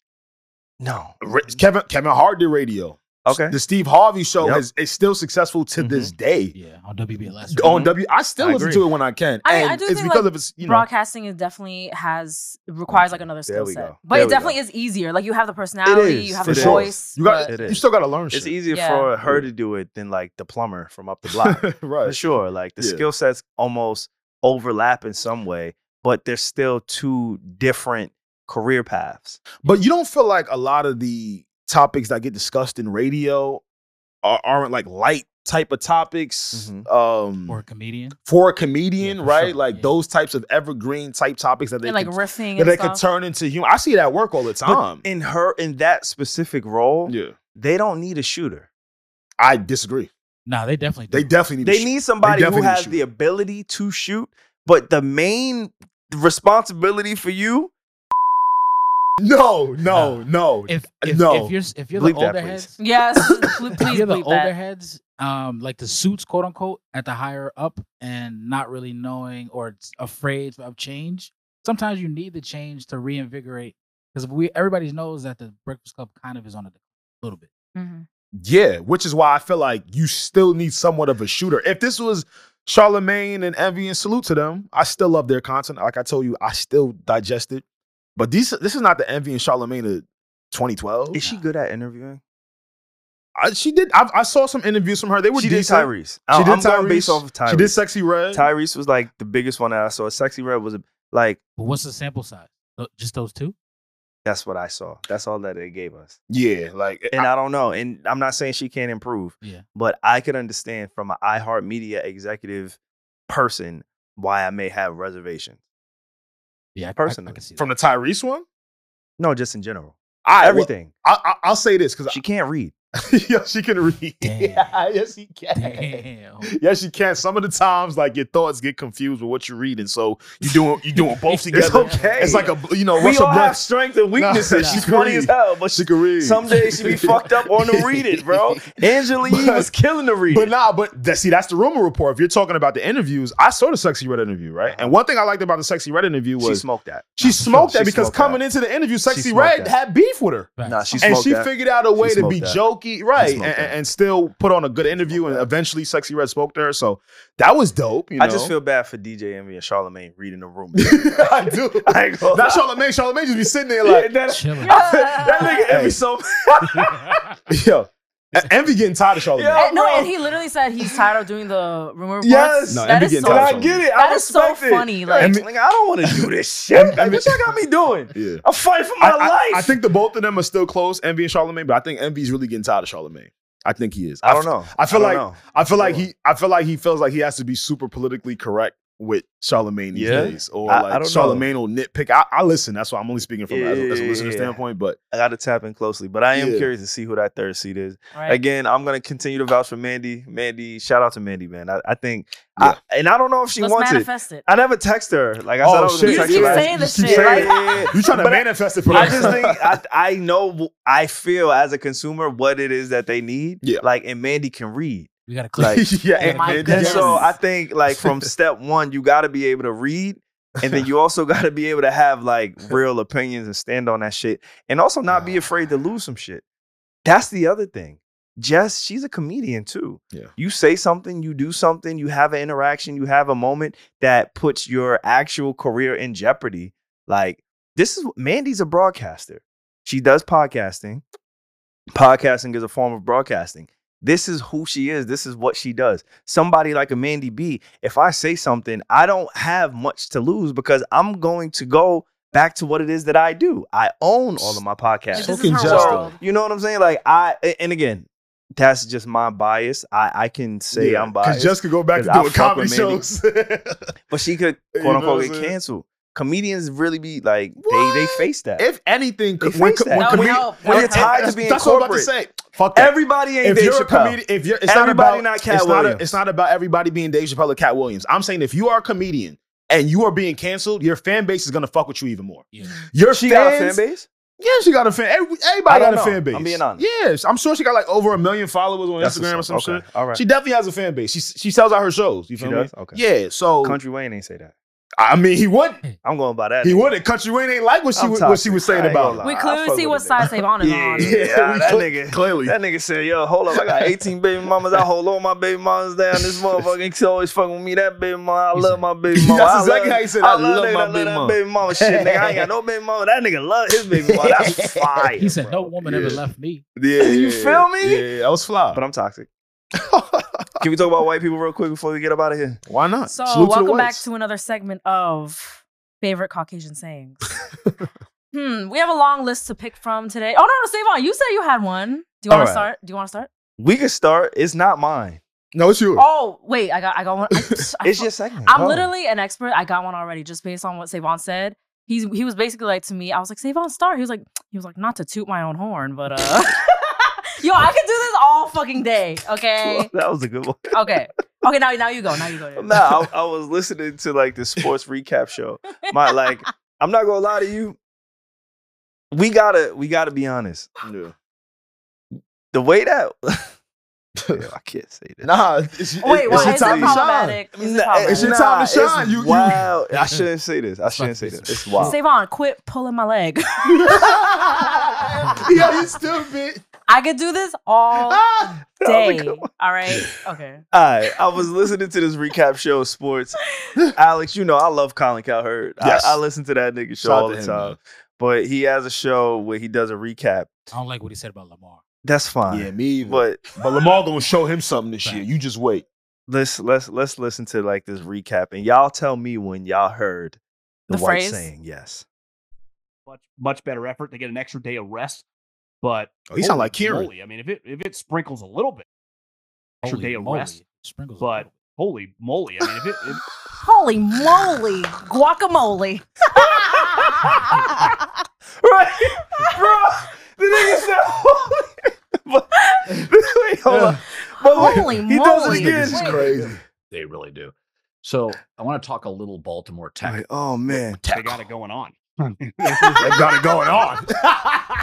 no,
Ra- Kevin Kevin Hart did radio.
okay,
The Steve Harvey Show
Yep.
is, is still successful to this day.
Yeah, on WB last
On
week.
W, Mm-hmm. I still
I
listen
agree.
to it when I can,
I mean,
and
I do
it's
think,
because
like,
of its you know.
Broadcasting is definitely has requires like another skill
we
set,
go.
but
There
it
we
definitely
go.
is easier. Like you have the personality,
is,
you have
for
the
sure.
voice.
you got
It
you
is.
still got to learn
it's
shit,
easier
Yeah.
for her to do it than like the plumber from up the block.
right?
For sure. Like the
Yeah.
skill sets almost overlap in some way, but they're still two different career paths.
But you don't feel like a lot of the topics that get discussed in radio are, aren't like light type of topics
Mhm.
um,
for a comedian.
for a comedian,
Yeah, for
right?
sure.
Like
Yeah.
those types of evergreen type topics that they
and like
can,
riffing
that
and
they can
stuff.
turn into humor. I see that work all the
But
time.
in her in that specific role,
yeah,
they don't need a shooter.
I disagree.
Nah, they definitely do.
They definitely need. to
They
shoot.
need somebody who
definitely need a
has the
shooter.
ability to shoot, but the main responsibility for you,
no, no, no.
uh,
if if,
No.
if you're s- if you're
Bleep
the
that,
older
please.
heads,
Yes, pl-
if
please
you're the
believe
older
that.
heads, um, like the suits, quote unquote, at the higher up and not really knowing or it's afraid of change. Sometimes you need the change to reinvigorate because we everybody knows that the Breakfast Club kind of is on a little bit.
Mhm.
Yeah, which is why I feel like you still need somewhat of a shooter. If this was Charlemagne and Envy and salute to them, I still love their content. Like I told you, I still digest it. But these, this is not the Envy and Charlemagne of 2012.
is she good at interviewing?
I, she did. I, I saw some interviews from her. They were
She did
decent.
Tyrese. I-
She did
I'm going
Tyrese.
based off of Tyrese.
She did Sexy Red.
Tyrese was like the biggest one that I saw. Sexy Red was like
But what's the sample size? Tho- Just those two?
that's what I saw. That's all that they gave us.
yeah, like
and I, don't know. And I'm not saying she can't improve.
Yeah.
But I could understand from an iHeartMedia executive person why I may have reservations.
Yeah, I, I- I,
Personally.
can see that.
from the Tyrese one.
No, just in general.
I,
Everything.
I, I, I'll say this because
she can't read.
yeah, she can read.
Damn.
Yeah, yes, she can.
Damn.
Yes, you can. Some of the times, like your thoughts get confused with what you're reading, so you doing you doing both
It's
together.
okay.
It's like a you know
we
Russell
all have
Brunson.
strengths and weaknesses.
nah.
She's funny as hell, but
She
she,
can read.
some days she be fucked up on the read it, bro. Angela Yee
But-
was killing the read.
But nah, but that, see, that's the rumor report. If you're talking about the interviews, I saw the sexy red interview, right? And one thing I liked about the sexy red interview
she
was she,
smoked that.
smoked
She
that because
smoked
coming
that.
into the interview, sexy
smoked
red
that.
had beef with her.
Facts.
Nah, she
and
smoked
she
that.
figured out a way to
smoked
be
that.
jokey, right, and,
smoked that.
and still put on a good interview. And eventually, Sexy Red spoke to her, so that was dope. You know?
I just feel bad for DJ Envy and Charlemagne reading the room.
I do.
I ain't gonna lie.
Not Charlemagne. Charlemagne just be sitting there like,
that,
Chilling.
that nigga Envy so
yo, Envy getting tired of Charlemagne.
Yeah.
And- no,
bro.
and he literally said he's tired of doing the rumor reports.
Yes.
No,
that
Envy
is
getting
so.
And
tired
I
of
get it. I
That is so
respect it.
funny,
Like,
like-
like, I don't want to do this shit.
I
I
mean-
mean, y'all got me doing.
Yeah.
I'm fighting for my
I, I-
life.
I think the both of them are still close, Envy and Charlemagne, but I think Envy's really getting tired of Charlemagne. I think he is.
I don't know.
I feel
don't
like-
know.
I feel like
Sure.
he. I feel like he feels like he has to be super politically correct with Charlemagne these
Yeah.
days, or
I- I
like
don't know.
Charlemagne will nitpick. I, I listen. That's why I'm only speaking from as, a, as a listener
Yeah.
standpoint. But
I got to tap in closely, but I am
Yeah.
curious to see who that third seat is.
Right.
Again, I'm gonna continue to vouch for Mandy. Mandy, shout out to Mandy, man. I, I think,
Yeah.
I, and I don't know if she
Let's
wants it.
manifest it.
I never text her. Like I
Oh,
said, I was
shit.
gonna
You just
text
keep
her.
saying this
You
shit.
keep
Like,
saying you trying to
But I-
manifest it for
I
us.
just think I, I know I feel as a consumer what it is that they need.
Yeah.
Like, and Mandy can read.
We got a clip.
Like,
yeah,
Oh
and
my
Mandy,
And
Yes.
so I think like from step one, you got to be able to read, and then you also got to be able to have like real opinions and stand on that shit, and also not be afraid to lose some shit. That's the other thing. Jess, she's a comedian too.
Yeah.
You say something, you do something, you have an interaction, you have a moment that puts your actual career in jeopardy. Like this is Mandy's a broadcaster. She does podcasting. Podcasting is a form of broadcasting. This is who she is. This is what she does. Somebody like a Mandy B, if I say something, I don't have much to lose because I'm going to go back to what it is that I do. I own all of my podcasts.
this
So
is her
congested.
world.
You know what I'm saying? Like I a- and again, that's just my bias. I I can say
Yeah,
I'm biased,
Jess could go back to
'Cause I
doing
fuck
comedy
with
shows.
but she could
You
quote
know what
unquote
I'm
get
saying?
canceled. Comedians really be like they they
What?
face that.
if anything,
They
when,
face that.
That
when,
would
comedian-
help.
when you're
That would
tied
help.
to being
that's
corporate,
What I'm about to say. Fuck that.
everybody ain't
if
Dave
you're a
Chappelle.
comedian, if you're, it's
Everybody
not about
not Cat
it's not, a-
Williams.
it's not about everybody being Dave Chappelle or Cat Williams. I'm saying if you are a comedian, and you are being canceled, your fan base is gonna fuck with you even more. Your
She got a
fans,
fan base.
Yeah, she got a fan. every-
I
Everybody
don't
got a
know.
fan base.
I'm being honest.
Yes, I'm sure she got like over a million followers on
That's
Instagram or
what's
some
up.
shit.
Okay. All right.
She definitely has a fan base. She she sells out her shows. You
She
feel me?
does? Okay.
Yeah. So
Country Wayne ain't say that.
I mean, he would.
I'm going by that.
He
nigga.
wouldn't. Country Wayne ain't like what she
I'm
was, what she
toxic.
was
I
saying
ain't
about.
gonna
it.
lie.
We
I
clearly
fuck
see
with
what
that
side Savon is
Yeah,
on.
yeah,
we
that
cle-
nigga.
clearly.
That nigga said, "Yo, hold up, I got 18 baby mamas. I hold all my baby mamas down. This motherfucker she always fucking with me. That baby mama, I love my baby
That's
mama. I
exactly
love,
how he said,
I
"I
love,
love
nigga,
my
I love
baby
that
mama."
baby mama shit, nigga. I ain't got no baby mama. That nigga love his baby mama. That's fire.
He said,
bro.
"No woman ever left me."
Yeah,
You
yeah,
feel me?
Yeah, that was fly.
But I'm toxic. Can we talk about white people real quick before we get up out of here?
Why not?
So,
Salute to the
welcome back
whites.
to another segment of favorite Caucasian sayings. hmm, we have a long list to pick from today. Oh no, no, Savon, you said you had one. Do you
All
want
right.
to start? Do you want to start?
We can start. It's not mine.
No, it's yours.
Oh wait, I got, I got one. I, I
It's
fu-
your segment.
I'm
Oh.
literally an expert. I got one already, just based on what Savon said. He's he was basically like to me. I was like Savon Star. He was like he was like not to toot my own horn, but uh, yo, I could do this all fucking day. Okay,
That was a good one.
okay, okay. Now now you go. Now you go.
No, I, I was listening to like the sports recap show. My like, I'm not gonna lie to you. We gotta, we gotta be honest.
Yeah.
The way that Yo, I can't say that.
Nah, it's, it's,
Wait,
it's
why
your
is
time
that
to shine.
problematic? Is it
Nah,
problematic?
It's your time to
nah, it's
shine. You- you-
wild. I shouldn't say this. I shouldn't say this. It's wild.
Savon, quit pulling my leg.
yeah, you stupid.
I could do this all
Ah.
That was a
day.
good one.
All right. Okay.
I I was listening to this recap show of sports. Alex, you know I love Colin Cowherd.
Yes.
I, I listen to that nigga show
Shout out
all
to
the
him,
time.
man.
But he has a show where he does a recap.
I don't like what he said about Lamar.
That's fine.
Yeah, me either. But,
But
Lamar gonna show him something this year. You just wait.
let's let's let's listen to like this recap and y'all tell me when y'all heard the,
The
white
phrase?
saying yes.
much much better effort. They get an extra day of rest, but
Oh, he sound
holy
like Kieran.
moly, I mean, if it if it sprinkles a little bit, extra day of
moly.
rest,
Sprinkles.
but holy moly, I mean, if it, if,
Holy moly, guacamole.
Right, bro. The nigga said, but, wait, hold on. But wait,
Holy
he does it
moly.
again.
Wait.
crazy.
they really do. So I want to talk a little Baltimore
I'm like, oh man,
They got it going on.
They got it going on.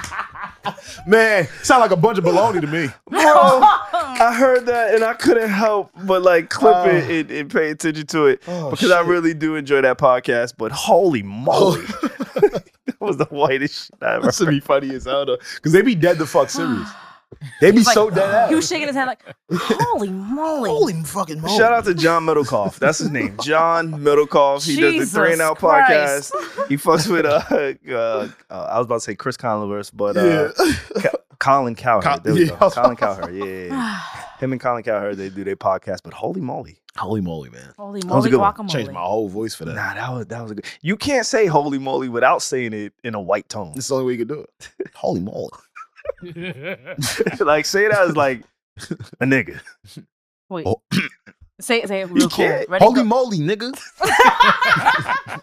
Man, sound like a bunch of baloney to me.
bro. I heard that and I couldn't help but like clip it and, and pay attention to it
Oh,
because I really do enjoy that podcast. But holy moly, that was the whitest shit I ever.
That's to be funny as hell though, because they be dead the fuck serious. They be
Like,
so dead ass.
He was shaking his head like, holy moly.
fucking
Shout out to John Middlecoff. That's his name. John Middlecoff. He does
Jesus
the Three and Out
Christ.
podcast. He fucks with uh, uh, uh I was about to say Chris Converse, but
Yeah.
uh, Colin Cowherd.
Col-
there we
yeah.
go. Colin Cowherd. Yeah, yeah, yeah. him and Colin Cowherd. They do their podcast. But holy moly,
Holy moly, man!
holy
was a
moly,
good one.
guacamole.
Changed my whole voice for that.
nah, that was that was a good. You can't say holy moly without saying it in a white tone.
This is the only way you can do it. Holy moly!
like say that as like a nigga.
Wait.
Oh.
say, it- say it real cool.
can't.
Ready?
Holy moly, nigga!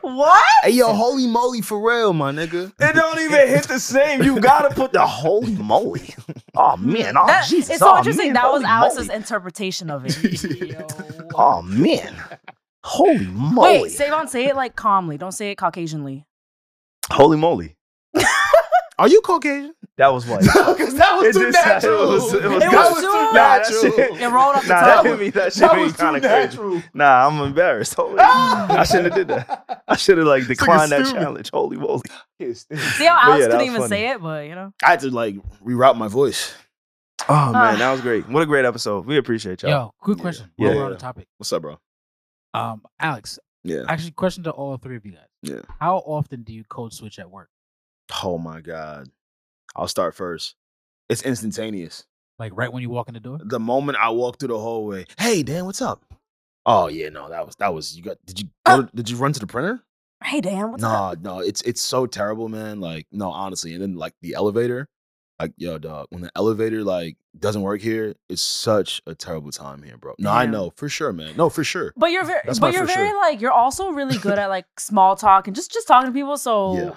What?
Hey yo, holy moly for real, my nigga.
It don't even hit the same. You gotta put the holy moly. Oh man. Oh
That-
Jesus.
it's so
oh,
interesting.
man,
That was
holy
Alex's
moly.
interpretation of it.
Oh man. Holy moly.
Wait, Savon, say it like calmly. Don't say it Caucasianly.
holy moly.
Are you Caucasian?
That was white.
Because that
It just- it was- it was
It
that
was
was
too-
too
Nah, that
natural.
shit-
It rolled off the
Nah, that
tongue.
hit me. That shit
That was
made kind
too
of crazy.
natural.
Nah, I'm embarrassed. Holy, I shouldn't have did that. I should have like declined that
stupid.
challenge. Holy moly.
See how Alex
yeah, that
couldn't
was
even
funny.
say it, but you know.
I had to like reroute my voice.
Oh
Ah.
man, that was great. What a great episode. We appreciate y'all.
Yo, quick
Yeah.
question.
Yeah,
While
yeah,
we're on the
yeah.
topic,
What's up, bro?
um, Alex,
Yeah.
actually, question to all three of you guys.
Yeah.
How often do you code switch at work?
Oh my god. I'll start first. It's instantaneous.
Like right when you walk in the door?
The moment I walk through the hallway, hey Dan, what's up? Oh yeah, no, that was that was you got did you go to, did you run to the printer?
Hey Dan, what's up?
No, no, it's it's so terrible, man. Like, no, honestly. And then like the elevator, like, yo, dog, when the elevator like doesn't work here, it's such a terrible time here, bro. No, I
Damn.
know for sure, man. No, for sure.
But you're very,
That's
but
my
you're
for
very
sure.
like you're also really good at like small talk and just just talking to people. So
Yeah.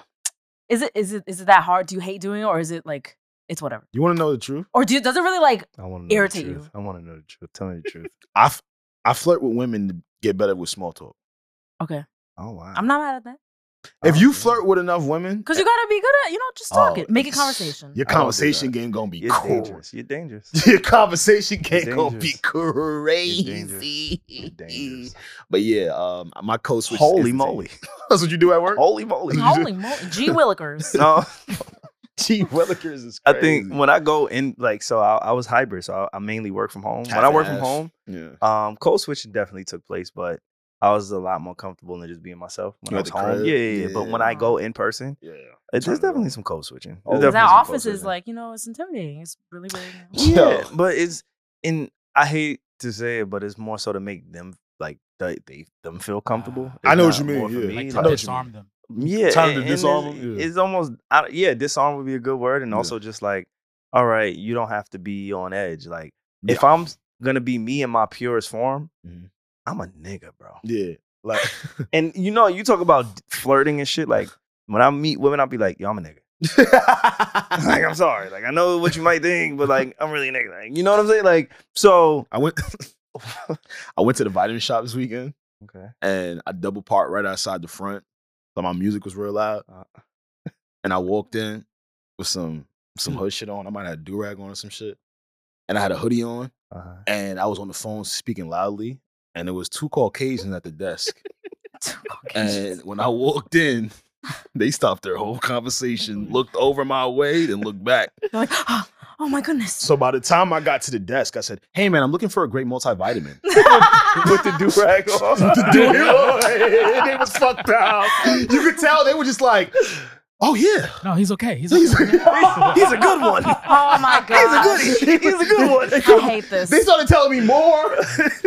is it is it is it that hard? Do you hate doing it, or is it like it's whatever?
You want to know the truth?
Or do you, does it really like
I want to know
Irritate
the truth.
you.
I want to know the truth. Tell me the truth.
I, f- I flirt with women Get better with small talk.
Okay.
Oh wow. Oh,
I'm not mad at that.
If you flirt with enough women,
Because you gotta be good at, you know, just
Oh,
talk it. Make it conversation.
I
your
don't do
conversation
that.
game gonna be
You're
cool.
dangerous. You're dangerous.
Your conversation game gonna be
dangerous. You're
crazy.
dangerous.
But yeah, um, my code switch.
Holy moly.
That's what you do at work.
Holy moly.
Holy moly. G Willikers.
No.
Gee, Willikers is.
I
Crazy.
think when I go in, like, so I, I was hybrid, so I, I mainly work from home. when I work from
Half-ass.
home,
yeah.
um, code switching definitely took place, but I was a lot more comfortable than just being myself when
You
I
at
was
the
home.
crib?
Yeah, yeah, yeah. But when I
Yeah.
go in person,
Yeah.
it,
Turn
Uh, there's
it
definitely
up.
some code switching.
Oh,
There's
yeah.
Because
definitely
that
some
office
code
is
switching.
like, you know, it's intimidating. It's really weird.
Yeah,
Yo.
but it's and I hate to say it, but it's more so to make them like they, they them feel comfortable.
Ah, I
It's
know what
not
you mean,
more for
yeah.
me,
Like
Like, I
to
know what you
disarm them.
yeah,
Time to
and- and
disarm
it's,
'em, yeah.
it's almost I, yeah, disarm would be a good word, and
Yeah.
also just like, all right, you don't have to be on edge. Like if
Yeah.
I'm gonna be me in my purest form,
Mhm.
I'm a nigga, bro.
Yeah. Like
And you know, you talk about flirting and shit. Like when I meet women, I'll be like, yo, I'm a nigga. like I'm sorry. Like I know what you might think, but like I'm really a nigga. Like, you know what I'm saying? Like so.
I went. I went to the vitamin shop this weekend
Okay.
and I double parked right outside the front, so my music was real loud.
Uh.
And I walked in with some some hood shit on. I might have a do rag on or some shit, and I had a hoodie on.
Uh-huh.
and I was on the phone speaking loudly, and there was two Caucasians at the desk. and when I walked in, they stopped their whole conversation, looked over my way, then looked back.
They're like, oh, oh my goodness.
So by the time I got to the desk, I said, "Hey man, I'm looking for a great multivitamin."
Put the do rag on.
Dude, they was fucked up. You could tell they were just like, "Oh yeah,
No, he's okay. He's
he's,
okay.
he's a good one."
Oh my god.
He's a good. He's a good one. They
I hate this.
They started telling me more.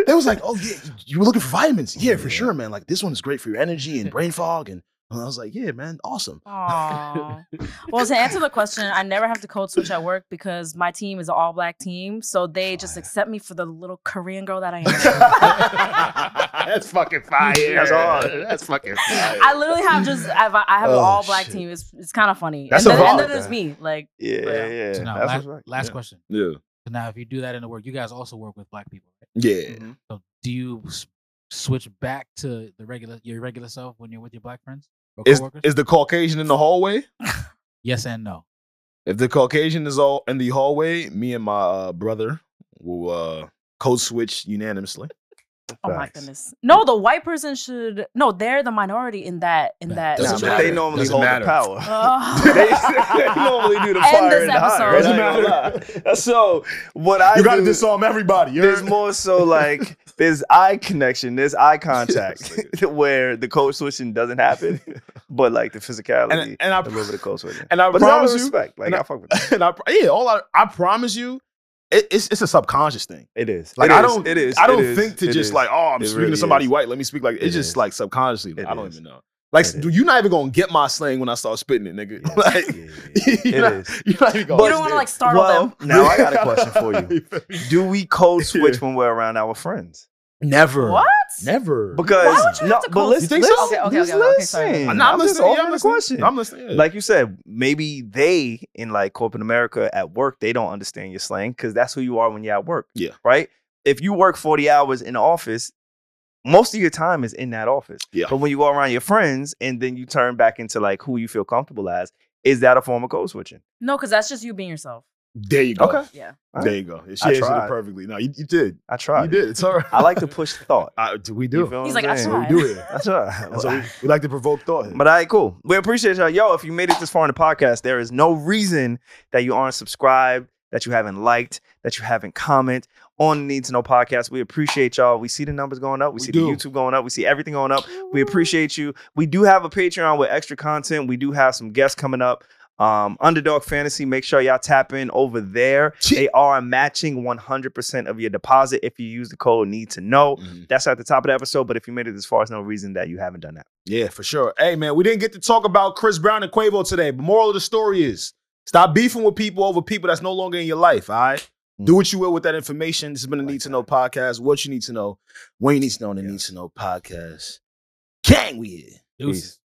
they was like, "Oh yeah, you were looking for vitamins? Yeah, for sure, man. Like this one is great for your energy and brain fog." And and I was like, "Yeah, man, awesome."
Aw. well, to answer the question, I never have to code switch at work because my team is an all black team. So they just accept me for the little Korean girl that I am.
That's fucking fire. That's hard. That's fucking fire.
I literally have just, I have, I have an
Oh,
all black
shit.
team. It's, it's kind of funny.
That's
and,
a
then, and
vibe,
then there's me. Like,
Yeah, yeah, yeah.
So now,
That's
last,
what's right.
last
Yeah.
question.
Yeah.
So now, if you do that in the work, you guys also work with black people. Right?
Yeah.
Mm, Mm-hmm.
So do you s- switch back to the regular your regular self when you're with your black friends or
Is
coworkers?
is the Caucasian in the hallway?
yes and no.
If the Caucasian is all in the hallway, me and my uh, brother will uh, code switch unanimously.
oh my
Facts.
goodness. No, the white person should, no, they're the minority in that, in that.
Doesn't
Nah, but
matter.
they normally
Doesn't
hold
matter.
the power.
Ugh.
they, they normally do the
End
fire
this
and the hire.
episode.
I ain't gonna lie. So what I
You gotta
do-
disarm everybody. you
There's
heard?
more so like there's eye connection, there's eye contact where the code switching doesn't happen, but like the physicality
and, and I
a little bit of code switching.
and I
But it's out of
promise you,
respect. Like
and
I,
I-
fuck with that.
and I yeah, all I, I promise you, it, it's it's a subconscious thing.
It is.
Like
It
I
is.
don't
It is. It
I don't
is.
think to
It
just
is.
like oh I'm
It
speaking
really
to somebody
is.
white. Let me speak like it's
It
just
is.
like subconsciously.
It
I don't
is.
even know. Like
It
do
is.
you not even gonna get my slang when I start spitting it, nigga?
Yeah.
Like
Yeah, yeah, yeah.
you're,
It
not,
is.
you're not even gonna.
you don't want to like startle
Well,
them.
now I got a question for you. Do we code
Yeah.
switch when we're around our friends?
Never.
What?
Never.
Because
Why would you
no,
have to
but
code
listen,
switch? You think so?
listen,
Okay, okay,
just
okay, okay,
listen.
sorry.
I'm not
just
listening. yeah,
offering
I'm
the
listening.
question.
I'm listening. yeah.
like you said, maybe they in like corporate America at work, they don't understand your slang because that's who you are when you're at work.
Yeah.
Right? If you work 40 hours in the office, most of your time is in that office.
Yeah.
But when you go around your friends and then you turn back into like who you feel comfortable as, is that a form of code switching?
No, because that's just you being yourself.
there you go.
Okay.
Yeah.
There you go. She
I
answered
tried.
it perfectly. No, you, you did.
I tried.
You
it.
did. It's all right.
I like to push thought.
I, do we
You
do?
feel what
He's
I'm
like, I
saying?
So we
tried.
do it.
That's right.
That's what we, we like to provoke thought. here.
But all right, cool. We appreciate y'all. Yo, if you made it this far in the podcast, there is no reason that you aren't subscribed, that you haven't liked, that you haven't comment on the Need to Know podcast. We appreciate y'all. We see the numbers going up. We,
We
see
do.
the YouTube going up. We see everything going up. We appreciate you. We do have a Patreon with extra content. We do have some guests coming up. Um, Underdog Fantasy, make sure y'all tap in over there.
Chee-
They are matching 100% of your deposit if you use the code Need to Know.
Mhm.
That's at the top of the episode, but if you made it this far, it's no reason that you haven't done that.
Yeah, for sure. Hey, man, we didn't get to talk about Chris Brown and Quavo today, but moral of the story is stop beefing with people over people that's no longer in your life, all right? Do what you will with that information. This has been a
Mm. Like
Need to
that.
Know podcast. What you need to know, when you need to know, on the
Yes.
Need to Know podcast. Gang, we here.
Deuces.
Peace.